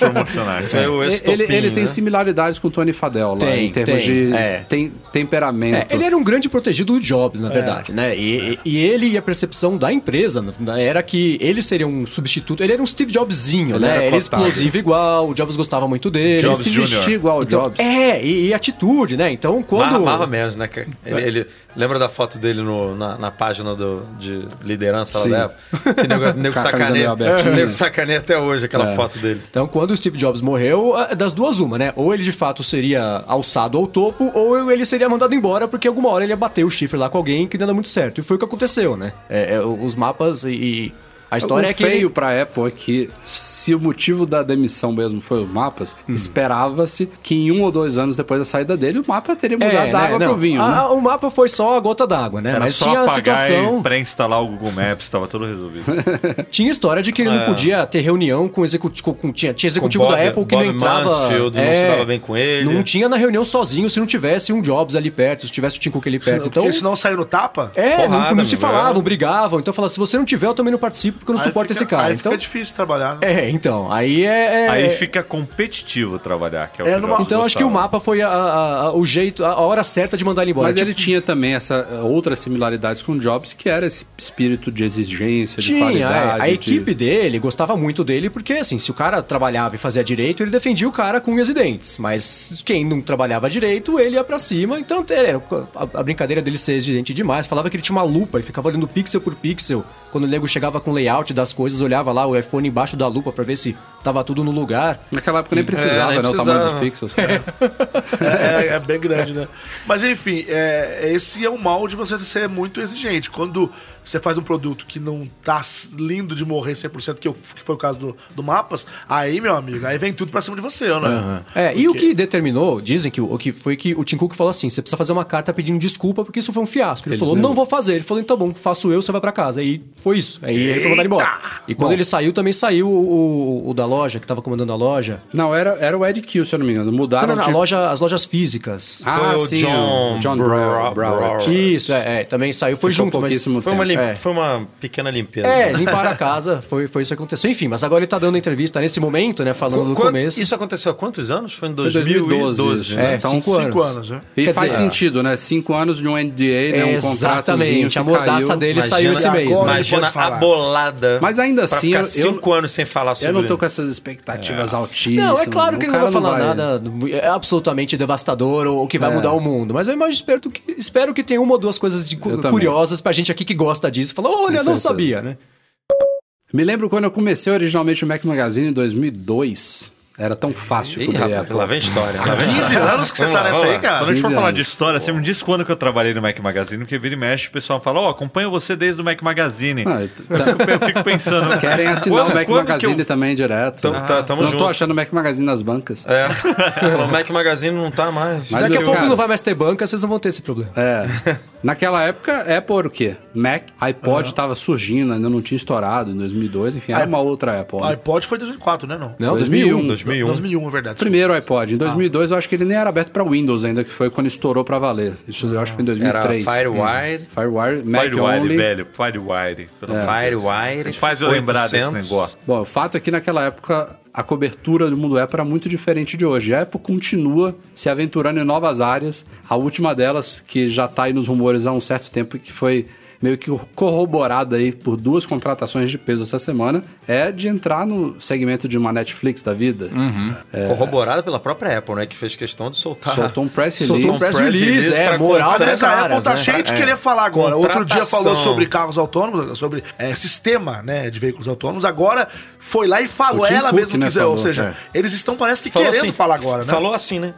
Speaker 7: (laughs)
Speaker 5: promocionais.
Speaker 4: É o
Speaker 3: E-
Speaker 4: estopim,
Speaker 3: ele, ele tem
Speaker 4: né?
Speaker 3: similaridades com o Tony Fadell lá,
Speaker 7: Tem,
Speaker 3: em termos
Speaker 7: tem,
Speaker 3: de
Speaker 7: é.
Speaker 3: tem- temperamento.
Speaker 7: É, ele era um grande protegido do Jobs, na verdade, né? E, e- e ele e a percepção da empresa né, era que ele seria um substituto. Ele era um Steve Jobzinho,
Speaker 3: era
Speaker 7: né? Ele
Speaker 3: cotado.
Speaker 7: explosivo igual, o Jobs gostava muito dele.
Speaker 3: Ele
Speaker 5: Jobs
Speaker 3: se
Speaker 5: Jr.
Speaker 3: vestia igual ao
Speaker 7: Então,
Speaker 3: Jobs.
Speaker 7: É, e, e atitude, né? Então,
Speaker 4: Marra,
Speaker 7: quando...
Speaker 4: marra menos, né? cara? Ele, ele- lembra da foto dele no- na, na página do- de liderança lá
Speaker 3: Sim.
Speaker 4: da época? Que nego, nego
Speaker 3: Com a camisa meio
Speaker 4: sacaneia.
Speaker 3: abertinha.
Speaker 4: Nego sacaneia até hoje aquela foto dele.
Speaker 7: Então, quando o Steve Jobs morreu, ah, das duas uma, né? Ou ele de fato seria alçado ao topo, ou ele seria mandado embora porque alguma hora ele ia bater o chifre lá com alguém que não era muito certo. E foi o que aconteceu, né? É, é, os mapas e, e a história
Speaker 3: o
Speaker 7: é que
Speaker 3: feio
Speaker 7: ele-
Speaker 3: pra Apple é que, se o motivo da demissão mesmo foi os mapas,
Speaker 7: Hum.
Speaker 3: esperava-se que em um ou dois anos depois da saída dele, o mapa teria mudado
Speaker 7: É,
Speaker 3: da
Speaker 7: né?
Speaker 3: água
Speaker 7: Não,
Speaker 3: pro vinho.
Speaker 7: a-
Speaker 3: né?
Speaker 7: a- O mapa foi só a gota d'água, né?
Speaker 5: Era
Speaker 7: Mas
Speaker 5: só
Speaker 7: tinha a
Speaker 5: apagar
Speaker 7: situação.
Speaker 5: e pré-instalar o Google Maps, tava tudo resolvido.
Speaker 7: Tinha história de que ele não podia ter reunião com executivo. Com, tinha, tinha executivo
Speaker 4: Com
Speaker 7: da
Speaker 4: Bob-
Speaker 7: Apple que não
Speaker 4: Bob
Speaker 7: entrava. é,
Speaker 4: Mansfield, não se dava bem com ele.
Speaker 7: Não tinha na reunião sozinho se não tivesse um Jobs ali perto, se tivesse o Tim Cook ali perto. Então.
Speaker 6: Porque senão saiu no tapa.
Speaker 7: É, não-
Speaker 4: Porrada,
Speaker 7: não, se
Speaker 4: meu,
Speaker 7: falavam,
Speaker 4: era-
Speaker 7: brigavam. Então falava, se você não tiver, eu também não participo porque eu não
Speaker 6: Aí
Speaker 7: suporto
Speaker 6: fica-
Speaker 7: esse cara.
Speaker 6: Aí
Speaker 7: Então,
Speaker 6: fica difícil trabalhar. né?
Speaker 7: é, então. Aí (laughs) é. é-
Speaker 5: Aí fica competitivo trabalhar, que é o
Speaker 6: É,
Speaker 5: que eu
Speaker 6: numa-
Speaker 7: Então acho que o
Speaker 5: gostava.
Speaker 7: mapa foi a- a- a- o jeito, a hora certa de mandar ele embora.
Speaker 3: Mas
Speaker 7: Tipo,
Speaker 3: ele tinha também essa eh, outras similaridades com o Jobs, que era esse espírito de exigência, de
Speaker 7: Tinha,
Speaker 3: qualidade.
Speaker 7: é. a
Speaker 3: de-
Speaker 7: equipe dele gostava muito dele, porque assim, se o cara trabalhava e fazia direito, ele defendia o cara com unhas e dentes. Mas quem não trabalhava direito, ele ia pra cima. Então era- a, a brincadeira dele ser exigente demais, falava que ele tinha uma lupa e ficava olhando pixel por pixel. Quando o nego chegava com o layout das coisas, olhava lá o iPhone embaixo da lupa pra ver se tava tudo no lugar.
Speaker 3: Naquela época
Speaker 7: É,
Speaker 3: nem precisava,
Speaker 4: nem
Speaker 3: né? O tamanho
Speaker 4: precisava.
Speaker 3: dos pixels. (laughs)
Speaker 6: É, é bem grande, né? Mas enfim, é, esse é o mal de você ser muito exigente. Quando você faz um produto que não tá s- lindo de morrer 100%, que, eu- que foi o caso do, do Mapas, aí, meu amigo, aí vem tudo pra cima de você, né?
Speaker 7: É, e o que determinou, dizem que o o que foi que o Tim Cook falou assim: você precisa fazer uma carta pedindo desculpa porque isso foi um fiasco. Ele, falou, não vou fazer. Ele falou, então bom, faço eu, você vai pra casa. E foi isso. Aí ele foi mandado embora. E quando ele saiu, também saiu o, o- o da loja, que tava comandando a loja.
Speaker 3: Não, era, era o Ed Kill, se eu não me engano. Mudaram
Speaker 7: Ah, Não, não, não, a
Speaker 3: de-
Speaker 7: loja, as lojas físicas.
Speaker 3: Ah,
Speaker 4: Foi o
Speaker 3: sim.
Speaker 4: John
Speaker 3: o John
Speaker 4: Brow-
Speaker 3: Brow- Browett.
Speaker 7: Isso, é, é, também saiu, foi
Speaker 3: Ficou
Speaker 7: junto, mas
Speaker 3: pouquíssimo
Speaker 4: Foi uma, lim-
Speaker 7: É.
Speaker 4: foi uma pequena limpeza. né?
Speaker 7: É, limpar a casa, foi, foi isso que aconteceu. Enfim, mas agora ele tá dando entrevista nesse momento, né? Falando do
Speaker 4: Quanto-
Speaker 7: começo.
Speaker 4: Isso aconteceu há quantos anos? Foi em
Speaker 3: Foi
Speaker 4: 2012.
Speaker 3: 2012.
Speaker 4: né?
Speaker 7: É,
Speaker 3: então,
Speaker 7: cinco,
Speaker 6: Cinco
Speaker 7: anos.
Speaker 6: anos, né?
Speaker 3: E
Speaker 7: Quer
Speaker 3: faz
Speaker 7: dizer- é.
Speaker 3: sentido, né? Cinco anos de um NDA, né? Um contratozinho
Speaker 7: Exatamente,
Speaker 3: que
Speaker 7: a mordaça
Speaker 3: caiu.
Speaker 7: dele saiu esse
Speaker 6: agora,
Speaker 7: mês. né?
Speaker 6: ele
Speaker 4: Imagina
Speaker 6: pode falar.
Speaker 4: a bolada.
Speaker 3: Mas ainda
Speaker 4: pra
Speaker 3: assim,
Speaker 4: ficar
Speaker 3: eu-
Speaker 4: cinco anos sem falar sobre
Speaker 3: Eu não tô
Speaker 4: isso.
Speaker 3: com essas expectativas altíssimas.
Speaker 7: Não, é claro que
Speaker 3: O
Speaker 7: ele não
Speaker 3: cara
Speaker 7: vai falar
Speaker 3: vai-
Speaker 7: nada é absolutamente devastador ou que vai
Speaker 3: É.
Speaker 7: mudar o mundo. Mas eu imagino, espero que, espero que tenha uma ou duas coisas de cu-
Speaker 3: Eu também.
Speaker 7: curiosas pra gente aqui que gosta disso. Fala, olha,
Speaker 3: Com
Speaker 7: não
Speaker 3: certeza.
Speaker 7: sabia, né?
Speaker 3: Me lembro quando eu comecei originalmente o Mac Magazine em 2002. Era tão fácil
Speaker 4: Ih,
Speaker 3: cobrir a
Speaker 4: rapaz,
Speaker 3: Apple.
Speaker 4: lá vem história. Lá vem
Speaker 6: 15
Speaker 4: história.
Speaker 6: anos que você
Speaker 4: Vamos
Speaker 6: tá
Speaker 4: lá,
Speaker 6: nessa
Speaker 4: vamos
Speaker 6: aí,
Speaker 4: lá.
Speaker 5: Quando a
Speaker 6: cara.
Speaker 5: gente for
Speaker 3: 15
Speaker 5: falar
Speaker 3: anos.
Speaker 5: de história, você me diz quando que eu trabalhei no Mac Magazine, porque vira e mexe, o pessoal fala, ó, acompanho você desde o Mac Magazine.
Speaker 3: Ah,
Speaker 5: eu,
Speaker 3: t-
Speaker 5: fico, eu fico
Speaker 3: (laughs)
Speaker 5: pensando.
Speaker 3: Querem assinar
Speaker 5: quando-
Speaker 3: o Mac
Speaker 5: quando que
Speaker 3: Magazine
Speaker 5: eu-
Speaker 3: também direto.
Speaker 4: Tamo- tá- tamo
Speaker 3: não
Speaker 4: junto.
Speaker 3: tô achando o Mac Magazine nas bancas.
Speaker 4: É. Falou, Mac Magazine não tá mais.
Speaker 3: Mas-
Speaker 7: Daqui a
Speaker 3: meu
Speaker 7: pouco
Speaker 3: cara.
Speaker 7: não vai mais ter banca, vocês não vão ter esse problema.
Speaker 3: É. Naquela época, Apple era o quê? Mac, iPod estava surgindo, ainda não tinha estourado em 2002, enfim,
Speaker 4: É.
Speaker 3: era uma outra Apple.
Speaker 6: O
Speaker 3: né?
Speaker 6: iPod foi 2004, né? Não.
Speaker 7: Não,
Speaker 3: 2001.
Speaker 4: 2001.
Speaker 6: 2001, é verdade.
Speaker 3: Primeiro iPod.
Speaker 4: Ah.
Speaker 3: Em 2002, eu acho que ele nem era aberto para Windows ainda, que foi quando estourou para valer. Isso eu acho que foi em
Speaker 4: Era
Speaker 3: 2003.
Speaker 4: Firewire.
Speaker 3: Hum. Firewire, Mac
Speaker 5: Firewire,
Speaker 3: Only.
Speaker 5: velho, Firewire. pelo amor de
Speaker 4: Firewire.
Speaker 5: Deus. Faz eu lembrar desse
Speaker 4: 800.
Speaker 5: negócio.
Speaker 3: Bom, o fato é que naquela época a cobertura do mundo Apple era muito diferente de hoje. A Apple continua se tá aventurando em novas áreas. A última delas, que já está aí nos rumores há um certo tempo, que foi meio que corroborada aí por duas contratações de peso essa semana, é de entrar no segmento de uma Netflix da vida.
Speaker 4: Corroborada pela própria Apple, né? Que fez questão de soltar.
Speaker 3: Soltou um press release.
Speaker 7: É. Soltou um press release, é,
Speaker 4: pra
Speaker 7: moral
Speaker 4: contar-
Speaker 7: dos
Speaker 6: Aliás, a Apple
Speaker 7: caras,
Speaker 6: tá
Speaker 7: né?
Speaker 6: cheia de
Speaker 4: É.
Speaker 6: querer falar agora. Outro dia
Speaker 4: Contratação.
Speaker 6: falou sobre carros autônomos, sobre é, sistema né, de veículos autônomos. Agora foi lá e falou
Speaker 3: O Tim
Speaker 6: ela
Speaker 3: Cook,
Speaker 6: mesmo.
Speaker 3: né,
Speaker 6: quiser, ou
Speaker 3: falou,
Speaker 6: seja, eles estão, parece que,
Speaker 4: Falou
Speaker 6: querendo
Speaker 4: assim,
Speaker 6: falar agora, né?
Speaker 4: Falou assim, né?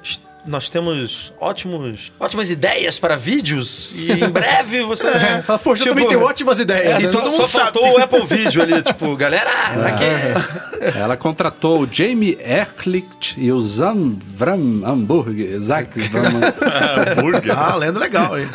Speaker 4: Nós temos ótimos, ótimas ideias para vídeos e em breve
Speaker 3: (laughs)
Speaker 4: você. É.
Speaker 7: Ah, Poxa, eu também tenho ótimas ideias.
Speaker 4: É,
Speaker 7: né?
Speaker 4: só, só faltou o Apple Video ali, tipo,
Speaker 3: (laughs)
Speaker 4: galera,
Speaker 3: É.
Speaker 4: pra quê?
Speaker 3: Ela contratou o Jamie Ehrlich e o Zan Vram Hamburg, Zach Vram.
Speaker 5: Hambúrguer.
Speaker 6: Ah, lendo
Speaker 4: (laughs)
Speaker 6: legal, hein?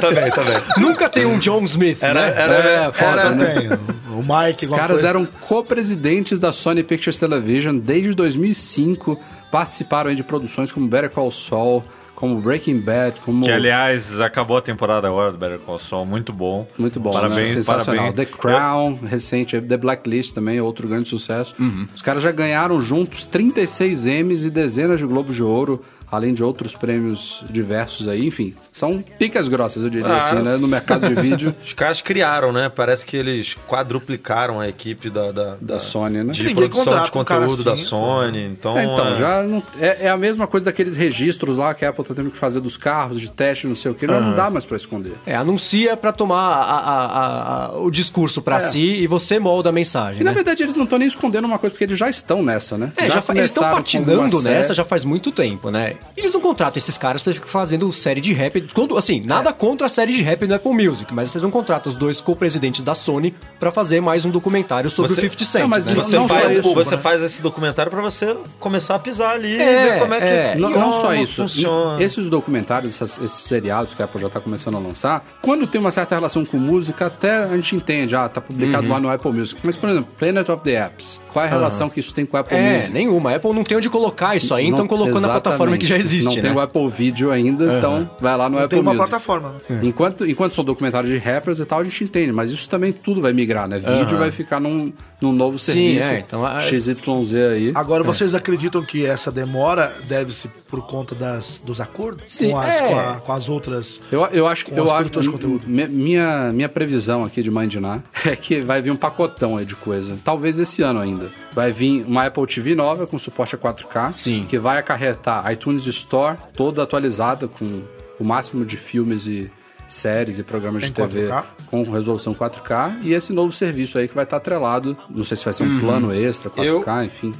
Speaker 4: tá bem, tá bem.
Speaker 7: Nunca tem um John Smith,
Speaker 4: Era,
Speaker 7: né?
Speaker 4: era,
Speaker 3: É, foda,
Speaker 6: Era,
Speaker 3: né?
Speaker 6: tem. O
Speaker 3: Os
Speaker 6: Mike, alguma
Speaker 3: caras
Speaker 6: coisa.
Speaker 3: eram co-presidentes da Sony Pictures Television desde 2005, participaram aí de produções como Better Call Saul, como Breaking Bad, como...
Speaker 5: Que, aliás, acabou a temporada agora do Better Call Saul, muito bom.
Speaker 3: Muito bom, né?
Speaker 5: parabéns,
Speaker 3: sensacional.
Speaker 5: parabéns.
Speaker 3: The Crown, recente, The Blacklist também, outro grande sucesso.
Speaker 5: Uhum.
Speaker 3: Os caras já ganharam juntos 36 M's e dezenas de Globos de Ouro, além de outros prêmios diversos aí, enfim. São picas grossas, eu diria
Speaker 4: Ah.
Speaker 3: assim, né? No mercado de
Speaker 5: (laughs)
Speaker 3: vídeo
Speaker 4: Os caras criaram, né? Parece que eles quadruplicaram a equipe da, da,
Speaker 3: da Sony, né?
Speaker 4: de
Speaker 6: Ninguém
Speaker 4: produção de
Speaker 6: contrata um cara
Speaker 4: conteúdo da
Speaker 6: assim, né?
Speaker 4: Sony. Então,
Speaker 3: É, então,
Speaker 4: é-
Speaker 3: já não- é, é a mesma coisa daqueles registros lá que a Apple tá tendo que fazer dos carros, de teste, não sei o que. Não, não dá mais pra esconder.
Speaker 7: É, anuncia pra tomar a- a- a- a- o discurso
Speaker 4: É.
Speaker 7: pra si e você molda a mensagem,
Speaker 3: E na
Speaker 7: né?
Speaker 3: verdade eles não estão nem escondendo uma coisa, porque eles já estão nessa, né?
Speaker 7: É, já fa- eles estão
Speaker 3: começaram com alguma
Speaker 7: patinando
Speaker 3: série.
Speaker 7: nessa já faz muito tempo, né? Eles não contratam esses caras pra ficar fazendo série de rap. Todo, assim,
Speaker 3: É.
Speaker 7: nada contra a série de rap no Apple Music, mas vocês não contratam os dois co-presidentes da Sony pra fazer mais um documentário sobre
Speaker 4: Você-
Speaker 7: o 50 Cent.
Speaker 3: Não, mas
Speaker 7: né?
Speaker 3: não-
Speaker 4: Você,
Speaker 3: só
Speaker 4: faz,
Speaker 3: isso,
Speaker 4: você
Speaker 3: né?
Speaker 4: faz esse documentário pra você começar a pisar ali e
Speaker 7: É,
Speaker 4: ver como é que.
Speaker 7: é.
Speaker 3: Não, não só
Speaker 4: como
Speaker 3: isso.
Speaker 4: Funciona.
Speaker 3: Esses documentários, essas- esses seriados que a Apple já tá começando a lançar, quando tem uma certa relação com música, até a gente entende, ah, tá publicado
Speaker 7: Uhum.
Speaker 3: lá no Apple Music. Mas, por exemplo, Planet of the Apps, qual é a relação que isso tem com o Apple
Speaker 7: É,
Speaker 3: Music?
Speaker 7: nenhuma. A Apple não tem onde colocar isso aí, então
Speaker 3: Não-
Speaker 7: colocou na
Speaker 3: exatamente.
Speaker 7: plataforma que já existe,
Speaker 3: Não
Speaker 7: né?
Speaker 3: tem o Apple Video ainda, então vai lá no
Speaker 6: Não
Speaker 3: Apple
Speaker 6: tem uma
Speaker 3: Music.
Speaker 6: plataforma. né?
Speaker 7: É.
Speaker 3: Enquanto, enquanto são documentários de rappers e tal, a gente entende, mas isso também tudo vai migrar, né? Vídeo vai ficar num, num novo serviço.
Speaker 7: é, então, a-
Speaker 3: XYZ aí.
Speaker 6: Agora, vocês acreditam que essa demora deve-se por conta das, dos acordos
Speaker 7: Sim,
Speaker 6: com, as,
Speaker 7: é.
Speaker 6: com, a- com as outras?
Speaker 3: Eu, eu acho que
Speaker 6: Com
Speaker 3: eu
Speaker 6: as
Speaker 3: acho
Speaker 6: produtoras de conteúdo.
Speaker 3: mi- minha minha previsão aqui de mandinar é que vai vir um pacotão aí de coisa. Talvez esse ano ainda. Vai vir uma Apple TV nova com suporte a 4K,
Speaker 7: Sim.
Speaker 3: que vai acarretar iTunes Store toda atualizada com o máximo de filmes e séries e programas de
Speaker 6: Em
Speaker 3: TV
Speaker 6: 4K?
Speaker 3: com resolução 4K e esse novo serviço aí que vai estar atrelado, não sei se vai ser um plano extra 4K, enfim.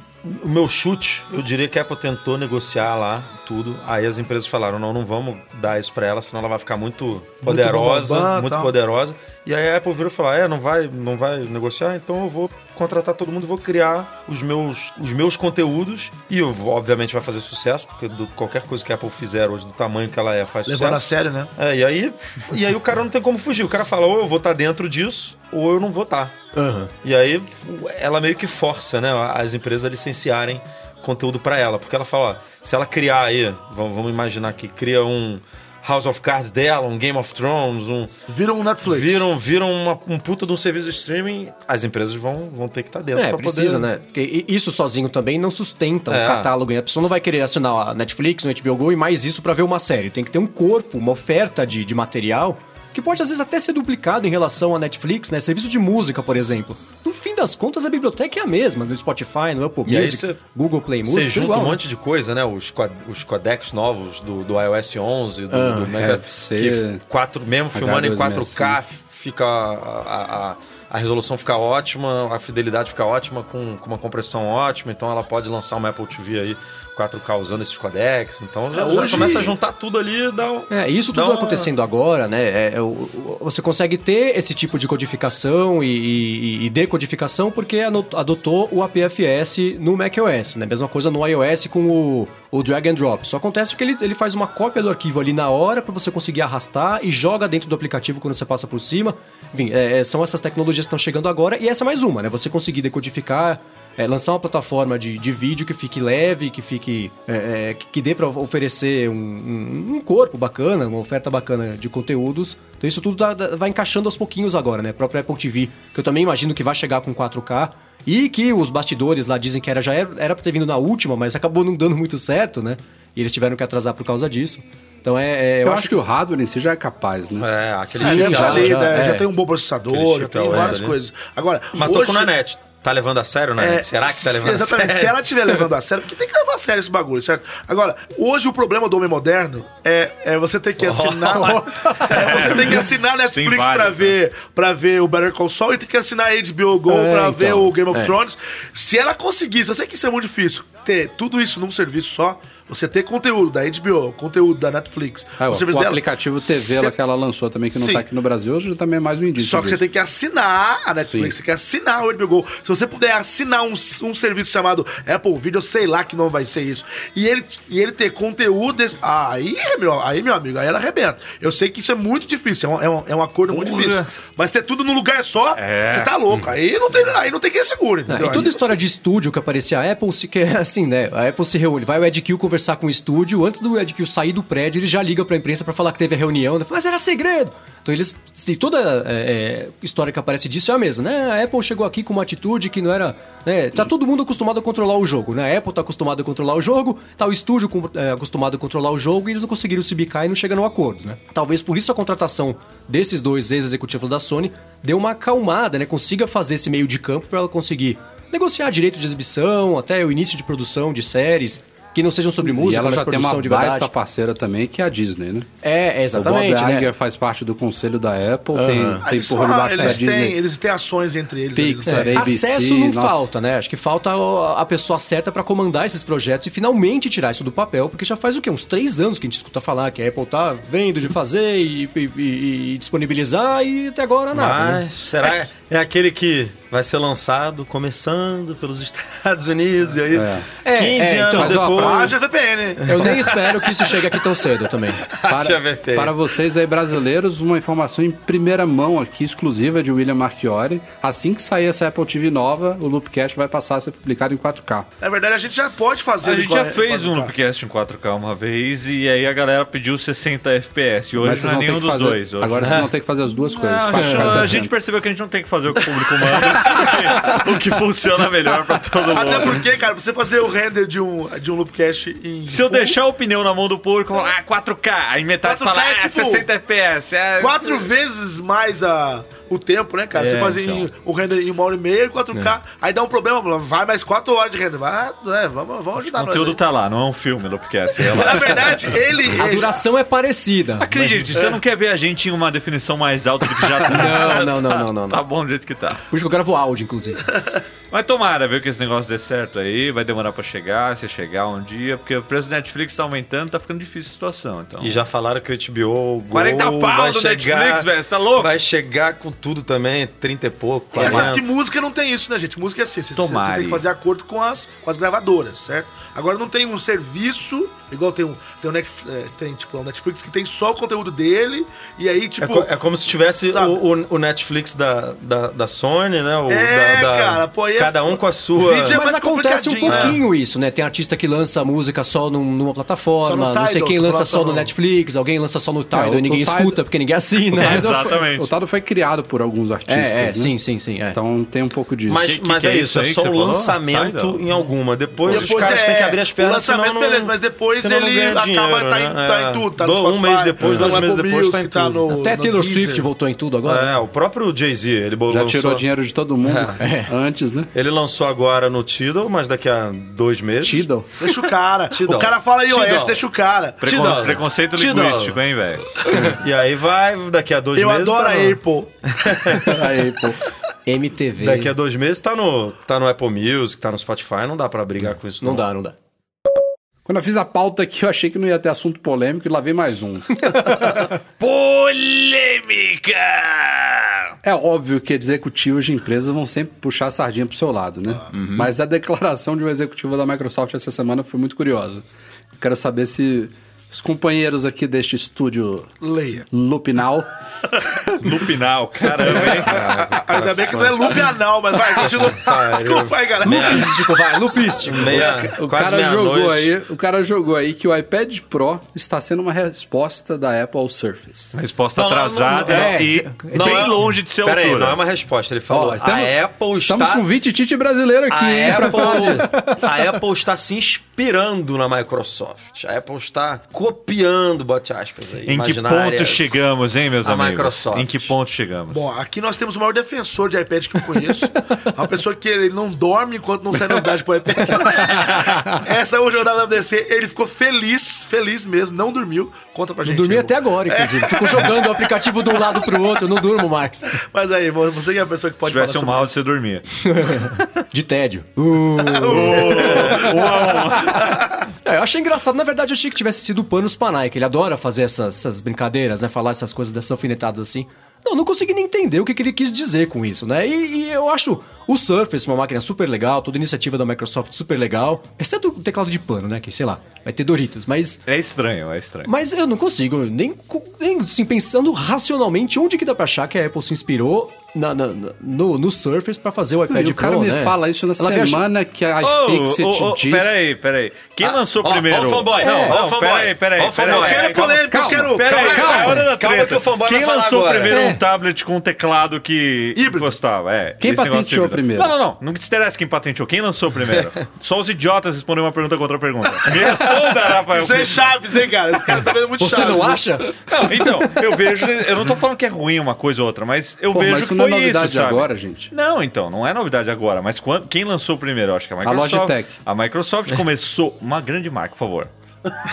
Speaker 4: O meu chute, eu diria que a Apple tentou negociar lá tudo. Aí as empresas falaram: não, não vamos dar isso pra ela, senão ela vai ficar muito poderosa. Muito,
Speaker 6: bambambam, tal.
Speaker 4: poderosa. E aí a Apple virou e falou: é, não vai, não vai negociar, então eu vou contratar todo mundo, vou criar os meus, os meus conteúdos. E eu vou- obviamente vai fazer sucesso, porque do- qualquer coisa que a Apple fizer hoje, do tamanho que ela é, faz
Speaker 6: Levando a
Speaker 4: sucesso.
Speaker 6: sério, né?
Speaker 4: É, e aí, e aí o cara não tem como fugir. O cara fala, ou eu vou estar dentro disso, ou eu não vou estar. E aí ela meio que força, né, as empresas a licenciarem conteúdo pra ela, porque ela fala, ó, se ela criar aí, vamos, vamos imaginar que cria um House of Cards dela, um Game of Thrones, um
Speaker 6: Viram o Netflix.
Speaker 4: viram, viram uma- um puta de um serviço de streaming, as empresas vão, vão ter que estar dentro
Speaker 7: É,
Speaker 4: pra
Speaker 7: precisa,
Speaker 4: poder.
Speaker 7: né? Porque i- isso sozinho também não sustenta
Speaker 4: É.
Speaker 7: um catálogo. E a pessoa não vai querer assinar a Netflix, no HBO Go e mais isso pra ver uma série. Tem que ter um corpo, uma oferta de, de material que pode às vezes até ser duplicado em relação à Netflix, né? Serviço de música, por exemplo. No fim das contas, a biblioteca é a mesma. No Spotify, no Apple
Speaker 4: E aí
Speaker 7: Music,
Speaker 4: cê-
Speaker 7: Google Play Music,
Speaker 4: Você
Speaker 7: tudo
Speaker 4: junta
Speaker 7: igual,
Speaker 4: um
Speaker 7: né?
Speaker 4: monte de coisa, né? Os, quad- os codecs novos do, do iOS 11, do,
Speaker 7: Ah,
Speaker 4: do
Speaker 7: é,
Speaker 4: Mega-
Speaker 3: deve
Speaker 4: que
Speaker 3: ser
Speaker 4: quatro, mesmo filmando em
Speaker 3: 4K,
Speaker 4: 4K, fica a, a- a- a resolução fica ótima, a fidelidade fica ótima, com, com uma compressão ótima, então ela pode lançar uma Apple TV aí 4K usando esses codecs, então já,
Speaker 6: É,
Speaker 4: já
Speaker 6: hoje-
Speaker 4: começa a juntar tudo ali e dá um...
Speaker 7: É, isso tudo
Speaker 4: dá uma-
Speaker 7: acontecendo agora, né? é- é o- o- você consegue ter esse tipo de codificação e, e- e decodificação porque ano- adotou o APFS no macOS, né? Mesma coisa no iOS com o, o drag and drop. Só acontece que ele, ele faz uma cópia do arquivo ali na hora pra você conseguir arrastar e joga dentro do aplicativo quando você passa por cima. Enfim, é, é, são essas tecnologias que estão chegando agora e essa é mais uma, né? Você conseguir decodificar é, lançar uma plataforma de, de vídeo que fique leve, que fique é, é, que, que dê para oferecer um, um- um corpo bacana, uma oferta bacana de conteúdos. Então isso tudo dá- dá- vai encaixando aos pouquinhos agora, né? A própria Apple TV, que eu também imagino que vai chegar com 4K e que os bastidores lá dizem que era já era, era pra ter vindo na última, mas acabou não dando muito certo, né? E eles tiveram que atrasar por causa disso. Então é. é-
Speaker 3: Eu, acho, que o hardware em si já é capaz, né?
Speaker 4: É, aquele
Speaker 7: Sim,
Speaker 6: Sim, já,
Speaker 4: chip
Speaker 7: já,
Speaker 4: ali.
Speaker 6: ali,
Speaker 7: já,
Speaker 6: né, já,
Speaker 7: é.
Speaker 6: tem um bom
Speaker 4: Aquele
Speaker 6: processador,
Speaker 4: chip
Speaker 6: já tem
Speaker 4: da
Speaker 6: várias
Speaker 4: Web ali.
Speaker 6: coisas. Agora,
Speaker 4: Matou
Speaker 6: hoje-
Speaker 4: com a net. Tá levando a sério, né?
Speaker 6: É,
Speaker 4: Será que tá levando a
Speaker 6: Exatamente.
Speaker 4: sério?
Speaker 6: Se ela estiver levando a sério, porque tem que levar a sério esse bagulho, certo? Agora, hoje o problema do homem moderno é, é você ter que assinar. é, você tem que assinar Netflix
Speaker 5: Tem vários,
Speaker 6: pra,
Speaker 5: né?
Speaker 6: ver, pra ver o Better Call Saul e tem que assinar HBO Go
Speaker 7: É,
Speaker 6: pra
Speaker 7: então,
Speaker 6: ver o Game of
Speaker 7: é.
Speaker 6: Thrones. Se ela conseguisse, eu sei que isso é muito difícil, ter tudo isso num serviço só. Você ter conteúdo da HBO, conteúdo da Netflix,
Speaker 3: Ah,
Speaker 6: no
Speaker 3: ó, o
Speaker 6: serviço dela.
Speaker 3: aplicativo TV ela
Speaker 6: Cê-
Speaker 3: que ela lançou também, que não
Speaker 6: Sim.
Speaker 3: tá aqui no Brasil, hoje também é mais um indício.
Speaker 6: só que você
Speaker 3: disso.
Speaker 6: tem que assinar a Netflix, tem que assinar o HBO Go. Se você puder assinar um, um serviço chamado Apple Video, sei lá que não vai ser isso. E ele, e ele ter conteúdo desse. Ah, Aí, meu, aí, meu amigo, aí ela arrebenta. Eu sei que isso é muito difícil, é um, é um, é um acordo muito difícil. Mas ter tudo num lugar só,
Speaker 5: É.
Speaker 6: você tá louco. Aí não tem, aí não tem quem segure,
Speaker 7: Ah,
Speaker 6: entendeu?
Speaker 7: e toda
Speaker 6: Aí-
Speaker 7: história de estúdio que aparecia a Apple, se quer (laughs) assim, né? A Apple se reúne, vai o Ed Kill conversar com o estúdio, antes do Ed Kill sair do prédio, ele já liga pra imprensa pra falar que teve a reunião, né? Fala, mas era segredo. Então eles, se toda é, é, história que aparece disso é a mesma, né? A Apple chegou aqui com uma atitude que não era, né? Tá todo mundo acostumado a controlar o jogo, né? A Apple tá acostumada a controlar o jogo, tá o estúdio com- é, acostumado a controlar o jogo e eles não conseguiram se bicar e não chegaram a um acordo, né? Talvez por isso a contratação desses dois ex-executivos da Sony deu uma acalmada, né? Consiga fazer esse meio de campo pra ela conseguir negociar direito de exibição, até o início de produção de séries, que não sejam sobre música,
Speaker 3: e ela
Speaker 7: mas
Speaker 3: já tem
Speaker 7: produção
Speaker 3: uma
Speaker 7: de
Speaker 3: baita
Speaker 7: verdade.
Speaker 3: parceira também, que é a Disney, né?
Speaker 7: É, é,
Speaker 3: o
Speaker 7: exatamente,
Speaker 3: Bob Iger
Speaker 7: né?
Speaker 3: faz parte do conselho da Apple, tem,
Speaker 6: aí
Speaker 3: tem
Speaker 6: eles
Speaker 3: porra
Speaker 6: são-
Speaker 3: debaixo da
Speaker 6: eles
Speaker 3: Disney.
Speaker 6: Têm, eles têm ações entre eles. ali, né?
Speaker 3: Pixar,
Speaker 7: É,
Speaker 3: ABC,
Speaker 7: acesso não
Speaker 3: nossa.
Speaker 7: falta, né? Acho que falta ó, a pessoa certa pra comandar esses projetos e finalmente tirar isso do papel, porque já faz o quê? Uns três anos que a gente escuta falar que a Apple tá vendo de fazer e, e- e- e disponibilizar e até agora nada. né?
Speaker 4: Mas será é, é aquele que vai ser lançado começando pelos (laughs) Estados Unidos e aí
Speaker 7: É,
Speaker 4: 15
Speaker 7: é, então, é,
Speaker 4: anos
Speaker 7: mas, ó,
Speaker 4: depois.
Speaker 6: Ah, GVPN.
Speaker 7: Eu nem espero que isso chegue aqui tão cedo também.
Speaker 4: Já
Speaker 3: Para,
Speaker 4: vetei.
Speaker 3: para vocês aí brasileiros, uma informação em primeira mão aqui, exclusiva de William Marchiori. Assim que sair essa Apple TV nova, o Loopcast vai passar a ser publicado em 4K.
Speaker 6: Na verdade, a gente já pode fazer.
Speaker 5: A
Speaker 6: ele
Speaker 5: gente já
Speaker 6: com-
Speaker 5: fez
Speaker 6: com-
Speaker 5: um loopcast em 4K uma vez e aí a galera pediu 60 FPS. E
Speaker 3: Mas
Speaker 5: hoje
Speaker 3: vocês
Speaker 5: não é
Speaker 3: vão ter
Speaker 5: nenhum
Speaker 3: que
Speaker 5: dos
Speaker 3: fazer.
Speaker 5: dois. Hoje. é
Speaker 3: Agora vocês vão ter que fazer as duas coisas.
Speaker 5: Ah,
Speaker 3: 4K,
Speaker 5: a
Speaker 3: 60.
Speaker 5: gente percebeu que a gente não tem que fazer o que o público manda, assim, o que (laughs) funciona melhor pra todo mundo.
Speaker 6: Até porque, cara, pra você fazer o render de um, de um loopcast em.
Speaker 5: Se eu deixar o pneu na mão do público, eu falo, ah, 4K. Aí metade
Speaker 6: 4K
Speaker 5: fala,
Speaker 6: é
Speaker 5: ah,
Speaker 6: tipo
Speaker 5: 60 FPS. É,
Speaker 6: Quatro vezes mais a, o tempo, né, cara? você faz em- o render em uma hora e meia, 4K. Aí dá um problema, vai mais quatro horas de render. Vai, né, vamos, vamos
Speaker 5: O
Speaker 6: ajudar nós.
Speaker 5: conteúdo
Speaker 6: aí.
Speaker 5: tá lá, não é um filme, loopcast. É
Speaker 6: Na
Speaker 5: lá.
Speaker 6: verdade, ele.
Speaker 7: A
Speaker 6: ele-
Speaker 7: duração é parecida.
Speaker 5: (laughs) Acredite, você não quer ver a gente em uma definição mais alta do que já (laughs) tá.
Speaker 7: Não, não, não, não, não, não.
Speaker 5: Tá bom do jeito que tá.
Speaker 7: Por isso que eu gravo áudio, inclusive.
Speaker 5: Mas tomara, viu, que esse negócio dê certo aí. Vai demorar pra chegar, se chegar um dia. Porque o preço do Netflix tá aumentando, tá ficando difícil a situação. Então.
Speaker 4: E já falaram que o HBO Go
Speaker 5: 40 pau
Speaker 4: vai
Speaker 5: do
Speaker 4: chegar,
Speaker 5: Netflix, velho, você tá louco?
Speaker 4: Vai chegar com tudo também, 30 e pouco,
Speaker 6: É,
Speaker 4: 40.
Speaker 6: sabe que música não tem isso, né, gente? Música é assim, você, você- você
Speaker 5: Tomare.
Speaker 6: tem que fazer acordo com as, com as gravadoras, certo? Agora não tem um serviço, igual tem um, tem um Netf- é, tem, tipo, um Netflix que tem só o conteúdo dele, e aí,
Speaker 4: É,
Speaker 6: tipo.
Speaker 4: co- é como se tivesse
Speaker 6: sabe?
Speaker 4: o, o- o Netflix da, da, da Sony, né? O da,
Speaker 6: É,
Speaker 4: da-
Speaker 6: cara, pô, aí é
Speaker 4: cada um com a
Speaker 6: O
Speaker 4: sua.
Speaker 6: vídeo é
Speaker 7: Mas
Speaker 6: mais
Speaker 7: acontece um
Speaker 6: complicadinho, né?
Speaker 7: pouquinho isso, né? Tem artista que lança música só num- numa plataforma,
Speaker 6: Só no
Speaker 7: não sei
Speaker 6: Tidal,
Speaker 7: quem
Speaker 6: tô
Speaker 7: lança
Speaker 6: falando
Speaker 7: só no
Speaker 6: não.
Speaker 7: Netflix, alguém lança só no Tidal
Speaker 3: o-
Speaker 7: e ninguém
Speaker 3: o Tidal-
Speaker 7: escuta porque ninguém assina. né?
Speaker 3: O Tidal foi-
Speaker 5: (laughs) Exatamente.
Speaker 3: O Tado foi criado por alguns
Speaker 7: É,
Speaker 3: artistas,
Speaker 7: é,
Speaker 3: né?
Speaker 7: sim, sim, sim. é.
Speaker 3: Então tem um pouco disso.
Speaker 4: Mas,
Speaker 5: Que- que
Speaker 4: mas
Speaker 5: que
Speaker 4: é,
Speaker 5: é
Speaker 4: isso, é
Speaker 5: isso aí que
Speaker 4: só
Speaker 5: você
Speaker 4: o
Speaker 5: falou?
Speaker 4: lançamento
Speaker 5: Tidal.
Speaker 4: em alguma. Depois, os
Speaker 6: Tá Depois
Speaker 4: caras
Speaker 6: é,
Speaker 4: têm que abrir as pernas.
Speaker 6: o lançamento,
Speaker 4: senão não-
Speaker 6: beleza, mas depois
Speaker 4: senão não
Speaker 6: ele
Speaker 4: ganha
Speaker 6: acaba,
Speaker 4: dinheiro,
Speaker 6: tá, em,
Speaker 4: né?
Speaker 6: tá
Speaker 4: É.
Speaker 6: em tudo, tá no
Speaker 4: Do- Um
Speaker 6: Spotify,
Speaker 4: mês depois,
Speaker 6: tá no
Speaker 4: dois meses
Speaker 6: Apple
Speaker 4: depois, tá em
Speaker 6: Music, tá
Speaker 4: tudo.
Speaker 6: no-
Speaker 7: Até
Speaker 6: no
Speaker 7: Taylor
Speaker 6: Deezer.
Speaker 7: Swift voltou em tudo agora.
Speaker 4: É, o próprio Jay-Z, ele
Speaker 3: Já
Speaker 4: lançou, É.
Speaker 3: tirou dinheiro de
Speaker 4: (laughs)
Speaker 3: todo mundo antes, né?
Speaker 4: Ele lançou agora no Tidal, mas daqui a dois meses.
Speaker 3: Tidal.
Speaker 6: Deixa
Speaker 7: (laughs)
Speaker 6: o cara.
Speaker 4: Tidal.
Speaker 6: o cara fala iOS,
Speaker 4: Tidal.
Speaker 6: deixa o cara.
Speaker 5: Precon-
Speaker 4: Tidal.
Speaker 5: Preconceito
Speaker 4: Tidal.
Speaker 5: linguístico, hein, velho?
Speaker 4: E aí vai, daqui a dois
Speaker 6: Eu
Speaker 4: meses.
Speaker 6: adoro
Speaker 4: tá
Speaker 6: a
Speaker 4: no-
Speaker 6: Apple.
Speaker 7: MTV.
Speaker 4: Daqui a dois meses tá no, tá no Apple Music, tá no Spotify, não dá pra brigar com isso.
Speaker 7: Não dá, não dá.
Speaker 3: Quando eu fiz a pauta aqui, eu achei que não ia ter assunto polêmico e lá vem
Speaker 4: (laughs)
Speaker 3: mais um.
Speaker 5: Polêmica!
Speaker 3: É óbvio que executivos de empresas vão sempre puxar a sardinha pro seu lado, né?
Speaker 4: Ah, uhum.
Speaker 3: Mas a declaração de um executivo da Microsoft essa semana foi muito curiosa. Quero
Speaker 4: (laughs)
Speaker 3: saber se os companheiros aqui deste estúdio
Speaker 6: Leia.
Speaker 3: Lupinal
Speaker 5: Lupinal, caramba, hein?
Speaker 6: Ainda bem que não é loop anal, mas vai,
Speaker 5: (laughs)
Speaker 6: continua. Desculpa aí, galera.
Speaker 7: Lupístico, vai, lupístico.
Speaker 4: Tipo, Meia,
Speaker 3: O
Speaker 4: quase
Speaker 3: cara,
Speaker 4: meia-noite.
Speaker 3: jogou aí, o cara jogou aí que o iPad Pro está sendo uma resposta da Apple ao Surface.
Speaker 5: Resposta
Speaker 4: Não, não, não,
Speaker 5: atrasada
Speaker 4: não, é,
Speaker 5: e
Speaker 4: Não
Speaker 5: bem
Speaker 4: é-
Speaker 5: longe de ser
Speaker 4: Pera aí,
Speaker 5: altura.
Speaker 4: não é uma resposta. Ele falou,
Speaker 3: Ó, estamos-
Speaker 4: a Apple
Speaker 3: estamos
Speaker 4: está...
Speaker 3: com 20 tite brasileiro aqui, hein,
Speaker 4: a
Speaker 3: pra falar disso.
Speaker 4: Apple, a Apple está se inspirando na Microsoft. A Apple está copiando, bote aspas aí.
Speaker 5: Em que
Speaker 4: imaginárias.
Speaker 5: ponto chegamos, hein, meus
Speaker 4: a
Speaker 5: amigos?
Speaker 4: Microsoft.
Speaker 5: Em que ponto chegamos?
Speaker 6: Bom, aqui nós temos o maior defensor de iPad que eu conheço. É uma pessoa que ele não dorme enquanto não sai novidade pro iPad. (laughs) Essa hoje é o WWDC. Ele ficou feliz, feliz mesmo. Não dormiu. Conta pra gente.
Speaker 7: Dormi
Speaker 6: aí,
Speaker 7: até
Speaker 6: Lu.
Speaker 7: agora, inclusive. Fico jogando o aplicativo de um lado pro outro, não durmo mais.
Speaker 6: Mas aí, Lu, você que é a pessoa que
Speaker 5: Se
Speaker 6: pode falar
Speaker 5: tivesse um
Speaker 6: sobre
Speaker 5: mouse, você dormia.
Speaker 7: De tédio. (laughs) É, eu achei engraçado. Na verdade, eu achei que tivesse sido o Panos Panay, que ele adora fazer essas, essas brincadeiras, né? Falar essas coisas dessas alfinetadas assim. Não, não consegui nem entender o que, que ele quis dizer com isso, né? E, e eu acho o Surface uma máquina super legal, toda iniciativa da Microsoft super legal, exceto o teclado de pano, né? Que sei lá, vai ter Doritos, mas
Speaker 5: É estranho, é estranho.
Speaker 7: mas eu não consigo, nem, co- nem assim, pensando racionalmente, onde que dá pra achar que a Apple se inspirou na- na- na- no, no Surface pra fazer o iPad
Speaker 3: E o cara
Speaker 7: Pro,
Speaker 3: me
Speaker 7: né?
Speaker 3: fala isso na
Speaker 7: vem ach-
Speaker 3: semana que
Speaker 4: É
Speaker 3: a
Speaker 5: Oh,
Speaker 3: iFixit
Speaker 5: oh, oh,
Speaker 3: diz...
Speaker 5: peraí, peraí. Quem lançou
Speaker 4: Ah, ó,
Speaker 5: primeiro?
Speaker 4: ó o fanboy,
Speaker 5: Não,
Speaker 4: ó,
Speaker 5: não,
Speaker 4: ó o fanboy.
Speaker 5: peraí, peraí.
Speaker 4: Ó o fanboy.
Speaker 5: peraí,
Speaker 6: Eu quero
Speaker 5: calma,
Speaker 6: polêmica, eu
Speaker 5: calma,
Speaker 6: quero-
Speaker 5: Peraí,
Speaker 4: calma,
Speaker 5: calma, é hora da
Speaker 4: calma
Speaker 5: treta.
Speaker 4: que o fanboy
Speaker 5: Quem
Speaker 4: vai falar
Speaker 5: lançou
Speaker 4: agora?
Speaker 5: primeiro
Speaker 7: É.
Speaker 5: um tablet com um teclado que encostava? É,
Speaker 3: Quem
Speaker 5: esse negócio
Speaker 3: patenteou
Speaker 5: híbrido.
Speaker 3: primeiro?
Speaker 5: Não, não, não. Não te interessa quem patenteou. Quem
Speaker 4: (laughs)
Speaker 5: lançou primeiro? Só os idiotas respondem uma pergunta com outra pergunta. Me responda, rapaz.
Speaker 6: Isso é Chaves, hein, cara? Esse cara tá vendo muito
Speaker 7: Você
Speaker 6: Chaves.
Speaker 7: não
Speaker 6: né?
Speaker 7: acha?
Speaker 5: Não, então, eu vejo. Eu não tô falando que é ruim uma coisa ou outra, mas eu
Speaker 3: Pô,
Speaker 5: vejo
Speaker 3: mas isso
Speaker 5: que
Speaker 3: não é
Speaker 5: foi
Speaker 3: novidade
Speaker 5: isso, sabe?
Speaker 3: agora, gente.
Speaker 5: Não, então, não é novidade agora, mas quando, quem lançou primeiro? Eu acho que a Microsoft.
Speaker 3: Logitech.
Speaker 5: A Microsoft começou. Uma grande marca, por favor.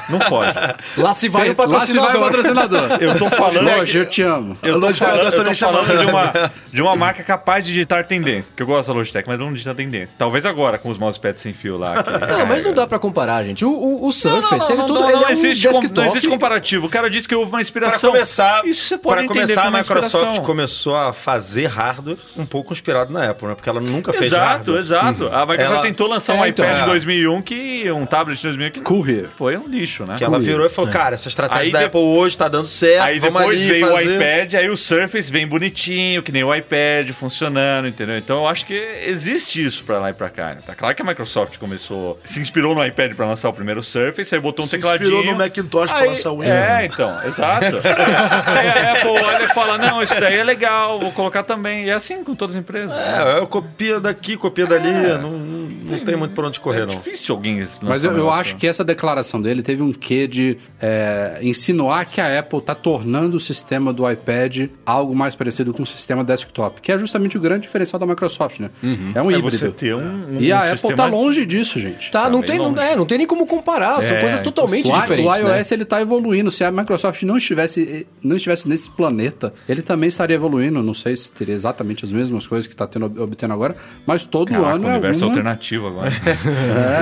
Speaker 5: Não pode.
Speaker 7: Lá se vai o
Speaker 3: Lá se vai
Speaker 7: patrocinador.
Speaker 3: o patrocinador.
Speaker 5: (laughs) Eu tô falando.
Speaker 3: Loja, eu te amo.
Speaker 5: Eu tô
Speaker 6: Logitech
Speaker 5: falando,
Speaker 6: nós
Speaker 5: eu tô
Speaker 6: também chamamos.
Speaker 5: falando de, uma, de (laughs) uma marca capaz de digitar tendência. Que eu gosto da Logitech, mas não digita tendência. Talvez agora com os mousepads sem fio lá. que-
Speaker 7: Não, mas não dá pra comparar, gente. O, o, o Surface, ele, todo,
Speaker 5: não,
Speaker 7: ele
Speaker 5: não
Speaker 7: é um
Speaker 5: existe, com-
Speaker 7: desktop.
Speaker 5: não existe comparativo. O cara disse que houve uma
Speaker 4: Pra
Speaker 5: inspiração.
Speaker 4: começar,
Speaker 5: isso você pode
Speaker 4: pra
Speaker 5: entender
Speaker 4: começar a
Speaker 5: como uma
Speaker 4: Microsoft
Speaker 5: inspiração.
Speaker 4: começou a fazer hardware um pouco inspirado na Apple, né? Porque ela nunca fez
Speaker 5: Exato,
Speaker 4: hardware.
Speaker 5: exato. A Microsoft
Speaker 4: Ela-
Speaker 5: tentou lançar um
Speaker 7: É, então.
Speaker 5: iPad
Speaker 4: É.
Speaker 5: 2001 que um tablet 2001 que
Speaker 3: Courier.
Speaker 5: foi um lixo, né?
Speaker 4: Que ela virou e falou, cara, essa estratégia
Speaker 5: Aí
Speaker 4: da
Speaker 5: de-
Speaker 4: Apple hoje tá dando
Speaker 6: É,
Speaker 4: certo,
Speaker 5: Aí
Speaker 4: vamos
Speaker 5: depois
Speaker 4: ali
Speaker 5: veio
Speaker 4: fazer...
Speaker 5: o iPad, aí o Surface vem bonitinho, que nem o iPad funcionando, entendeu? Então eu acho que existe isso pra lá e pra cá. Né? Tá claro que a Microsoft começou, se inspirou no iPad pra lançar o primeiro Surface, aí botou um
Speaker 6: Se
Speaker 5: tecladinho.
Speaker 6: inspirou no Macintosh pra
Speaker 5: aí,
Speaker 6: lançar o Windows.
Speaker 5: É, então, exato. aí a Apple olha e fala: não, isso daí é legal, vou colocar também. E é assim com todas as empresas. né?
Speaker 4: É, eu copia daqui, copia dali,
Speaker 7: É.
Speaker 4: não, não- não tem muito por onde correr,
Speaker 5: É
Speaker 4: não.
Speaker 5: difícil alguém lançar
Speaker 3: Mas eu,
Speaker 5: um
Speaker 3: eu
Speaker 5: negócio,
Speaker 3: acho
Speaker 5: né?
Speaker 3: que essa declaração dele teve um quê de é, insinuar que a Apple está tornando o sistema do iPad algo mais parecido com o sistema desktop, que é justamente o grande diferencial da Microsoft, né? É um
Speaker 5: É
Speaker 3: híbrido.
Speaker 5: você ter um- um
Speaker 3: e a Apple
Speaker 5: sistema-
Speaker 3: está longe disso, gente.
Speaker 7: Tá, não,
Speaker 5: bem
Speaker 7: tem, não,
Speaker 5: longe.
Speaker 7: é, não tem nem como comparar. São
Speaker 5: É,
Speaker 7: coisas totalmente
Speaker 3: o, i-
Speaker 7: diferentes,
Speaker 3: o iOS
Speaker 7: né?
Speaker 3: ele tá evoluindo. Se a Microsoft não estivesse, não estivesse nesse planeta, ele também estaria evoluindo. Não sei se teria exatamente as mesmas coisas que está obtendo agora, mas todo
Speaker 5: Caraca,
Speaker 3: ano
Speaker 5: um
Speaker 3: é
Speaker 5: universo
Speaker 3: alguma... É, (laughs)
Speaker 5: alternativo agora.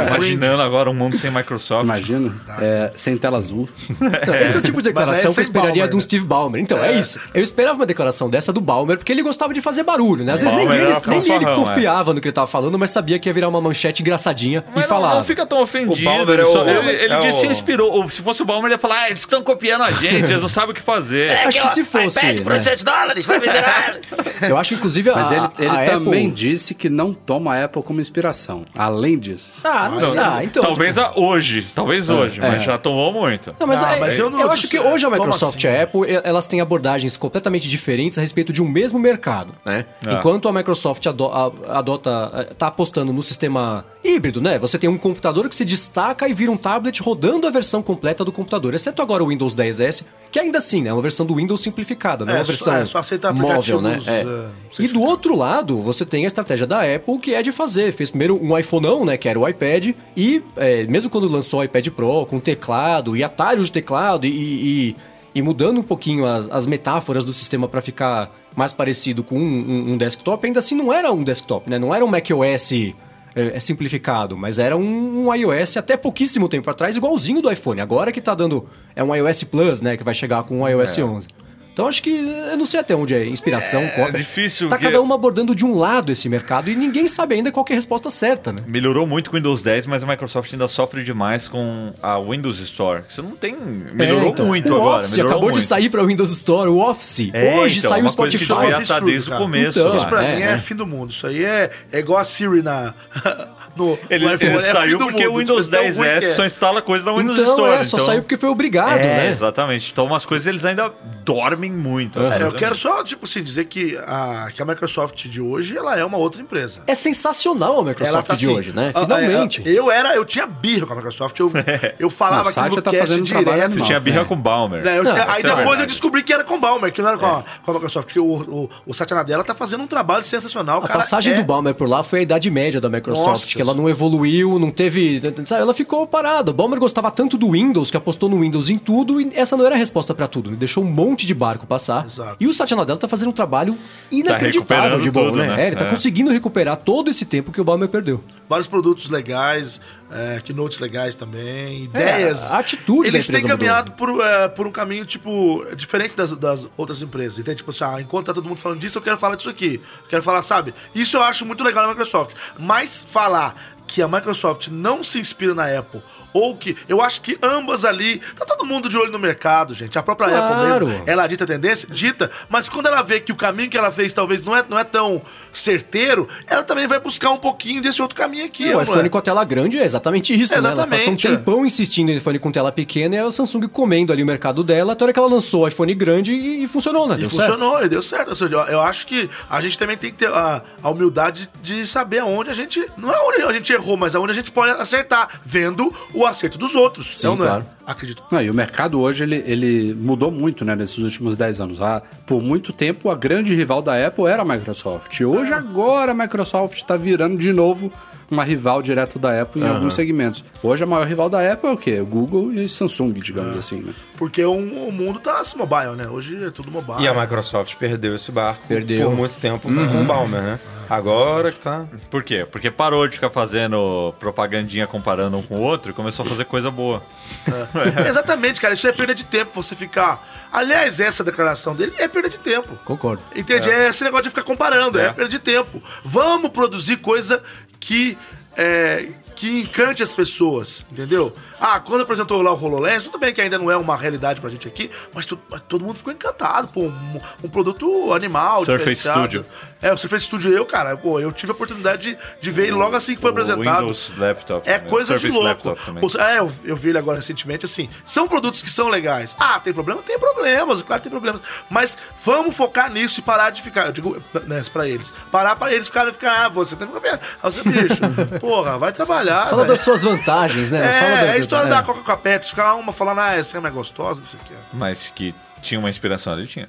Speaker 5: Imaginando agora um mundo sem Microsoft.
Speaker 3: Imagina, é, sem
Speaker 7: (laughs)
Speaker 3: tela azul.
Speaker 7: Não, Esse é o tipo (laughs) de
Speaker 6: Mas aí
Speaker 7: declaração
Speaker 6: é
Speaker 7: que eu
Speaker 6: sem
Speaker 7: esperaria
Speaker 6: Balmer,
Speaker 7: de um
Speaker 6: né?
Speaker 7: Steve Ballmer. Então, é. isso. Eu esperava uma declaração dessa do Ballmer, porque ele gostava de fazer barulho, né? Às vezes nem
Speaker 5: Balmer
Speaker 7: ele,
Speaker 5: era
Speaker 7: nem ele
Speaker 5: fanfarrão, é.
Speaker 7: confiava no que ele tava falando, mas sabia que ia virar uma manchete engraçadinha
Speaker 5: Mas
Speaker 7: e falava.
Speaker 5: não, não fica tão ofendido.
Speaker 4: O Balmer
Speaker 5: ele
Speaker 4: é
Speaker 5: só-
Speaker 4: o-
Speaker 5: ele ele
Speaker 4: é
Speaker 5: disse
Speaker 4: o-
Speaker 5: se inspirou. Ou se fosse o Balmer, ele ia falar: ah, eles estão copiando a gente, eles não (laughs) sabem o que fazer.
Speaker 7: Acho que se fosse. né?
Speaker 4: dólares, vai vender
Speaker 7: Eu acho que, inclusive, a,
Speaker 3: Mas ele, ele
Speaker 7: a
Speaker 3: também
Speaker 7: Apple...
Speaker 3: disse que não toma a Apple como inspiração. Além disso.
Speaker 7: Ah, não sei. Ah, então...
Speaker 5: Talvez a- hoje, talvez hoje, mas já tomou muito.
Speaker 7: Não, mas,
Speaker 6: Ah,
Speaker 7: é-
Speaker 6: mas
Speaker 7: eu,
Speaker 6: eu não-
Speaker 7: acho que hoje a
Speaker 6: Como assim?
Speaker 7: Microsoft e a Apple e- elas têm abordagens completamente diferentes a respeito de um mesmo mercado, né?
Speaker 5: É.
Speaker 7: Enquanto a Microsoft ado- a- adota, está apostando no sistema híbrido, né? Você tem um computador que se destaca e vira um tablet rodando a versão completa do computador, exceto agora o Windows 10S, que ainda assim né, é uma versão do Windows simplificada, não é,
Speaker 6: É,
Speaker 7: uma
Speaker 6: só-
Speaker 7: versão
Speaker 6: é, só aceitar
Speaker 7: móvel, né?
Speaker 6: aplicativos,
Speaker 7: É.
Speaker 6: eh,
Speaker 7: E do outro lado, você tem a estratégia da Apple, que é de fazer. Fez primeiro um iPhoneão, né? Que era o iPad. E é, mesmo quando lançou o iPad Pro, com teclado e atalhos de teclado e, e, e mudando um pouquinho as, as metáforas do sistema para ficar mais parecido com um, um- um desktop, ainda assim não era um desktop, né? Não era um macOS é, é simplificado, mas era um, um iOS até pouquíssimo tempo atrás, igualzinho do iPhone. Agora que tá dando... É um iOS Plus, né? Que vai chegar com o iOS 11. Então acho que eu não sei até onde é inspiração, cópia.
Speaker 5: difícil,
Speaker 7: Tá
Speaker 5: Gui.
Speaker 7: cada um abordando de um lado esse mercado e ninguém sabe ainda qual que é a resposta certa, né?
Speaker 5: Melhorou muito com o Windows 10, mas a Microsoft ainda sofre demais com a Windows Store. Você não tem. Melhorou
Speaker 7: É, então.
Speaker 5: muito
Speaker 7: o
Speaker 5: agora.
Speaker 7: Office
Speaker 5: melhorou
Speaker 7: acabou
Speaker 5: muito.
Speaker 7: de sair para Windows Store, o Office.
Speaker 5: É,
Speaker 7: Hoje
Speaker 5: então,
Speaker 7: saiu o
Speaker 5: uma coisa que
Speaker 7: Spotify.
Speaker 5: devia estar
Speaker 6: absurdo,
Speaker 5: desde o
Speaker 6: cara.
Speaker 5: começo.
Speaker 7: Então,
Speaker 5: lá.
Speaker 6: Isso pra
Speaker 7: é,
Speaker 6: mim é.
Speaker 7: é.
Speaker 6: fim do mundo. Isso aí é, é igual a Siri na. (laughs) No,
Speaker 5: Ele,
Speaker 6: no iPhone.
Speaker 5: ele
Speaker 6: É fim
Speaker 5: saiu
Speaker 6: do
Speaker 5: porque
Speaker 6: mundo.
Speaker 5: o Windows
Speaker 6: Então, ruim que
Speaker 5: 10S
Speaker 6: é.
Speaker 5: só instala coisa da Windows
Speaker 7: então,
Speaker 5: Store.
Speaker 7: é, só
Speaker 5: então...
Speaker 7: saiu porque foi obrigado,
Speaker 5: É,
Speaker 7: né?
Speaker 5: exatamente. Então, umas coisas eles ainda dormem muito.
Speaker 7: Aham.
Speaker 6: É, eu quero só, tipo assim, dizer que a, que a Microsoft de hoje, ela é uma outra empresa.
Speaker 7: É sensacional a Microsoft
Speaker 6: Ela tá
Speaker 7: de
Speaker 6: assim,
Speaker 7: hoje, né?
Speaker 6: ah,
Speaker 7: Finalmente.
Speaker 6: é, eu era, eu tinha birra com a Microsoft. (laughs) Eu, eu falava
Speaker 3: Não, o
Speaker 6: aqui
Speaker 3: Satya
Speaker 6: no
Speaker 3: tá
Speaker 6: cast
Speaker 3: fazendo um trabalho
Speaker 6: direto.
Speaker 3: animal.
Speaker 5: Tinha birra com Balmer.
Speaker 6: Né, eu-
Speaker 7: Não,
Speaker 6: aí
Speaker 5: isso é
Speaker 6: depois eu
Speaker 5: verdade.
Speaker 6: descobri que era com o Balmer, que não era com,
Speaker 7: É.
Speaker 6: a, com a Microsoft. Porque o, o, o Satya Nadella tá fazendo um trabalho sensacional.
Speaker 7: A
Speaker 6: cara,
Speaker 7: passagem
Speaker 6: é-
Speaker 7: do Balmer por lá foi a idade média da Microsoft,
Speaker 6: Nossa.
Speaker 7: que ela não evoluiu, não teve. Sabe, ela ficou parada. O Balmer gostava tanto do Windows, que apostou no Windows em tudo, e essa não era a resposta pra tudo. Ele deixou um monte de barco passar.
Speaker 6: Exato.
Speaker 7: E o Satya Nadella tá fazendo um trabalho inacreditável
Speaker 5: recuperando
Speaker 7: de bom,
Speaker 5: tudo,
Speaker 7: né?
Speaker 5: né?
Speaker 7: É, ele tá
Speaker 5: É.
Speaker 7: conseguindo recuperar todo esse tempo que o Balmer perdeu.
Speaker 6: Vários produtos legais, é, keynotes legais também, ideias.
Speaker 7: É, a atitude da
Speaker 6: Eles
Speaker 7: empresa
Speaker 6: têm
Speaker 7: mudou.
Speaker 6: caminhado por, é, por um caminho, tipo, diferente das, das outras empresas. Então, tipo assim, ah, enquanto tá todo mundo falando disso, eu quero falar disso aqui. Eu quero falar, sabe? Isso eu acho muito legal na Microsoft. Mas falar que a Microsoft não se inspira na Apple. Ou que eu acho que ambas ali. Tá todo mundo de olho no mercado, gente. A própria
Speaker 7: Claro.
Speaker 6: Apple mesmo ela dita a tendência, dita, mas quando ela vê que o caminho que ela fez talvez não é, não é tão certeiro, ela também vai buscar um pouquinho desse outro caminho aqui.
Speaker 7: o
Speaker 6: ó,
Speaker 7: iPhone
Speaker 6: é um moleque.
Speaker 7: com a tela grande é exatamente isso, né? Ela passou um
Speaker 6: Exatamente, é.
Speaker 7: tempão insistindo em iPhone com tela pequena e a Samsung comendo ali o mercado dela, até a hora que ela lançou o iPhone grande e, e funcionou, né?
Speaker 6: E
Speaker 7: Deu certo.
Speaker 6: funcionou, e deu certo. Ou seja, eu- eu acho que a gente também tem que ter a, a humildade de saber aonde a gente. Não é onde a gente errou, mas aonde a gente pode acertar, vendo o acerto dos outros.
Speaker 7: Sim,
Speaker 6: não é?
Speaker 7: claro.
Speaker 6: Acredito.
Speaker 3: Não, e o mercado hoje ele, ele mudou muito né, nesses últimos 10 anos. Ah, por muito tempo, a grande rival da Apple era a Microsoft. Hoje, agora, a Microsoft está virando de novo uma rival direto da Apple em alguns segmentos. Hoje, a maior rival da Apple é o quê? Google e Samsung, digamos assim. Né?
Speaker 6: Porque um- o mundo tá assim, mobile, né? Hoje é tudo mobile.
Speaker 8: (laughs) E a Microsoft perdeu esse barco
Speaker 7: Perdeu. Uhum.
Speaker 8: por muito tempo com o Balmer, né? Agora que tá.
Speaker 5: Por quê? Porque parou de ficar fazendo propagandinha comparando um com o outro e começou a fazer coisa boa.
Speaker 6: Exatamente, cara. Isso é perda de tempo, você ficar. Aliás, essa declaração dele é perda de tempo.
Speaker 7: Concordo.
Speaker 6: Entende? É. esse negócio de ficar comparando, é,
Speaker 5: É.
Speaker 6: perda de tempo. Vamos produzir coisa que. é, que encante as pessoas, entendeu? Ah, quando apresentou lá o HoloLens, tudo bem que ainda não é uma realidade pra gente aqui, mas, tu- mas todo mundo ficou encantado, pô, um, um produto animal,
Speaker 5: Surface
Speaker 6: diferenciado.
Speaker 5: Studio.
Speaker 6: É, o Surface Studio eu, cara, pô, eu tive a oportunidade de, de ver ele logo assim que foi
Speaker 5: O
Speaker 6: apresentado.
Speaker 5: Windows Laptop.
Speaker 6: É
Speaker 5: né?
Speaker 6: coisa de
Speaker 5: Service
Speaker 6: louco.
Speaker 5: Laptop também.
Speaker 6: Ou se- É, eu, eu vi ele agora recentemente, assim. São produtos que são legais. Ah, tem problema? Tem problemas, claro que tem problemas. Mas vamos focar nisso e parar de ficar. Eu digo, né, pra eles. Parar pra eles ficarem, ficar, ah, você tem problema. Ah, você,
Speaker 3: (laughs)
Speaker 6: bicho, porra, vai trabalhar.
Speaker 7: Fala
Speaker 6: velho.
Speaker 7: das suas vantagens, né? Fala
Speaker 6: É,
Speaker 7: da-
Speaker 6: é a história
Speaker 7: né?
Speaker 6: da Coca com a Pepsi, ficar uma falando, ah, essa é mais gostosa, não sei o que.
Speaker 5: Mas que tinha uma inspiração ali, tinha.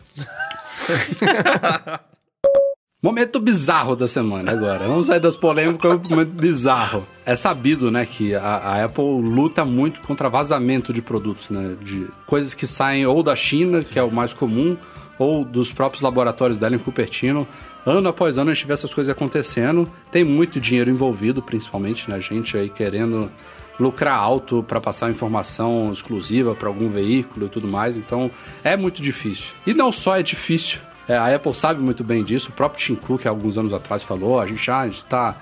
Speaker 3: Momento bizarro da semana agora. Vamos sair das polêmicas para momento bizarro. É sabido, né, que a, a Apple luta muito contra vazamento de produtos, né? De coisas que saem ou da China, que é o mais comum, ou dos próprios laboratórios dela em Cupertino. Ano após ano a gente vê essas coisas acontecendo. Tem muito dinheiro envolvido, principalmente, né? Gente aí querendo lucrar alto para passar informação exclusiva para algum veículo e tudo mais. Então é muito difícil. E não só é difícil, é, a Apple sabe muito bem disso. O próprio Tim Cook, há alguns anos atrás, falou: a gente ah, está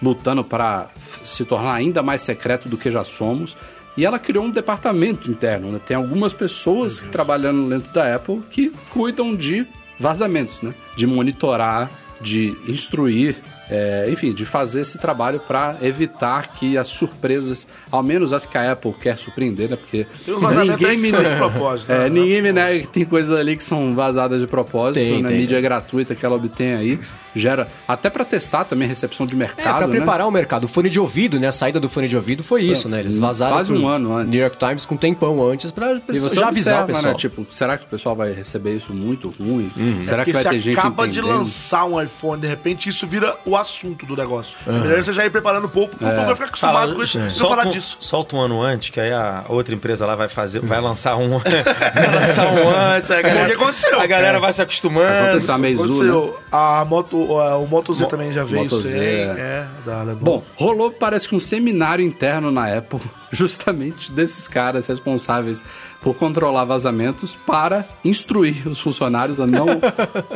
Speaker 3: lutando para se tornar ainda mais secreto do que já somos. E ela criou um departamento interno, né? Tem algumas pessoas que trabalhando dentro da Apple que cuidam de vazamentos, né? De monitorar, de instruir, é, enfim, de fazer esse trabalho para evitar que as surpresas, ao menos as que a Apple quer surpreender, né? Porque
Speaker 6: Tem uns vazamentos aí que
Speaker 3: (laughs)
Speaker 6: são de propósito, né?
Speaker 3: É, ninguém me nega que tem coisas ali que são vazadas de propósito,
Speaker 7: Tem,
Speaker 3: na
Speaker 7: tem,
Speaker 3: mídia gratuita que ela obtém aí, gera até para testar também recepção de
Speaker 7: É,
Speaker 3: mercado,
Speaker 7: pra
Speaker 3: né?
Speaker 7: preparar o mercado. O fone de ouvido, né? A saída do fone de ouvido foi isso, né? Eles vazaram
Speaker 3: quase um
Speaker 7: pro
Speaker 3: ano antes.
Speaker 7: New York Times com um tempão antes pra
Speaker 3: E
Speaker 7: pessoa,
Speaker 3: você
Speaker 7: já avisar
Speaker 3: observa,
Speaker 7: o pessoal. Uhum.
Speaker 3: né? Tipo, será que o pessoal vai receber isso muito ruim? Será que
Speaker 6: É Porque
Speaker 3: vai ter
Speaker 6: você
Speaker 3: gente
Speaker 6: acaba de
Speaker 3: entendendo?
Speaker 6: lançar um iPhone, de repente isso vira o assunto do negócio. Melhor você já ir preparando um pouco, porque
Speaker 3: É.
Speaker 6: o povo vai ficar acostumado com isso, não
Speaker 8: solta,
Speaker 6: falar
Speaker 8: um,
Speaker 6: disso.
Speaker 8: solta um ano antes, que aí a outra empresa lá vai fazer, vai lançar um, (laughs) vai lançar um antes, aí a
Speaker 6: Foi o
Speaker 8: galera,
Speaker 6: que aconteceu.
Speaker 7: É.
Speaker 8: a galera vai se acostumando.
Speaker 3: Aconteceu a Meizu, né?
Speaker 6: Aconteceu, a moto o, a- o Moto Z
Speaker 3: Mo-
Speaker 6: também já veio
Speaker 3: Moto Z.
Speaker 6: sem. É, da Alemanha.
Speaker 3: Bom, rolou, parece que um seminário interno na Apple, (laughs) justamente desses caras responsáveis por controlar vazamentos para instruir os funcionários a (laughs) não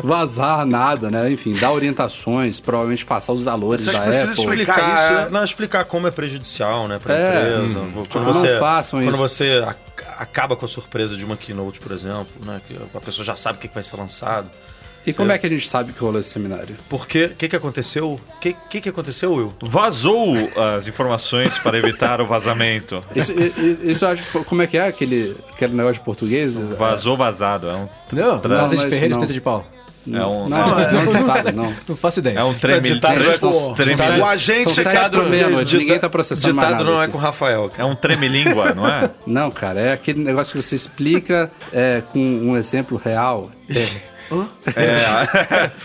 Speaker 3: vazar nada, né? Enfim, dar orientações, provavelmente passar os valores
Speaker 6: Vocês
Speaker 3: da
Speaker 4: É,
Speaker 6: precisam
Speaker 3: Apple.
Speaker 6: explicar.
Speaker 4: explicar,
Speaker 6: isso, né?
Speaker 4: não, explicar como é prejudicial, né, pra
Speaker 3: É,
Speaker 4: empresa.
Speaker 3: hum,
Speaker 4: quando
Speaker 3: não
Speaker 4: você,
Speaker 3: façam
Speaker 4: quando
Speaker 3: isso.
Speaker 4: você ac- acaba com a surpresa de uma keynote, por exemplo, né, que a pessoa já sabe o que que vai ser lançado.
Speaker 3: E como é que a gente sabe que rolou esse seminário?
Speaker 4: Porque, o que que aconteceu? O que, que que aconteceu, Will?
Speaker 5: Vazou as informações para evitar o vazamento.
Speaker 3: (laughs) Isso, i- i- isso eu acho. Como é que é aquele, aquele negócio de português?
Speaker 5: Vazou vazado. É um,
Speaker 7: Não, Casa
Speaker 3: mas
Speaker 7: de Ferreira
Speaker 3: não.
Speaker 7: e teta de pau.
Speaker 5: é um,
Speaker 3: Não, não,
Speaker 5: é,
Speaker 3: é
Speaker 7: (laughs)
Speaker 3: um ditado, não.
Speaker 7: Não faço ideia.
Speaker 5: é um treme,
Speaker 4: ditado
Speaker 5: treme-
Speaker 4: é
Speaker 3: com-
Speaker 5: treme-
Speaker 3: são
Speaker 6: o
Speaker 3: sete-
Speaker 6: agente
Speaker 3: são sete
Speaker 6: secreto
Speaker 3: da meia-noite, ninguém tá processando mais
Speaker 4: Ditado
Speaker 3: nada
Speaker 4: não é
Speaker 3: aqui.
Speaker 4: com o Rafael, cara.
Speaker 5: é um treme-língua, não é?
Speaker 3: Não, cara, é aquele negócio que você explica é, com um exemplo (laughs) real.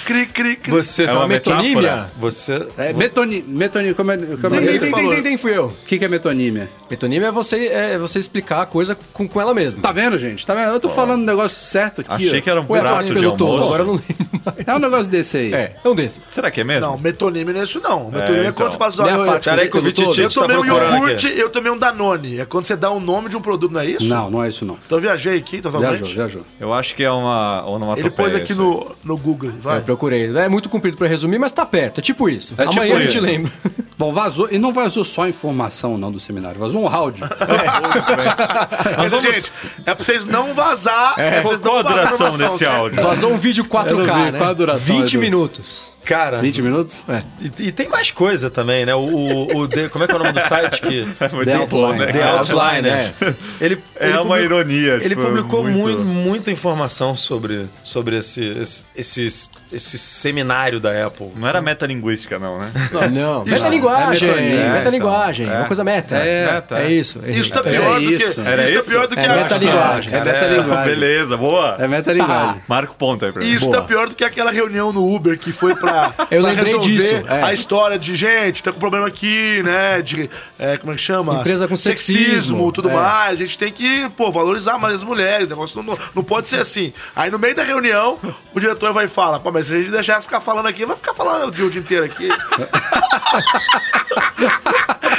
Speaker 6: Cri, cri, cri.
Speaker 4: Você,
Speaker 5: É uma É, metáfora.
Speaker 7: metonímia?
Speaker 4: você
Speaker 3: É, metoni, metoni, como é, como é
Speaker 7: Tem,
Speaker 3: que
Speaker 7: tem,
Speaker 3: ele
Speaker 7: tem,
Speaker 3: falou?
Speaker 7: tem, tem, fui eu.
Speaker 3: O que, que é metonímia?
Speaker 7: Metonímia é você, é você explicar a coisa com, com ela mesma.
Speaker 3: Tá vendo, gente? Tá vendo? Eu tô falando um negócio certo aqui.
Speaker 5: Achei
Speaker 3: ó.
Speaker 5: que era um
Speaker 7: Ué, é a
Speaker 5: prato de
Speaker 7: pelo todo,
Speaker 5: almoço.
Speaker 7: agora eu não lembro.
Speaker 3: É um negócio desse aí.
Speaker 7: É, é um desses.
Speaker 5: Será que é mesmo?
Speaker 6: Não, metonímio não é isso, não. Metonímio é,
Speaker 5: então.
Speaker 6: quando você fala assim,
Speaker 7: Minha
Speaker 6: olha, eu,
Speaker 7: parte,
Speaker 4: Peraí que o
Speaker 7: Pelo todo.
Speaker 4: Vititito
Speaker 6: eu
Speaker 4: está
Speaker 6: tomei um
Speaker 4: procurando aqui.
Speaker 6: iogurte, eu tomei um Danone. É quando você dá o nome de um produto, não é isso?
Speaker 3: Não, não é isso não.
Speaker 6: Então eu viajei aqui totalmente.
Speaker 3: Viajou, viajou.
Speaker 5: Eu acho que é uma onomatopeia.
Speaker 6: Ele pôs
Speaker 5: isso
Speaker 6: aqui
Speaker 5: aí.
Speaker 6: no, no Google, vai.
Speaker 7: Eu procurei. É muito comprido pra resumir, mas tá perto. É tipo isso.
Speaker 5: É tipo
Speaker 7: Amanhã a gente
Speaker 5: isso.
Speaker 7: lembra.
Speaker 3: Bom, vazou, e não vazou só a informação não do seminário, vazou um áudio.
Speaker 5: (laughs)
Speaker 6: Mas, gente, é pra vocês não vazar. É, pra
Speaker 5: Qual,
Speaker 6: vocês
Speaker 5: qual a
Speaker 6: não vazar
Speaker 5: duração
Speaker 6: informação,
Speaker 5: desse
Speaker 6: certo?
Speaker 5: áudio?
Speaker 7: Vazou um vídeo 4K,
Speaker 3: Eu não vi.
Speaker 7: né?
Speaker 3: Qual a duração,
Speaker 7: 20
Speaker 3: Edu?
Speaker 7: minutos.
Speaker 4: Cara,
Speaker 3: 20 minutos?
Speaker 5: É.
Speaker 4: e, e tem mais coisa também, né? O, o, o The- como é que é o nome do site (laughs) que...
Speaker 5: Muito
Speaker 3: The
Speaker 5: bom,
Speaker 3: Outline.
Speaker 5: né?
Speaker 4: The
Speaker 7: É,
Speaker 4: Outline,
Speaker 7: é.
Speaker 4: (laughs) Ele,
Speaker 5: É
Speaker 4: ele
Speaker 5: uma
Speaker 4: publicou-
Speaker 5: ironia.
Speaker 4: Ele
Speaker 5: tipo,
Speaker 4: publicou
Speaker 5: muito-
Speaker 4: muito... muita informação sobre, sobre esse, esse, esse, esse seminário da Apple.
Speaker 5: Não era metalinguística, não, né?
Speaker 7: Não,
Speaker 3: É
Speaker 7: metalinguagem.
Speaker 3: metonímia, então.
Speaker 7: metalinguagem. É uma coisa meta.
Speaker 5: É, meta, é.
Speaker 7: É isso. errei.
Speaker 6: Isso tá
Speaker 3: Era
Speaker 6: pior do que,
Speaker 3: isso.
Speaker 6: isso
Speaker 5: Era
Speaker 6: tá
Speaker 5: isso?
Speaker 6: pior do que
Speaker 7: É
Speaker 6: a-
Speaker 7: metalinguagem.
Speaker 3: É
Speaker 5: Ah,
Speaker 3: metalinguagem.
Speaker 5: beleza, Ah. boa.
Speaker 3: É metalinguagem.
Speaker 5: Marca o ponto aí pra mim.
Speaker 6: Isso tá pior do que aquela reunião no Uber que
Speaker 7: (laughs)
Speaker 6: foi pra,
Speaker 7: Eu
Speaker 6: pra
Speaker 7: lembrei
Speaker 6: resolver
Speaker 7: disso, é.
Speaker 6: a história de gente, tá com problema aqui, né? De, é, como é que chama?
Speaker 7: Empresa com sexismo,
Speaker 6: tudo
Speaker 7: é.
Speaker 6: mais. A gente tem que, pô, valorizar mais as mulheres. O negócio não, não pode ser assim. Aí no meio da reunião, o diretor vai falar, pô, mas se a gente deixar ficar falando aqui, vai ficar falando o dia, o dia
Speaker 7: (laughs)
Speaker 6: inteiro aqui.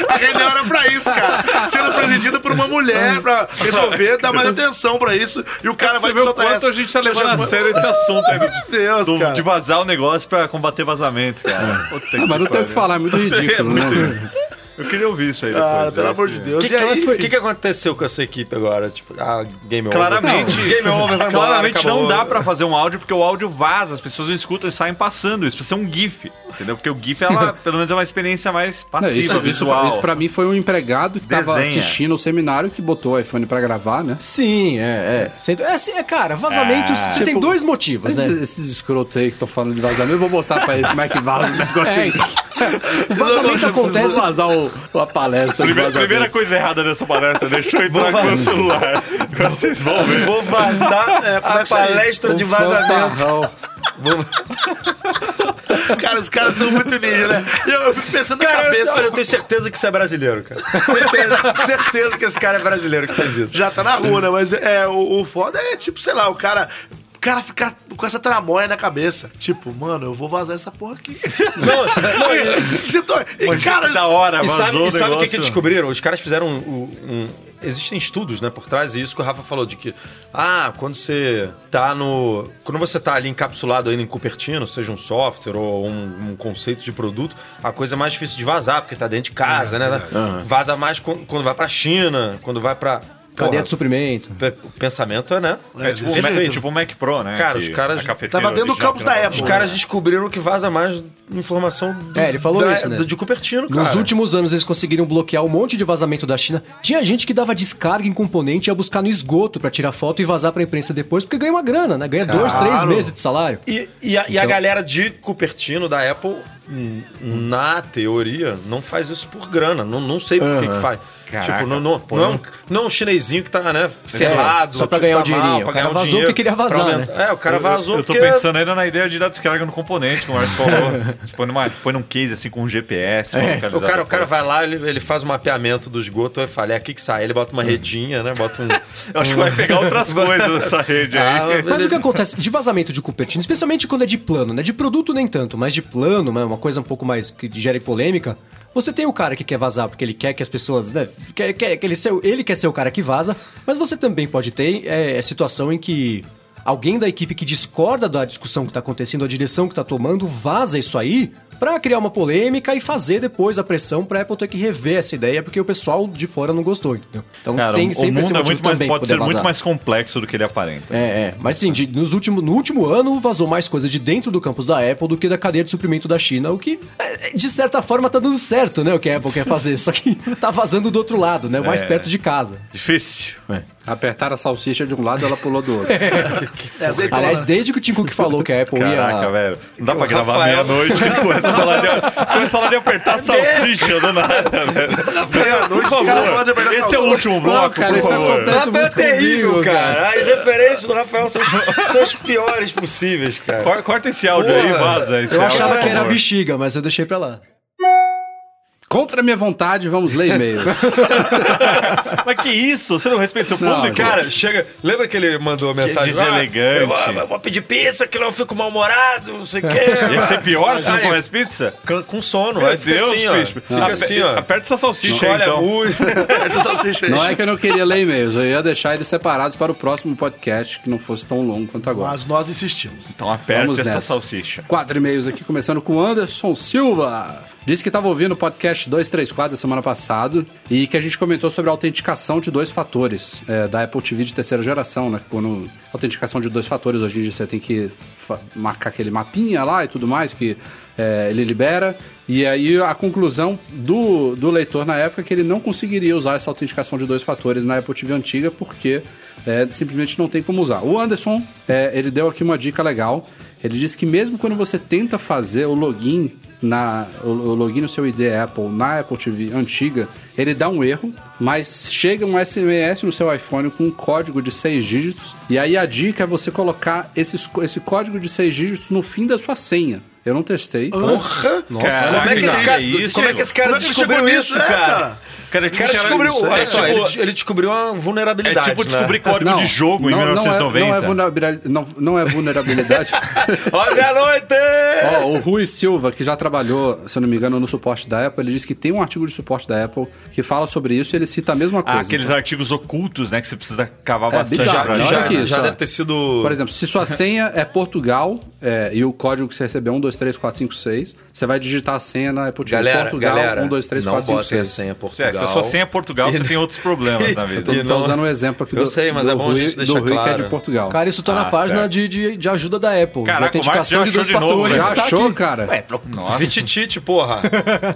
Speaker 6: A reunião era pra isso, cara. Sendo presidida por uma mulher, pra resolver,
Speaker 7: (laughs)
Speaker 6: dar mais atenção pra isso. E o cara vai
Speaker 5: Você vê o quanto a gente tá levando a sério esse assunto aí do-
Speaker 6: Deus,
Speaker 5: do-
Speaker 6: cara. Ah, É.
Speaker 5: de vazar o negócio pra combater vazamento, cara. Puta
Speaker 3: Ah, mas não tem o que
Speaker 5: pariu.
Speaker 3: falar, é muito
Speaker 5: (laughs) É
Speaker 3: ridículo,
Speaker 5: muito-
Speaker 3: né?
Speaker 5: Eu queria ouvir isso aí depois. né?
Speaker 6: Ah,
Speaker 5: eu
Speaker 6: pelo amor
Speaker 5: acho
Speaker 6: de
Speaker 5: que-
Speaker 6: Deus.
Speaker 4: O que, é
Speaker 6: E aí,
Speaker 4: que,
Speaker 6: enfim,
Speaker 4: que, que aconteceu com essa equipe agora? Tipo, ah, game over.
Speaker 5: Claramente, (laughs)
Speaker 4: Game over, vai embora,
Speaker 5: claramente
Speaker 4: acabou.
Speaker 5: não dá pra fazer um áudio porque o áudio vaza, as pessoas não escutam e saem passando. Isso precisa ser um GIF, entendeu? Porque o GIF,
Speaker 3: (laughs)
Speaker 5: ela, pelo menos, é uma experiência mais
Speaker 3: Não,
Speaker 5: passiva,
Speaker 3: isso, isso,
Speaker 5: visual.
Speaker 3: isso pra mim foi um empregado que tava
Speaker 5: Desenha.
Speaker 3: assistindo o seminário que botou o iPhone pra gravar, né?
Speaker 7: Sim, é, é. Cento- é, assim, é, cara, vazamentos. você tem dois motivos,
Speaker 3: Esses,
Speaker 7: né?
Speaker 3: esses escrotos aí que estão falando de vazamento, eu vou mostrar pra eles como é que vaza o negócio aí. É. (laughs)
Speaker 7: O vazamento
Speaker 3: Preciso
Speaker 7: acontece.
Speaker 3: vazar o, a palestra de
Speaker 5: Primeira,
Speaker 3: vazamento.
Speaker 5: primeira coisa errada nessa palestra, deixou eu entrar com o meu celular. Agora vocês vão ver.
Speaker 4: Vou vazar
Speaker 6: né?
Speaker 5: é
Speaker 4: a palestra
Speaker 5: Um
Speaker 4: de vazamento.
Speaker 6: (laughs) cara, os caras são muito ninja, né? E Eu, eu fico pensando na
Speaker 4: Cara, eu,
Speaker 6: cabeça, né?
Speaker 4: olha, eu tenho certeza que isso é brasileiro, cara. Certeza, (laughs) certeza que esse cara é brasileiro que faz isso.
Speaker 6: já tá na rua, né? Mas é, o, o foda é, tipo, sei lá, o cara... O cara ficar com essa tramóia na cabeça. Tipo, mano, eu vou vazar essa porra aqui.
Speaker 4: Não,
Speaker 6: (laughs)
Speaker 4: não, e-
Speaker 6: Se- se tô- e, cara,
Speaker 5: da hora,
Speaker 4: e sabe,
Speaker 5: vazou
Speaker 4: e sabe o que,
Speaker 5: negócio.
Speaker 4: que descobriram? Os caras fizeram um, um- Existem estudos, né, por trás, e isso que o Rafa falou, de que. Ah, quando você tá no. Quando você tá ali encapsulado ainda em Cupertino, seja um software ou um, um conceito de produto, a coisa é mais difícil de vazar, porque tá dentro de casa,
Speaker 5: É,
Speaker 4: né? Vaza mais quando, quando vai pra China, quando vai pra.
Speaker 7: Cadeia
Speaker 4: Porra,
Speaker 7: de suprimento.
Speaker 4: pe- o pensamento é, né?
Speaker 5: É tipo, o Mac,
Speaker 4: perfeito.
Speaker 5: tipo o Mac Pro, né?
Speaker 4: Cara, os
Speaker 5: Que
Speaker 4: caras
Speaker 5: a cafeteira
Speaker 6: Tava dentro do
Speaker 5: original
Speaker 6: campus
Speaker 5: que
Speaker 6: da
Speaker 5: não-
Speaker 6: Apple.
Speaker 4: Os caras descobriram que vaza mais informação do,
Speaker 7: É, ele falou
Speaker 4: da-
Speaker 7: isso, né?
Speaker 4: do- de Cupertino, cara.
Speaker 7: Nos últimos anos eles conseguiram bloquear um monte de vazamento da China. Tinha gente que dava descarga em componente e ia buscar no esgoto pra tirar foto e vazar pra imprensa depois, porque ganha uma grana, né? Ganha dois, três meses de salário.
Speaker 4: E, e a, e a galera de Cupertino, da Apple, n- na teoria, não faz isso por grana. Não, não sei por que que faz.
Speaker 5: Caraca,
Speaker 4: tipo, não, não,
Speaker 5: pô,
Speaker 4: não, é um,
Speaker 5: não-
Speaker 4: não é um chinesinho que tá, né, ferrado.
Speaker 7: só pra
Speaker 4: tipo,
Speaker 7: ganhar
Speaker 4: tá
Speaker 7: um dinheirinho.
Speaker 4: mal,
Speaker 7: O
Speaker 4: pra
Speaker 7: cara
Speaker 4: ganhar um
Speaker 7: vazou
Speaker 4: dinheiro,
Speaker 7: porque queria
Speaker 4: pra
Speaker 7: vazar,
Speaker 4: aumentar- É, o cara vazou
Speaker 5: Eu tô
Speaker 4: porque-
Speaker 5: pensando ainda na ideia de dar descarga no componente, como o Marcos falou. Tipo, numa- põe num case assim com um GPS. pra localizar
Speaker 4: O cara, o
Speaker 5: depois.
Speaker 4: cara vai lá, ele, ele faz o mapeamento do esgoto, aí fala, é aqui que sai. Ele bota uma redinha, né? Bota um.
Speaker 5: Eu acho que vai pegar outras coisas nessa rede
Speaker 4: Ah,
Speaker 5: aí.
Speaker 7: Mas o é que acontece de vazamento de Cupertino, especialmente quando é de plano, né? De produto nem tanto, mas de plano, né? uma coisa um pouco mais que gere polêmica. Você tem o cara que quer vazar porque ele quer que as pessoas, né? Quer, quer, que ele, ser, ele quer ser o cara que vaza, mas você também pode ter é, situação em que alguém da equipe que discorda da discussão que tá acontecendo, a direção que tá tomando, vaza isso aí pra criar uma polêmica e fazer depois a pressão pra Apple ter que rever essa ideia porque o pessoal de fora não gostou, entendeu? Então
Speaker 5: Cara,
Speaker 7: tem
Speaker 5: o
Speaker 7: sempre esse
Speaker 5: mundo é
Speaker 7: motivo
Speaker 5: muito mais,
Speaker 7: também
Speaker 5: pode
Speaker 7: poder
Speaker 5: ser muito
Speaker 7: vazar.
Speaker 5: mais complexo do que ele aparenta.
Speaker 7: É, é. Mas sim, de- nos último, no último ano vazou mais coisa de dentro do campus da Apple do que da cadeia de suprimento da China, o que, é, é, de certa forma, tá dando certo, né? O que a Apple quer fazer. Só que (laughs) tá vazando do outro lado, né? Mais
Speaker 5: É.
Speaker 7: perto de casa.
Speaker 5: Difícil.
Speaker 3: Apertaram a salsicha de um lado, ela pulou do outro.
Speaker 6: É, azeitona.
Speaker 7: Aliás, desde que o Tim Cook falou que a Apple
Speaker 5: Caraca,
Speaker 7: ia.
Speaker 5: velho. Não dá pra
Speaker 4: O
Speaker 5: gravar
Speaker 4: Rafael-
Speaker 5: (laughs) meia-noite e começa a falar de, começa a falar de apertar salsicha do nada, velho.
Speaker 6: é
Speaker 4: Meia-noite,
Speaker 5: Por
Speaker 4: cara, pode
Speaker 5: favor,
Speaker 4: apertar
Speaker 5: esse é o
Speaker 4: salsicha.
Speaker 5: último bloco,
Speaker 3: cara,
Speaker 5: por
Speaker 3: isso
Speaker 5: favor.
Speaker 3: acontece-
Speaker 4: Rafael é
Speaker 3: muito
Speaker 4: terrível,
Speaker 3: comigo,
Speaker 4: cara. As referências do Rafael são, as- são as piores possíveis, cara.
Speaker 5: Cor- Corta esse áudio aí e vaza esse
Speaker 7: Eu
Speaker 5: áudio,
Speaker 7: achava
Speaker 5: por
Speaker 7: que era
Speaker 5: favor.
Speaker 7: bexiga, mas eu deixei pra lá.
Speaker 3: Contra minha vontade, vamos ler (laughs) e-mails.
Speaker 5: Mas que isso? Você não respeita seu
Speaker 3: Não,
Speaker 5: público?
Speaker 4: Cara, chega. Lembra que ele mandou mensagem lá?
Speaker 5: deselegante.
Speaker 4: Eu, ah, eu vou pedir pizza, que não eu fico mal-humorado, não sei o quê.
Speaker 5: (laughs) Ia ser pior se não
Speaker 4: Aí,
Speaker 5: comesse pizza?
Speaker 4: com- Com sono,
Speaker 5: Meu
Speaker 4: aí fica
Speaker 5: Deus,
Speaker 4: assim, ó.
Speaker 5: bicho.
Speaker 4: Fica
Speaker 5: Ape-
Speaker 4: assim, ó.
Speaker 5: Aperta essa salsicha aí,
Speaker 4: Olha a
Speaker 5: então.
Speaker 4: música. (laughs) Essa salsicha aí.
Speaker 3: Não é que eu não queria ler e-mails, eu ia deixar eles separados para o próximo podcast, que não fosse tão longo quanto agora.
Speaker 6: Mas nós insistimos.
Speaker 5: Então aperta
Speaker 3: Vamos
Speaker 5: essa
Speaker 3: nessa.
Speaker 5: salsicha.
Speaker 3: Quatro e-mails aqui, começando com Anderson Silva. Disse que estava ouvindo o podcast 234 da semana passada e que a gente comentou sobre a autenticação de dois fatores é, da Apple TV de terceira geração, né? Quando autenticação de dois fatores, hoje em dia você tem que fa- marcar aquele mapinha lá e tudo mais que é, ele libera. E aí a conclusão do, do leitor na época é que ele não conseguiria usar essa autenticação de dois fatores na Apple TV antiga porque é, simplesmente não tem como usar. O Anderson, é, ele deu aqui uma dica legal. Ele disse que mesmo quando você tenta fazer o login na o, o login no seu ID Apple na Apple TV antiga, ele dá um erro, mas chega um SMS no seu iPhone com um código de seis dígitos. E aí a dica é você colocar esses, co- esse código de seis dígitos no fim da sua senha. Eu não testei.
Speaker 4: Porra!
Speaker 5: Caraca,
Speaker 4: como é que esse
Speaker 5: que
Speaker 4: cara,
Speaker 5: isso?
Speaker 4: como é que esse cara
Speaker 6: Como é que ele
Speaker 4: descobriu
Speaker 6: chegou
Speaker 4: isso,
Speaker 6: nisso, né,
Speaker 4: cara?
Speaker 6: cara?
Speaker 5: Cara,
Speaker 4: O cara descobriu,
Speaker 5: isso é-
Speaker 4: olha só,
Speaker 5: é tipo-
Speaker 4: ele, ele descobriu uma
Speaker 5: é
Speaker 4: vulnerabilidade.
Speaker 5: tipo
Speaker 4: né?
Speaker 5: descobrir código de jogo em
Speaker 3: não, não é-
Speaker 5: 1990.
Speaker 3: Não é, vulnerabilidade. Não, não é
Speaker 5: (laughs)
Speaker 3: vulnerabilidade.
Speaker 4: Olha a noite!
Speaker 3: Ó, o Rui Silva, que já trabalhou, se eu não me engano, no suporte da Apple, ele disse que tem um artigo de suporte da Apple que fala sobre isso e ele cita a mesma coisa.
Speaker 5: Ah, aqueles artigos ocultos, né? Que você precisa cavar
Speaker 3: É
Speaker 5: bastante
Speaker 3: bizarro,
Speaker 5: pra
Speaker 3: né?
Speaker 5: achar.
Speaker 3: Olha que isso,
Speaker 4: já
Speaker 3: ó.
Speaker 4: deve ter sido.
Speaker 3: Por exemplo, se
Speaker 5: (laughs)
Speaker 3: sua senha é Portugal é, e o código que você recebeu é 1, 2, 3, 4, 5, 6, você vai digitar a senha na Apple TV
Speaker 4: galera,
Speaker 3: Portugal
Speaker 4: galera,
Speaker 3: 1, 2, 3,
Speaker 4: não
Speaker 3: 4, 5,
Speaker 4: botem a
Speaker 3: 6.
Speaker 4: senha
Speaker 5: É,
Speaker 4: Portugal.
Speaker 5: se a sua senha é Portugal, você tem outros problemas na vida.
Speaker 3: Tô,
Speaker 4: E
Speaker 3: tô
Speaker 4: não-
Speaker 3: usando um exemplo aqui
Speaker 4: Eu
Speaker 3: do,
Speaker 4: sei, mas
Speaker 3: do
Speaker 4: é bom a
Speaker 3: Rui,
Speaker 4: gente deixar
Speaker 3: do Rui que é
Speaker 4: claro.
Speaker 3: de Portugal.
Speaker 7: Cara, isso tá na
Speaker 5: Ah,
Speaker 7: página de, de, de ajuda da Apple.
Speaker 5: Caraca,
Speaker 7: de autenticação
Speaker 5: o Marcos já
Speaker 7: de dois
Speaker 5: achou de novo,
Speaker 7: fatores.
Speaker 3: Já
Speaker 5: Tá
Speaker 3: achou, cara?
Speaker 4: é
Speaker 5: Nossa,
Speaker 4: Vititite,
Speaker 3: (laughs)
Speaker 4: porra.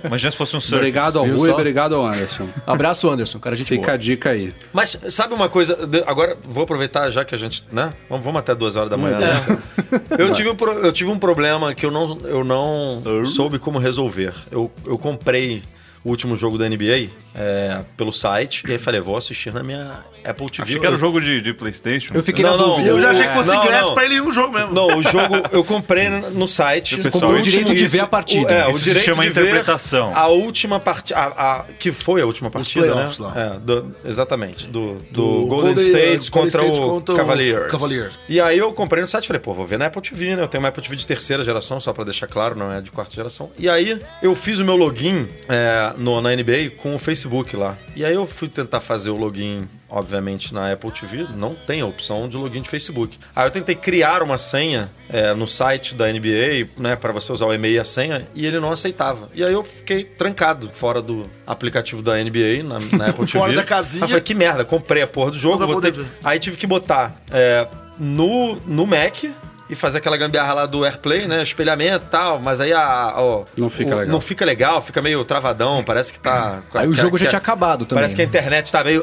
Speaker 5: imagina se fosse um surf.
Speaker 3: obrigado ao
Speaker 7: viu
Speaker 3: Rui,
Speaker 7: só?
Speaker 3: obrigado ao Anderson.
Speaker 7: Abraço, Anderson. Cara, a gente
Speaker 3: Fica
Speaker 7: boa.
Speaker 3: a dica aí.
Speaker 4: Mas sabe uma coisa? De- Agora vou aproveitar já que a gente. né? Vamos, vamos até duas horas da
Speaker 3: É.
Speaker 4: manhã. né?
Speaker 3: (laughs)
Speaker 4: Eu, tive um pro- eu tive um problema que eu não, eu não soube como resolver. Eu, eu comprei o último jogo da NBA é, pelo site e aí falei, vou assistir na minha Apple TV.
Speaker 5: Achei que era um
Speaker 4: Eu-
Speaker 5: jogo de, de Playstation.
Speaker 7: Eu fiquei na
Speaker 4: Não, não,
Speaker 7: dúvida.
Speaker 6: Eu já achei que fosse
Speaker 4: Não,
Speaker 6: ingresso
Speaker 4: não.
Speaker 6: pra ele ir no jogo mesmo.
Speaker 4: Não, o jogo eu comprei no no site.
Speaker 5: Você comprou
Speaker 4: O
Speaker 5: o direito de
Speaker 4: isso-
Speaker 7: ver a partida.
Speaker 4: O, é,
Speaker 5: Isso
Speaker 4: o
Speaker 5: se
Speaker 4: direito
Speaker 5: chama
Speaker 4: de
Speaker 5: interpretação.
Speaker 4: Ver a última partida. que foi a última partida,
Speaker 6: playoffs
Speaker 4: né?
Speaker 6: lá.
Speaker 4: É, do- exatamente. Do, do
Speaker 6: Do
Speaker 4: Golden,
Speaker 6: Golden-
Speaker 4: State
Speaker 6: Golden
Speaker 4: contra
Speaker 6: State
Speaker 4: o
Speaker 6: contra o
Speaker 4: Cavaliers.
Speaker 6: Cavaliers.
Speaker 4: E aí eu comprei no site e falei, pô, vou ver na Apple TV, né? Eu tenho uma Apple TV de terceira geração, só pra deixar claro, não é de quarta geração. E aí eu fiz o meu login é, no, na NBA com o Facebook lá. E aí eu fui tentar fazer o login, obviamente, na Apple TV. Não tem a opção de login de Facebook. Aí eu tentei criar uma senha é, no site da NBA, né? Pra você usar o e-mail e a senha, e ele não aceitava. E aí eu fiquei trancado fora do aplicativo da NBA, na,
Speaker 6: (laughs)
Speaker 4: na Apple TV.
Speaker 6: Fora da casinha.
Speaker 4: Aí eu falei, que merda, comprei a porra do jogo,
Speaker 6: Não vai
Speaker 4: vou ter...
Speaker 6: poder ver.
Speaker 4: Aí tive que botar é, no, no Mac e e fazer aquela gambiarra lá do AirPlay, né? Espelhamento e tal, mas aí a. ó,
Speaker 3: Não fica
Speaker 4: o-
Speaker 3: legal.
Speaker 4: Não fica legal, fica meio travadão, parece que tá.
Speaker 7: Aí o
Speaker 4: que-
Speaker 7: jogo já
Speaker 4: que-
Speaker 7: tinha acabado também.
Speaker 4: Parece que a internet tá meio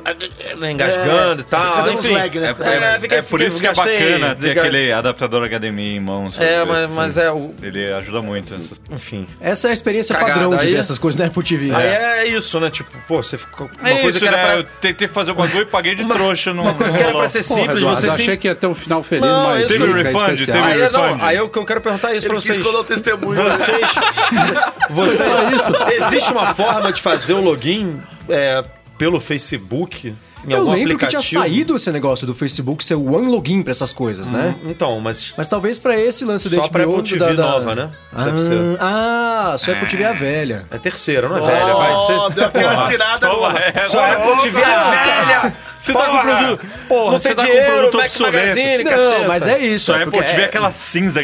Speaker 4: né, engasgando
Speaker 6: É,
Speaker 4: e tal.
Speaker 6: fica dando
Speaker 4: Enfim,
Speaker 6: lag, né?
Speaker 5: É,
Speaker 6: É,
Speaker 5: é-
Speaker 4: fica-
Speaker 5: é por
Speaker 4: fica-
Speaker 5: isso que é
Speaker 4: gastei,
Speaker 5: bacana ter
Speaker 4: desga-
Speaker 5: aquele adaptador HDMI em mãos.
Speaker 4: É,
Speaker 5: às
Speaker 4: mas-
Speaker 5: vezes.
Speaker 4: mas é o-
Speaker 5: Ele ajuda muito. nessas-
Speaker 4: Enfim.
Speaker 7: Essa é a experiência
Speaker 4: Cagada,
Speaker 7: padrão de
Speaker 4: aí-
Speaker 7: ver essas coisas na Apple TV.
Speaker 4: Aí
Speaker 7: né?
Speaker 4: é isso, né? Tipo, pô, você ficou. Uma
Speaker 5: É
Speaker 4: coisa
Speaker 5: isso,
Speaker 4: que era
Speaker 5: né?
Speaker 4: pra.
Speaker 5: Eu tentei fazer o bagulho e paguei de trouxa. Não,
Speaker 4: Uma coisa
Speaker 5: não
Speaker 4: que era
Speaker 5: rolou.
Speaker 4: pra ser
Speaker 3: Porra,
Speaker 4: simples,
Speaker 3: Eduardo,
Speaker 4: você sim.
Speaker 3: achei que ia ter um final feliz,
Speaker 4: Não,
Speaker 3: mas
Speaker 4: esse-
Speaker 3: fica
Speaker 5: Teve refund,
Speaker 3: especial.
Speaker 5: teve-
Speaker 4: Aí, é, não,
Speaker 5: refund.
Speaker 4: aí eu, que eu quero perguntar é isso pra
Speaker 6: Ele
Speaker 4: vocês.
Speaker 6: quis colar o testemunho. né?
Speaker 4: Vocês. vocês
Speaker 7: Só isso?
Speaker 4: Existe uma forma de fazer o login é, pelo Facebook? Em
Speaker 7: Eu
Speaker 4: algum
Speaker 7: lembro que tinha
Speaker 4: aplicativo?
Speaker 7: saído esse negócio do Facebook ser o One Login pra essas coisas, né?
Speaker 4: Então, mas.
Speaker 7: Mas talvez pra esse lance da
Speaker 4: Só
Speaker 7: HBO
Speaker 4: pra Apple TV
Speaker 7: da, da-
Speaker 4: nova, né?
Speaker 7: Ah,
Speaker 4: Deve ser.
Speaker 7: ah, só Apple TV é a velha.
Speaker 4: É terceira, não é velha, vai
Speaker 6: Ó,
Speaker 4: ser.
Speaker 6: deu aquela tirada no
Speaker 5: Toma,
Speaker 6: ar.
Speaker 5: é,
Speaker 4: Só a Apple TV é velha!
Speaker 5: Você tá com produto. Porra,
Speaker 4: Não
Speaker 5: você
Speaker 4: tem
Speaker 5: tá
Speaker 4: dinheiro,
Speaker 5: com produto
Speaker 4: Mac Magazine.
Speaker 5: obsoleto.
Speaker 4: Ele,
Speaker 7: Não,
Speaker 4: caceta.
Speaker 7: mas é isso.
Speaker 5: Só
Speaker 7: é
Speaker 5: é
Speaker 7: porque
Speaker 5: porque tiver
Speaker 7: é-
Speaker 5: aquela cinza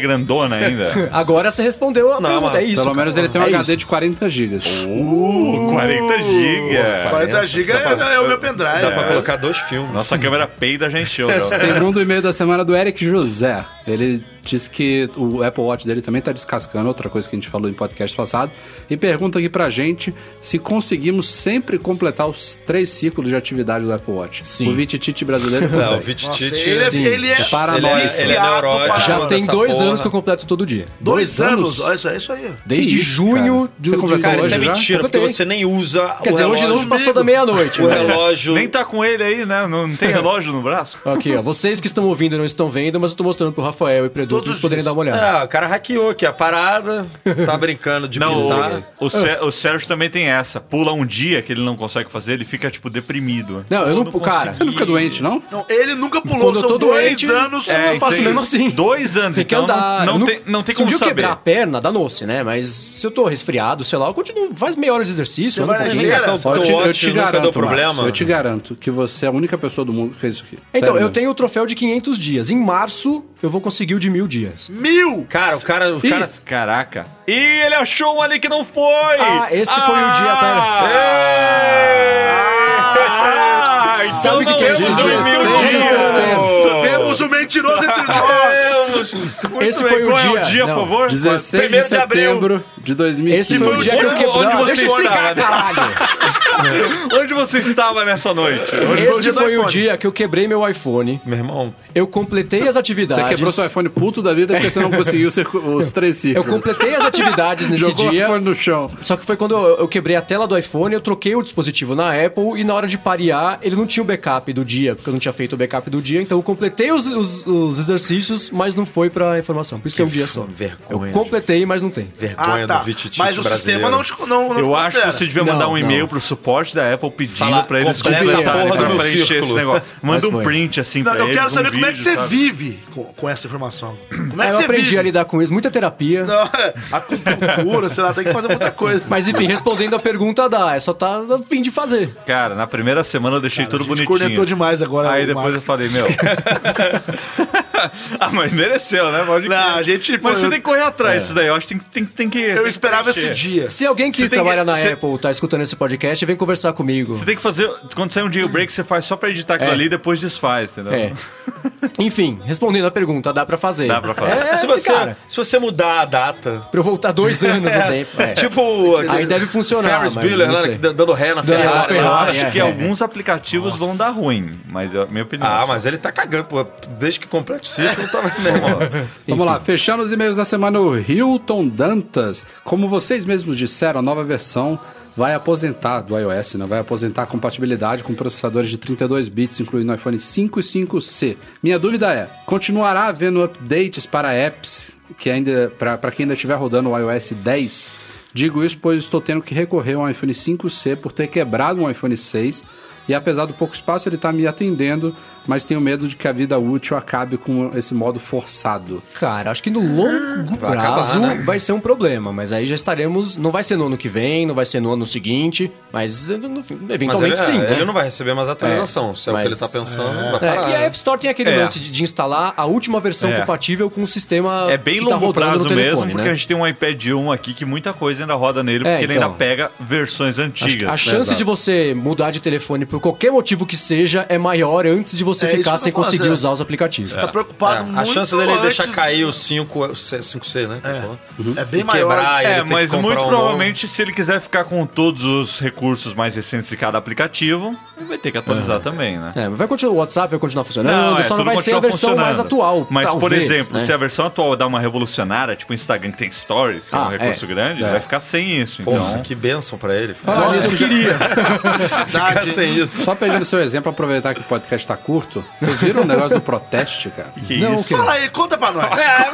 Speaker 7: (laughs)
Speaker 5: grandona ainda.
Speaker 7: Agora você respondeu a
Speaker 4: é- Não,
Speaker 7: pergunta,
Speaker 4: mano,
Speaker 7: é isso.
Speaker 3: Pelo
Speaker 7: cara.
Speaker 3: menos ele tem um
Speaker 7: É
Speaker 3: HD
Speaker 7: isso.
Speaker 3: de 40 gigas.
Speaker 5: Uh, 40 GB.
Speaker 6: 40 GB é, é o meu pendrive.
Speaker 4: Dá pra colocar dois filmes.
Speaker 5: Nossa, a câmera peida já encheu. já.
Speaker 3: Segundo e-mail da semana do Eric José. Ele diz que o Apple Watch dele também tá descascando, outra coisa que a gente falou em podcast passado, e pergunta aqui pra gente se conseguimos sempre completar os três ciclos de atividade do Apple Watch.
Speaker 7: Sim.
Speaker 3: O Vititite brasileiro
Speaker 4: É, o
Speaker 3: consegue.
Speaker 4: Vititite.
Speaker 6: Ele,
Speaker 7: Sim.
Speaker 6: é, ele é,
Speaker 3: Para
Speaker 4: Ele
Speaker 3: nós.
Speaker 4: é, ele é
Speaker 6: viciado
Speaker 4: neurótico.
Speaker 6: pra-
Speaker 7: Já
Speaker 4: mano,
Speaker 7: tem
Speaker 4: essa
Speaker 7: dois
Speaker 4: porra.
Speaker 7: anos que eu completo todo dia.
Speaker 6: dois
Speaker 3: Dois
Speaker 6: anos.
Speaker 3: anos?
Speaker 6: Olha isso, é isso aí.
Speaker 7: Desde
Speaker 3: isso,
Speaker 7: junho
Speaker 3: cara?
Speaker 7: de
Speaker 3: Você
Speaker 7: de-
Speaker 3: completou
Speaker 4: Cara,
Speaker 3: hoje
Speaker 4: isso é
Speaker 3: já?
Speaker 4: mentira, porque
Speaker 7: Completei.
Speaker 4: você nem usa
Speaker 7: né? Quer
Speaker 4: o
Speaker 7: dizer, hoje
Speaker 4: relógio.
Speaker 7: não passou da meia-noite. né?
Speaker 4: O
Speaker 7: mas-
Speaker 4: relógio...
Speaker 5: Nem tá com ele aí, né? Não tem relógio no braço.
Speaker 7: Aqui, ó. Vocês que estão ouvindo e não estão vendo, mas eu tô mostrando pro Rafael e pro Edu pra
Speaker 6: Todos
Speaker 7: eles poderem
Speaker 6: os dias.
Speaker 7: dar uma olhada.
Speaker 4: Ah, o cara hackeou aqui a parada, tá brincando de
Speaker 5: Não,
Speaker 4: pintar.
Speaker 5: o, o, Sé- o Sérgio também tem essa. Pula um dia que ele não consegue fazer, ele fica, tipo, deprimido.
Speaker 7: Não, eu não- cara,
Speaker 3: Você não fica doente, não?
Speaker 6: Não, ele nunca pulou.
Speaker 7: Quando eu
Speaker 6: são
Speaker 7: tô
Speaker 6: dois
Speaker 7: doente,
Speaker 6: anos.
Speaker 7: é, eu faço
Speaker 5: tem
Speaker 7: mesmo assim.
Speaker 5: então, Dois anos,
Speaker 7: Tem que
Speaker 5: então
Speaker 7: andar.
Speaker 5: não,
Speaker 7: eu
Speaker 5: não tem, não tem
Speaker 7: se um
Speaker 5: como
Speaker 7: dia eu
Speaker 5: saber.
Speaker 7: quebrar a perna, danou-se, né? Mas se eu tô resfriado, sei lá, eu continuo, faz meia hora de exercício. Eu não
Speaker 6: vai na
Speaker 7: consigo.
Speaker 6: esteira?
Speaker 4: Então,
Speaker 3: Ó,
Speaker 4: teu ótimo nunca deu problema.
Speaker 3: Marcos, eu te garanto que você é a única pessoa do mundo que fez isso aqui.
Speaker 7: Então,
Speaker 3: Sério
Speaker 7: eu
Speaker 3: mesmo.
Speaker 7: tenho o troféu de 500 dias. Em março, eu vou conseguir o de mil dias.
Speaker 6: Mil!
Speaker 4: Cara, o cara... O cara...
Speaker 5: Caraca. Ih, ele achou um ali que não foi!
Speaker 7: Ah, esse foi o dia,
Speaker 5: Ah, então
Speaker 7: Sabe o que
Speaker 5: não
Speaker 7: que é
Speaker 5: são
Speaker 7: isso?
Speaker 5: mil
Speaker 7: Seis de
Speaker 5: dias.
Speaker 7: setembro.
Speaker 6: Temos o mentiroso entre nós!
Speaker 5: Muito
Speaker 7: Esse
Speaker 5: bem,
Speaker 7: foi o
Speaker 5: qual é
Speaker 7: dia.
Speaker 5: o dia, por
Speaker 7: Não,
Speaker 5: favor?
Speaker 3: 16 de
Speaker 5: Primeiro de abril.
Speaker 3: setembro de 2015.
Speaker 7: Esse foi o dia que eu
Speaker 5: onde-
Speaker 7: quebrei.
Speaker 5: onde
Speaker 7: Não,
Speaker 5: você
Speaker 7: Deixa eu explicar,
Speaker 5: morava?
Speaker 7: caralho.
Speaker 5: Onde você estava nessa noite? Onde você-
Speaker 7: Este foi o dia que eu quebrei meu iPhone.
Speaker 4: Meu irmão,
Speaker 7: Eu completei as
Speaker 3: Você
Speaker 7: atividades.
Speaker 3: quebrou seu iPhone puto da vida porque você não conseguiu ser- (laughs) os três
Speaker 7: Eu
Speaker 3: ciclos.
Speaker 7: completei as atividades nesse
Speaker 3: Jogou o
Speaker 7: dia.
Speaker 3: iPhone no chão.
Speaker 7: Só que foi quando eu, eu quebrei a tela do iPhone, eu troquei o dispositivo na Apple e na hora de parear, ele não tinha o backup do dia, porque eu não tinha feito o backup do dia, então eu completei os, os- os exercícios, mas não foi pra informação. Por isso que, é um dia só.
Speaker 4: vergonha.
Speaker 7: Eu completei, mas não
Speaker 5: é
Speaker 7: tem.
Speaker 4: vergonha
Speaker 6: Ah, tá.
Speaker 4: do Vititite
Speaker 6: Mas o sistema não te, não, não te
Speaker 5: Eu acho que
Speaker 6: considera.
Speaker 5: você devia
Speaker 7: Não,
Speaker 5: mandar um e-mail
Speaker 7: não.
Speaker 5: pro suporte da Apple pedindo
Speaker 4: Fala,
Speaker 5: pra eles
Speaker 4: completa a
Speaker 5: completarem
Speaker 4: porra do
Speaker 5: pra
Speaker 4: meu
Speaker 5: preencher
Speaker 4: círculo.
Speaker 5: esse negócio.
Speaker 7: Mas
Speaker 5: Manda um
Speaker 7: foi.
Speaker 5: print assim
Speaker 6: Não,
Speaker 5: pra
Speaker 6: eu
Speaker 5: eles.
Speaker 6: quero
Speaker 5: um
Speaker 6: saber como é que
Speaker 5: vídeo,
Speaker 6: você
Speaker 5: sabe?
Speaker 6: vive com, com essa informação. Como é
Speaker 7: Aí
Speaker 6: que
Speaker 7: eu
Speaker 6: você
Speaker 7: aprendi
Speaker 6: vive?
Speaker 7: a lidar com isso, muita terapia.
Speaker 6: Não, acupuntura, sei lá, tem que fazer muita coisa.
Speaker 7: Mas enfim, respondendo a pergunta dá, é só tá a fim de fazer.
Speaker 5: Cara, na primeira semana eu deixei tudo
Speaker 6: a gente
Speaker 5: bonitinho.
Speaker 6: cornetou demais agora
Speaker 5: Aí
Speaker 6: o
Speaker 5: depois
Speaker 6: Marcos.
Speaker 5: eu falei, meu. ah, mas mereceu, né? Pode
Speaker 6: Não, a gente, pô,
Speaker 5: Mas você
Speaker 6: eu-
Speaker 5: tem que correr atrás disso daí. Eu acho que tem, que- tem, que- tem que. tem
Speaker 6: Eu
Speaker 5: que
Speaker 6: esperava esse
Speaker 5: preencher.
Speaker 6: dia.
Speaker 7: Se alguém que
Speaker 5: Você tem que-
Speaker 7: trabalha na
Speaker 5: você-
Speaker 7: Apple tá escutando esse podcast, vem conversar comigo.
Speaker 5: Você tem que fazer. Quando sair um jailbreak, você faz só pra editar aquilo
Speaker 7: É.
Speaker 5: ali e depois desfaz, entendeu? (laughs)
Speaker 7: É. Enfim, respondendo a pergunta, dá pra fazer.
Speaker 5: Dá pra fazer.
Speaker 7: É,
Speaker 4: se, você,
Speaker 7: cara,
Speaker 4: se você mudar a data...
Speaker 7: pra eu voltar dois anos no tempo. é.
Speaker 4: Tipo...
Speaker 7: Aí
Speaker 4: aquele
Speaker 7: deve funcionar,
Speaker 4: Ferris
Speaker 7: mas
Speaker 4: Bueller,
Speaker 7: não
Speaker 4: né?
Speaker 7: sei.
Speaker 4: que d- Dando ré na
Speaker 7: ré na
Speaker 4: Ferrari.
Speaker 5: Eu
Speaker 7: Ferrari. Ah,
Speaker 5: acho
Speaker 7: é,
Speaker 5: que
Speaker 7: é.
Speaker 5: alguns aplicativos vão dar ruim, mas é a minha opinião.
Speaker 4: Ah, mas ele tá cagando, pô. Desde que complete o ciclo, tá... Meu
Speaker 7: (laughs)
Speaker 4: irmão.
Speaker 3: Vamos lá, fechando os e-mails da semana, o Hilton Dantas. Como vocês mesmos disseram, a nova versão vai aposentar do iOS, né? vai aposentar a compatibilidade com processadores de 32 bits, incluindo o iPhone 5 e 5C. Minha dúvida é, continuará havendo updates para apps que ainda para quem ainda estiver rodando o iOS 10? Digo isso pois estou tendo que recorrer ao iPhone 5C por ter quebrado um iPhone 6 e apesar do pouco espaço ele está me atendendo, mas tenho medo de que a vida útil acabe com esse modo forçado.
Speaker 7: Cara, acho que no longo
Speaker 4: Vai acabar,
Speaker 7: prazo
Speaker 4: né?
Speaker 7: vai ser um problema, mas aí já estaremos. Não vai ser no ano que vem, não vai ser no ano seguinte, mas eh, no fim,
Speaker 4: Mas
Speaker 7: eventualmente
Speaker 4: ele,
Speaker 7: sim.
Speaker 4: é,
Speaker 7: né?
Speaker 4: ele não vai receber mais atualização.
Speaker 7: É,
Speaker 4: se é o
Speaker 7: mas-
Speaker 4: que ele tá pensando, vai
Speaker 7: É,
Speaker 4: parar.
Speaker 7: e a App Store tem aquele
Speaker 5: É.
Speaker 7: lance de, de instalar a última versão
Speaker 5: É.
Speaker 7: compatível com o sistema
Speaker 5: É bem
Speaker 7: que tá
Speaker 5: longo
Speaker 7: rodando
Speaker 5: prazo
Speaker 7: no
Speaker 5: mesmo,
Speaker 7: telefone,
Speaker 5: porque a
Speaker 7: né?
Speaker 5: gente tem um iPad 1 aqui que muita coisa ainda roda nele,
Speaker 7: É,
Speaker 5: porque ele
Speaker 7: então.
Speaker 5: ainda pega versões antigas.
Speaker 7: A chance de você mudar de telefone por qualquer motivo que seja é maior antes de você
Speaker 6: É isso que
Speaker 7: ficar
Speaker 6: eu tô
Speaker 7: sem
Speaker 6: falando,
Speaker 7: conseguir
Speaker 6: é.
Speaker 7: usar os aplicativos.
Speaker 6: Tá preocupado
Speaker 4: É,
Speaker 6: muito
Speaker 4: a chance dele
Speaker 6: antes-
Speaker 4: deixar cair o 5, o 5C, né? que ele falou.
Speaker 6: É bem
Speaker 4: E
Speaker 6: maior.
Speaker 4: quebrar, ele
Speaker 5: É,
Speaker 4: tem que
Speaker 5: mas
Speaker 4: comprar
Speaker 5: muito
Speaker 4: um novo.
Speaker 5: provavelmente, se ele quiser ficar com todos os recursos mais recentes de cada aplicativo, ele vai ter que atualizar também, né?
Speaker 7: É, vai continuar, o WhatsApp vai continuar funcionando,
Speaker 5: é,
Speaker 7: só não
Speaker 5: tudo
Speaker 7: vai ser a
Speaker 5: continua
Speaker 7: versão mais
Speaker 5: funcionando.
Speaker 7: atual.
Speaker 5: Mas, por
Speaker 7: talvez,
Speaker 5: exemplo,
Speaker 7: né?
Speaker 5: se a versão atual dá uma revolucionária, tipo o Instagram que tem stories, que é um
Speaker 7: Ah, é.
Speaker 5: recurso grande,
Speaker 7: É.
Speaker 5: vai ficar sem isso.
Speaker 4: Porra,
Speaker 5: então,
Speaker 4: que benção pra ele.
Speaker 3: Fala nisso, já-
Speaker 4: Ficar sem isso.
Speaker 3: Só pegando seu exemplo, aproveitar que o podcast tá curto, vocês viram o negócio do proteste, cara?
Speaker 5: que
Speaker 7: Não,
Speaker 5: isso?
Speaker 7: que-
Speaker 6: Fala aí, conta pra nós.
Speaker 4: É.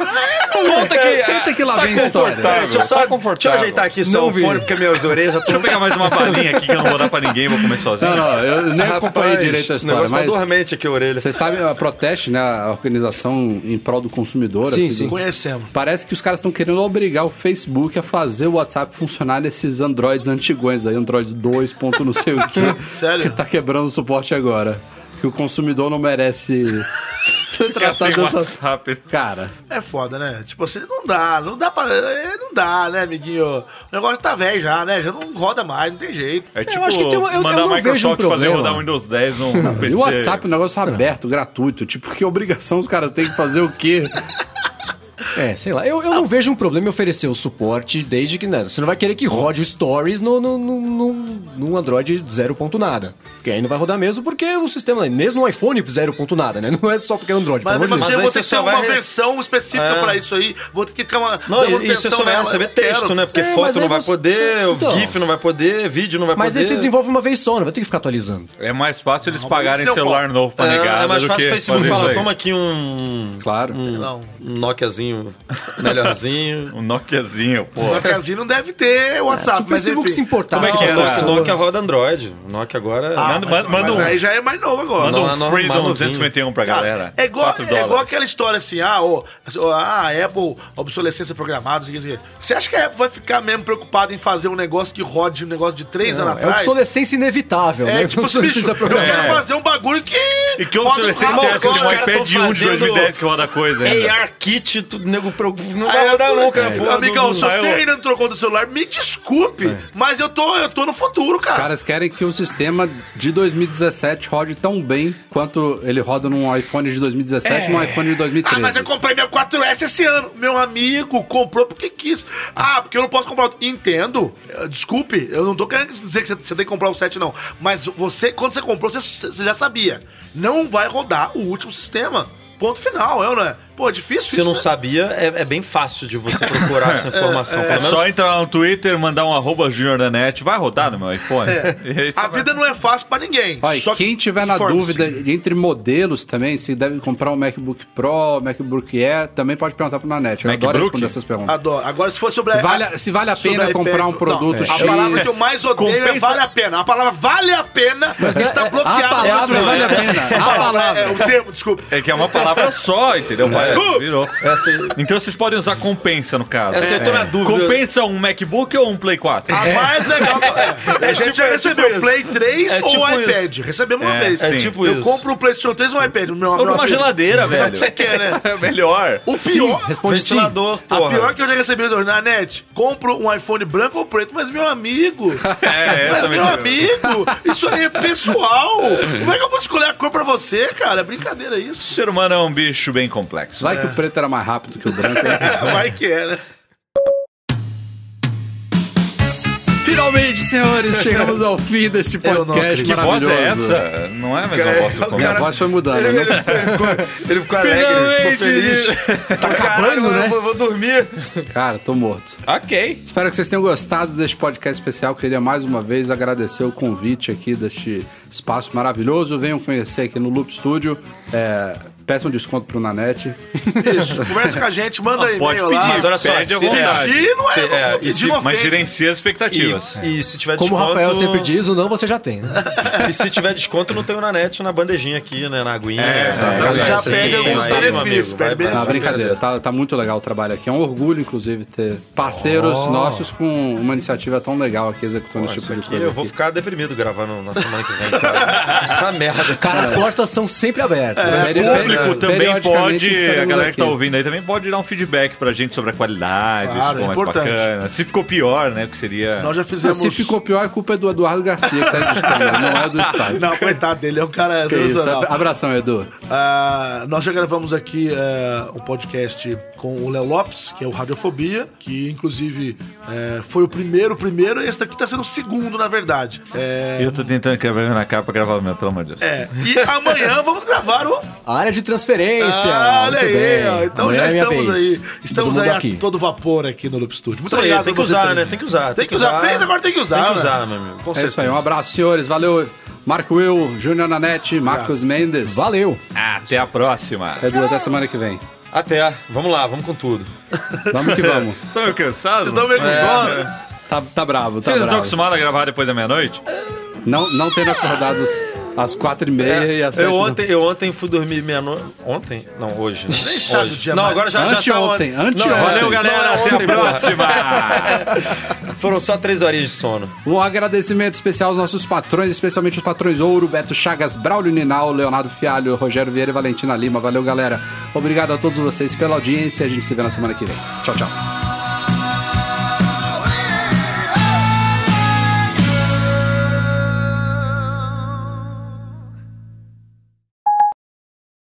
Speaker 5: Conta que...
Speaker 3: Senta que lá vem a história.
Speaker 5: confortável.
Speaker 4: Deixa eu, só,
Speaker 5: Tá
Speaker 4: deixa eu
Speaker 5: confortável.
Speaker 4: ajeitar aqui só
Speaker 7: Não
Speaker 4: o
Speaker 7: vi.
Speaker 4: fone, porque minhas orelhas já (laughs)
Speaker 5: Deixa eu
Speaker 4: estão...
Speaker 5: pegar mais uma balinha aqui que eu não vou dar pra ninguém, vou comer sozinho.
Speaker 3: Não, não, eu nem acompanhei direito a
Speaker 4: O
Speaker 3: história,
Speaker 4: negócio
Speaker 3: mas
Speaker 4: tá dormente aqui a orelha.
Speaker 3: vocês sabem a proteste, né? A organização em prol do consumidor.
Speaker 7: Sim,
Speaker 3: aqui do-
Speaker 7: sim.
Speaker 6: Conhecemos.
Speaker 3: Parece que os caras estão querendo obrigar o Facebook a fazer o WhatsApp funcionar nesses Androids antigões aí, Android 2. ponto não sei o quê.
Speaker 6: Sério?
Speaker 3: Que tá quebrando o suporte agora. Que o consumidor não merece ser
Speaker 5: Fica sem
Speaker 3: tratado dessa.
Speaker 5: WhatsApp.
Speaker 3: Cara,
Speaker 6: É foda, né? Tipo assim, não dá, não dá pra. é, Não dá, né, amiguinho? O negócio tá velho já, né? Já não roda mais, não tem jeito.
Speaker 5: É tipo
Speaker 7: acho que tem uma- eu- eu
Speaker 5: mandar
Speaker 7: não
Speaker 5: a
Speaker 7: vejo um
Speaker 5: Microsoft fazer
Speaker 7: problema.
Speaker 5: rodar Windows 10 num PC.
Speaker 3: e o WhatsApp é um negócio aberto, gratuito. Tipo, que obrigação os caras têm que fazer o quê?
Speaker 7: É, sei lá. Eu, eu não vejo um problema em oferecer o suporte desde que. Né, você não vai querer que rode o Stories no, no, no, no, no Android 0. ponto nada. Porque aí não vai rodar mesmo, porque o sistema. Mesmo no iPhone 0. ponto nada, né? Não é só porque é Android,
Speaker 6: Mas
Speaker 7: pelo
Speaker 6: mesmo
Speaker 7: amor de Deus.
Speaker 6: assim,
Speaker 4: Mas
Speaker 6: eu vou
Speaker 4: aí você
Speaker 6: ter que ter
Speaker 4: só
Speaker 6: uma
Speaker 4: vai re-
Speaker 6: versão específica
Speaker 4: É.
Speaker 6: pra isso aí. Vou ter que ficar uma.
Speaker 4: Não,
Speaker 6: dar
Speaker 4: e- e
Speaker 6: manutenção
Speaker 4: você só vai
Speaker 6: nela.
Speaker 4: receber
Speaker 6: Eu quero.
Speaker 4: texto, né? Porque
Speaker 7: É, mas
Speaker 4: foto
Speaker 7: aí
Speaker 4: não vai
Speaker 7: você-
Speaker 4: poder,
Speaker 7: Então.
Speaker 4: GIF não vai poder, vídeo não vai
Speaker 7: Mas aí
Speaker 4: poder.
Speaker 7: você desenvolve uma vez só, não vai ter que ficar atualizando.
Speaker 5: É mais fácil eles
Speaker 6: isso
Speaker 5: pagarem
Speaker 6: deu
Speaker 5: celular novo pra negar.
Speaker 4: É, é mais
Speaker 5: do
Speaker 4: fácil
Speaker 5: que
Speaker 4: o Facebook
Speaker 5: fazer isso
Speaker 4: falar,
Speaker 5: aí.
Speaker 4: toma aqui um,
Speaker 3: Claro.
Speaker 6: Não.
Speaker 4: um Nokiazinho (laughs) melhorzinho.
Speaker 5: Um Nokiazinho, pô.
Speaker 6: O Brasil não deve ter
Speaker 7: É, se
Speaker 6: WhatsApp.
Speaker 7: o
Speaker 6: mas
Speaker 7: Facebook
Speaker 6: enfim.
Speaker 7: se importar,
Speaker 5: Como é
Speaker 7: com
Speaker 5: que
Speaker 7: as
Speaker 5: era?
Speaker 6: né?
Speaker 4: Nossa,
Speaker 7: pessoas-
Speaker 4: o Nokia roda Android. O Nokia agora...
Speaker 6: Ah,
Speaker 5: Manda-
Speaker 6: mas,
Speaker 5: manda- manda
Speaker 6: mas
Speaker 5: um-
Speaker 6: aí já é mais novo agora.
Speaker 5: Manda
Speaker 4: Não,
Speaker 5: um
Speaker 4: não,
Speaker 5: Freedom
Speaker 4: maluquinho.
Speaker 5: 251 pra
Speaker 6: Cara,
Speaker 5: galera.
Speaker 6: É igual,
Speaker 5: 4
Speaker 6: é igual
Speaker 5: dólares.
Speaker 6: aquela história assim, ah, ô, ah, a Apple, obsolescência programada, não sei o que, não sei o que. Você acha que a Apple vai ficar mesmo preocupada em fazer um negócio que rode um negócio de três
Speaker 7: Não,
Speaker 6: anos
Speaker 7: é
Speaker 6: atrás?
Speaker 7: obsolescência inevitável, né?
Speaker 6: É, tipo assim, bicho,
Speaker 7: Obsolescência
Speaker 6: eu
Speaker 7: programada.
Speaker 6: quero
Speaker 5: É.
Speaker 6: fazer um bagulho que.
Speaker 5: E que eu
Speaker 6: roda
Speaker 5: obsolescência
Speaker 6: rápido,
Speaker 5: é essa de um
Speaker 6: cara.
Speaker 5: iPad 1 de
Speaker 4: fazendo-
Speaker 5: 2010 que roda coisa ainda.
Speaker 4: AR Kit, tudo nego... pro- Não
Speaker 6: Aí
Speaker 4: vai
Speaker 6: eu
Speaker 4: rodar né,
Speaker 6: tô-
Speaker 4: nunca,
Speaker 6: é,
Speaker 4: pô.
Speaker 6: Amigão, se
Speaker 5: Aí
Speaker 6: você
Speaker 5: eu-
Speaker 6: ainda não trocou do celular, me desculpe,
Speaker 7: É.
Speaker 6: mas eu tô, eu tô no futuro,
Speaker 3: Os
Speaker 6: cara.
Speaker 3: caras querem que o sistema de 2017 rode tão bem quanto ele roda num iPhone de 2017 num iPhone de
Speaker 6: Ah,
Speaker 3: 2013.
Speaker 6: mas eu comprei meu 4S esse ano. Meu amigo comprou porque quis. Ah, porque eu não posso comprar outro. Entendo. Eh, Desculpe, eu não tô querendo dizer que você você tem que comprar o 7, não. Mas você, quando você comprou, você, você já sabia. Não vai rodar o último sistema. Ponto final, eu, né? Pô, difícil
Speaker 4: Se
Speaker 6: isso,
Speaker 4: não
Speaker 6: né?
Speaker 4: sabia, é, é bem fácil de você procurar
Speaker 6: (laughs)
Speaker 4: essa informação.
Speaker 5: É
Speaker 4: pelo menos
Speaker 5: só entrar lá no Twitter, mandar um arroba junior da net. Vai rodar no meu iPhone. (laughs) E aí você
Speaker 6: A
Speaker 5: vai-
Speaker 6: vida não é fácil pra ninguém.
Speaker 3: Olha,
Speaker 6: Só que
Speaker 3: quem tiver na
Speaker 6: informe-se.
Speaker 3: dúvida entre modelos também, se deve comprar um MacBook Pro, MacBook Air, também pode perguntar pro Nanete. Eu adoro
Speaker 5: MacBook?
Speaker 3: responder essas perguntas.
Speaker 6: Adoro. Agora, se for sobre
Speaker 3: Se vale a- se vale a
Speaker 6: sobre
Speaker 3: pena comprar um
Speaker 6: iPad,
Speaker 3: produto
Speaker 6: não. é.
Speaker 3: X.
Speaker 6: A palavra que eu mais odeio é
Speaker 5: Compensa-
Speaker 6: vale a pena. A palavra vale a pena está
Speaker 7: é- é-
Speaker 6: bloqueada.
Speaker 3: a palavra
Speaker 6: dentro do-
Speaker 3: vale a pena. A
Speaker 6: É,
Speaker 3: palavra.
Speaker 6: É, o termo, desculpa.
Speaker 5: É que é uma palavra só, entendeu? Vai,
Speaker 6: É. Desculpa. assim. É,
Speaker 5: virou.
Speaker 4: Essa,
Speaker 5: Então vocês podem usar compensa no caso. É.
Speaker 4: essa eu tô na dúvida.
Speaker 5: Compensa um MacBook ou um Play 4?
Speaker 6: A mais legal. Ah,
Speaker 3: (laughs)
Speaker 6: É, a gente
Speaker 3: tipo
Speaker 6: já recebeu Play 3
Speaker 4: É
Speaker 6: ou
Speaker 4: tipo
Speaker 6: iPad. Recebemos uma
Speaker 5: É,
Speaker 6: vez.
Speaker 5: é
Speaker 4: tipo
Speaker 6: eu
Speaker 4: isso.
Speaker 6: compro um PlayStation 3 ou um iPad. Meu,
Speaker 5: Ou
Speaker 6: meu
Speaker 5: numa
Speaker 6: amigo.
Speaker 5: geladeira,
Speaker 6: Sabe o que
Speaker 5: velho.
Speaker 6: você
Speaker 5: (laughs)
Speaker 6: quer, né?
Speaker 5: (laughs) É melhor.
Speaker 6: O pior.
Speaker 7: responde sim.
Speaker 4: ventilador,
Speaker 6: A
Speaker 4: porra.
Speaker 6: pior que eu já recebi do- na net, compro um iPhone branco ou preto, mas meu amigo.
Speaker 5: É,
Speaker 6: mas
Speaker 5: essa
Speaker 6: meu
Speaker 5: mesmo.
Speaker 6: amigo, isso aí é pessoal. Como é que eu vou escolher a cor pra você, cara? É brincadeira
Speaker 5: O (laughs)
Speaker 6: isso.
Speaker 5: ser humano é um bicho bem complexo.
Speaker 3: Vai que o preto era mais rápido que o branco. né?
Speaker 6: Vai que é, né?
Speaker 3: (laughs) Finalmente, senhores, chegamos ao fim deste
Speaker 6: Eu não
Speaker 3: podcast
Speaker 5: Que voz
Speaker 3: maravilhoso.
Speaker 5: é essa? Não é mais uma voz do
Speaker 3: Minha
Speaker 5: comum.
Speaker 3: voz foi mudando, né?
Speaker 4: Ele ficou alegre, ele ficou feliz.
Speaker 7: Tá acabando, né?
Speaker 4: vou, vou dormir.
Speaker 3: Cara, tô morto.
Speaker 5: Ok.
Speaker 3: Espero que vocês tenham gostado deste podcast especial. Queria mais uma vez agradecer o convite aqui deste espaço maravilhoso. Venham conhecer aqui no Loop Studio. É, peçam desconto pro Nanete.
Speaker 6: Isso. Conversa com a gente, manda aí
Speaker 5: Pode
Speaker 6: e-mail
Speaker 5: pedir,
Speaker 6: lá.
Speaker 4: Mas olha só,
Speaker 5: pede à
Speaker 4: se-
Speaker 5: vontade.
Speaker 6: Pedir não é,
Speaker 4: É,
Speaker 6: vou
Speaker 4: e
Speaker 6: pedir
Speaker 4: se-
Speaker 6: uma
Speaker 5: Mas
Speaker 6: ofende.
Speaker 5: gerencia as
Speaker 4: E,
Speaker 5: expectativas.
Speaker 4: e se
Speaker 6: É,
Speaker 4: tiver
Speaker 7: Como o
Speaker 6: tipo
Speaker 4: desconto...
Speaker 7: Rafael sempre diz, o não você já tem, né?
Speaker 4: (laughs) E se tiver desconto, não tem o Nanete na bandejinha aqui, né? Na aguinha.
Speaker 5: É, exatamente.
Speaker 6: Já
Speaker 4: Vocês
Speaker 6: perde
Speaker 4: têm
Speaker 6: alguns
Speaker 4: aí, meu
Speaker 6: benefícios,
Speaker 4: amigo, vai
Speaker 6: perde
Speaker 4: pra-
Speaker 3: (laughs) Ah,
Speaker 6: benefícios.
Speaker 3: brincadeira, tá, tá muito legal o trabalho aqui. É um orgulho, inclusive, ter parceiros
Speaker 5: Oh.
Speaker 3: nossos com uma iniciativa tão legal aqui executando esse
Speaker 4: Isso
Speaker 3: tipo de
Speaker 4: aqui
Speaker 3: coisa.
Speaker 4: eu vou
Speaker 3: aqui.
Speaker 4: ficar deprimido gravando na semana que vem. cara. Essa merda.
Speaker 6: É.
Speaker 7: Cara, as portas são sempre abertas.
Speaker 3: Mas eles-
Speaker 6: público,
Speaker 5: público também
Speaker 3: é. Periodicamente
Speaker 5: pode, a
Speaker 3: estaremos
Speaker 5: galera que tá
Speaker 3: aqui.
Speaker 5: ouvindo aí também pode dar um feedback pra gente sobre a qualidade,
Speaker 6: Claro,
Speaker 5: se ficou
Speaker 6: é
Speaker 5: mais
Speaker 6: importante.
Speaker 5: bacana. Se ficou pior, né? Que seria.
Speaker 6: Nós já
Speaker 3: Ah,
Speaker 6: fizemos.
Speaker 3: se
Speaker 6: (laughs)
Speaker 3: ficou pior, a culpa é do Eduardo Garcia, que tá editando, não é do
Speaker 5: (laughs)
Speaker 3: estádio.
Speaker 6: Não, coitado dele, é um cara
Speaker 3: Que isso.
Speaker 6: sensacional.
Speaker 3: Abração, Edu.
Speaker 6: Ah, nós já gravamos aqui eh, um podcast com o Léo Lopes, que é o Radiofobia, que inclusive eh, foi o primeiro, o primeiro, esse daqui tá sendo o segundo, na verdade. É,
Speaker 5: Eu tô tentando escrever na capa pra gravar o meu, pelo amor de Deus.
Speaker 6: é, e amanhã vamos gravar o.
Speaker 7: A área de transferência.
Speaker 6: Ah, olha
Speaker 7: Muito
Speaker 6: aí,
Speaker 7: bem.
Speaker 6: ó, então
Speaker 7: Amanhã
Speaker 6: já
Speaker 7: é minha
Speaker 6: estamos
Speaker 7: vez.
Speaker 6: aí. Estamos
Speaker 7: Todo
Speaker 6: aí
Speaker 7: mundo
Speaker 6: a
Speaker 7: aqui.
Speaker 6: todo vapor aqui no Loop Studio. Muito
Speaker 4: Isso aí,
Speaker 6: obrigado,
Speaker 4: tem que
Speaker 6: a vocês
Speaker 4: usar,
Speaker 6: também.
Speaker 4: né? Tem que usar.
Speaker 6: Tem que usar. Fez, agora tem que usar.
Speaker 4: Tem que
Speaker 6: né?
Speaker 4: usar, meu amigo.
Speaker 6: Com
Speaker 3: É
Speaker 6: certeza.
Speaker 3: isso aí, um abraço, senhores. Valeu, Marco Will, Júnior Nanete, Marcos Mendes.
Speaker 7: Valeu.
Speaker 5: Até a próxima.
Speaker 6: É.
Speaker 3: Edu, até semana que vem.
Speaker 4: Até. Vamos lá, vamos com tudo.
Speaker 3: Vamos que vamos.
Speaker 5: Estão meio cansados? Vocês estão
Speaker 4: meio com sono?
Speaker 3: (laughs) Tá, tá bravo, tá
Speaker 5: Vocês não estão
Speaker 3: bravo.
Speaker 5: acostumados a gravar depois da meia-noite?
Speaker 6: É.
Speaker 3: Não, não tendo acordado às- às quatro e meia
Speaker 5: É,
Speaker 3: e às sete.
Speaker 4: É, eu,
Speaker 3: da-
Speaker 4: ontem, eu ontem fui dormir meia-noite. Ontem? Não, hoje. Né?
Speaker 6: Nem sabe
Speaker 4: Hoje.
Speaker 6: o dia
Speaker 4: Não,
Speaker 6: mais.
Speaker 4: agora já, já tá
Speaker 3: Anteontem,
Speaker 4: on-
Speaker 3: anteontem.
Speaker 4: Não,
Speaker 5: Valeu, galera. Até a
Speaker 6: (laughs)
Speaker 5: próxima.
Speaker 4: Foram só três horinhas de sono.
Speaker 3: Um agradecimento especial aos nossos patrões, especialmente os patrões Ouro, Beto Chagas, Braulio Ninal, Leonardo Fialho, Rogério Vieira e Valentina Lima. Valeu, galera. Obrigado a todos vocês pela audiência. A gente se vê na semana que vem. Tchau, tchau.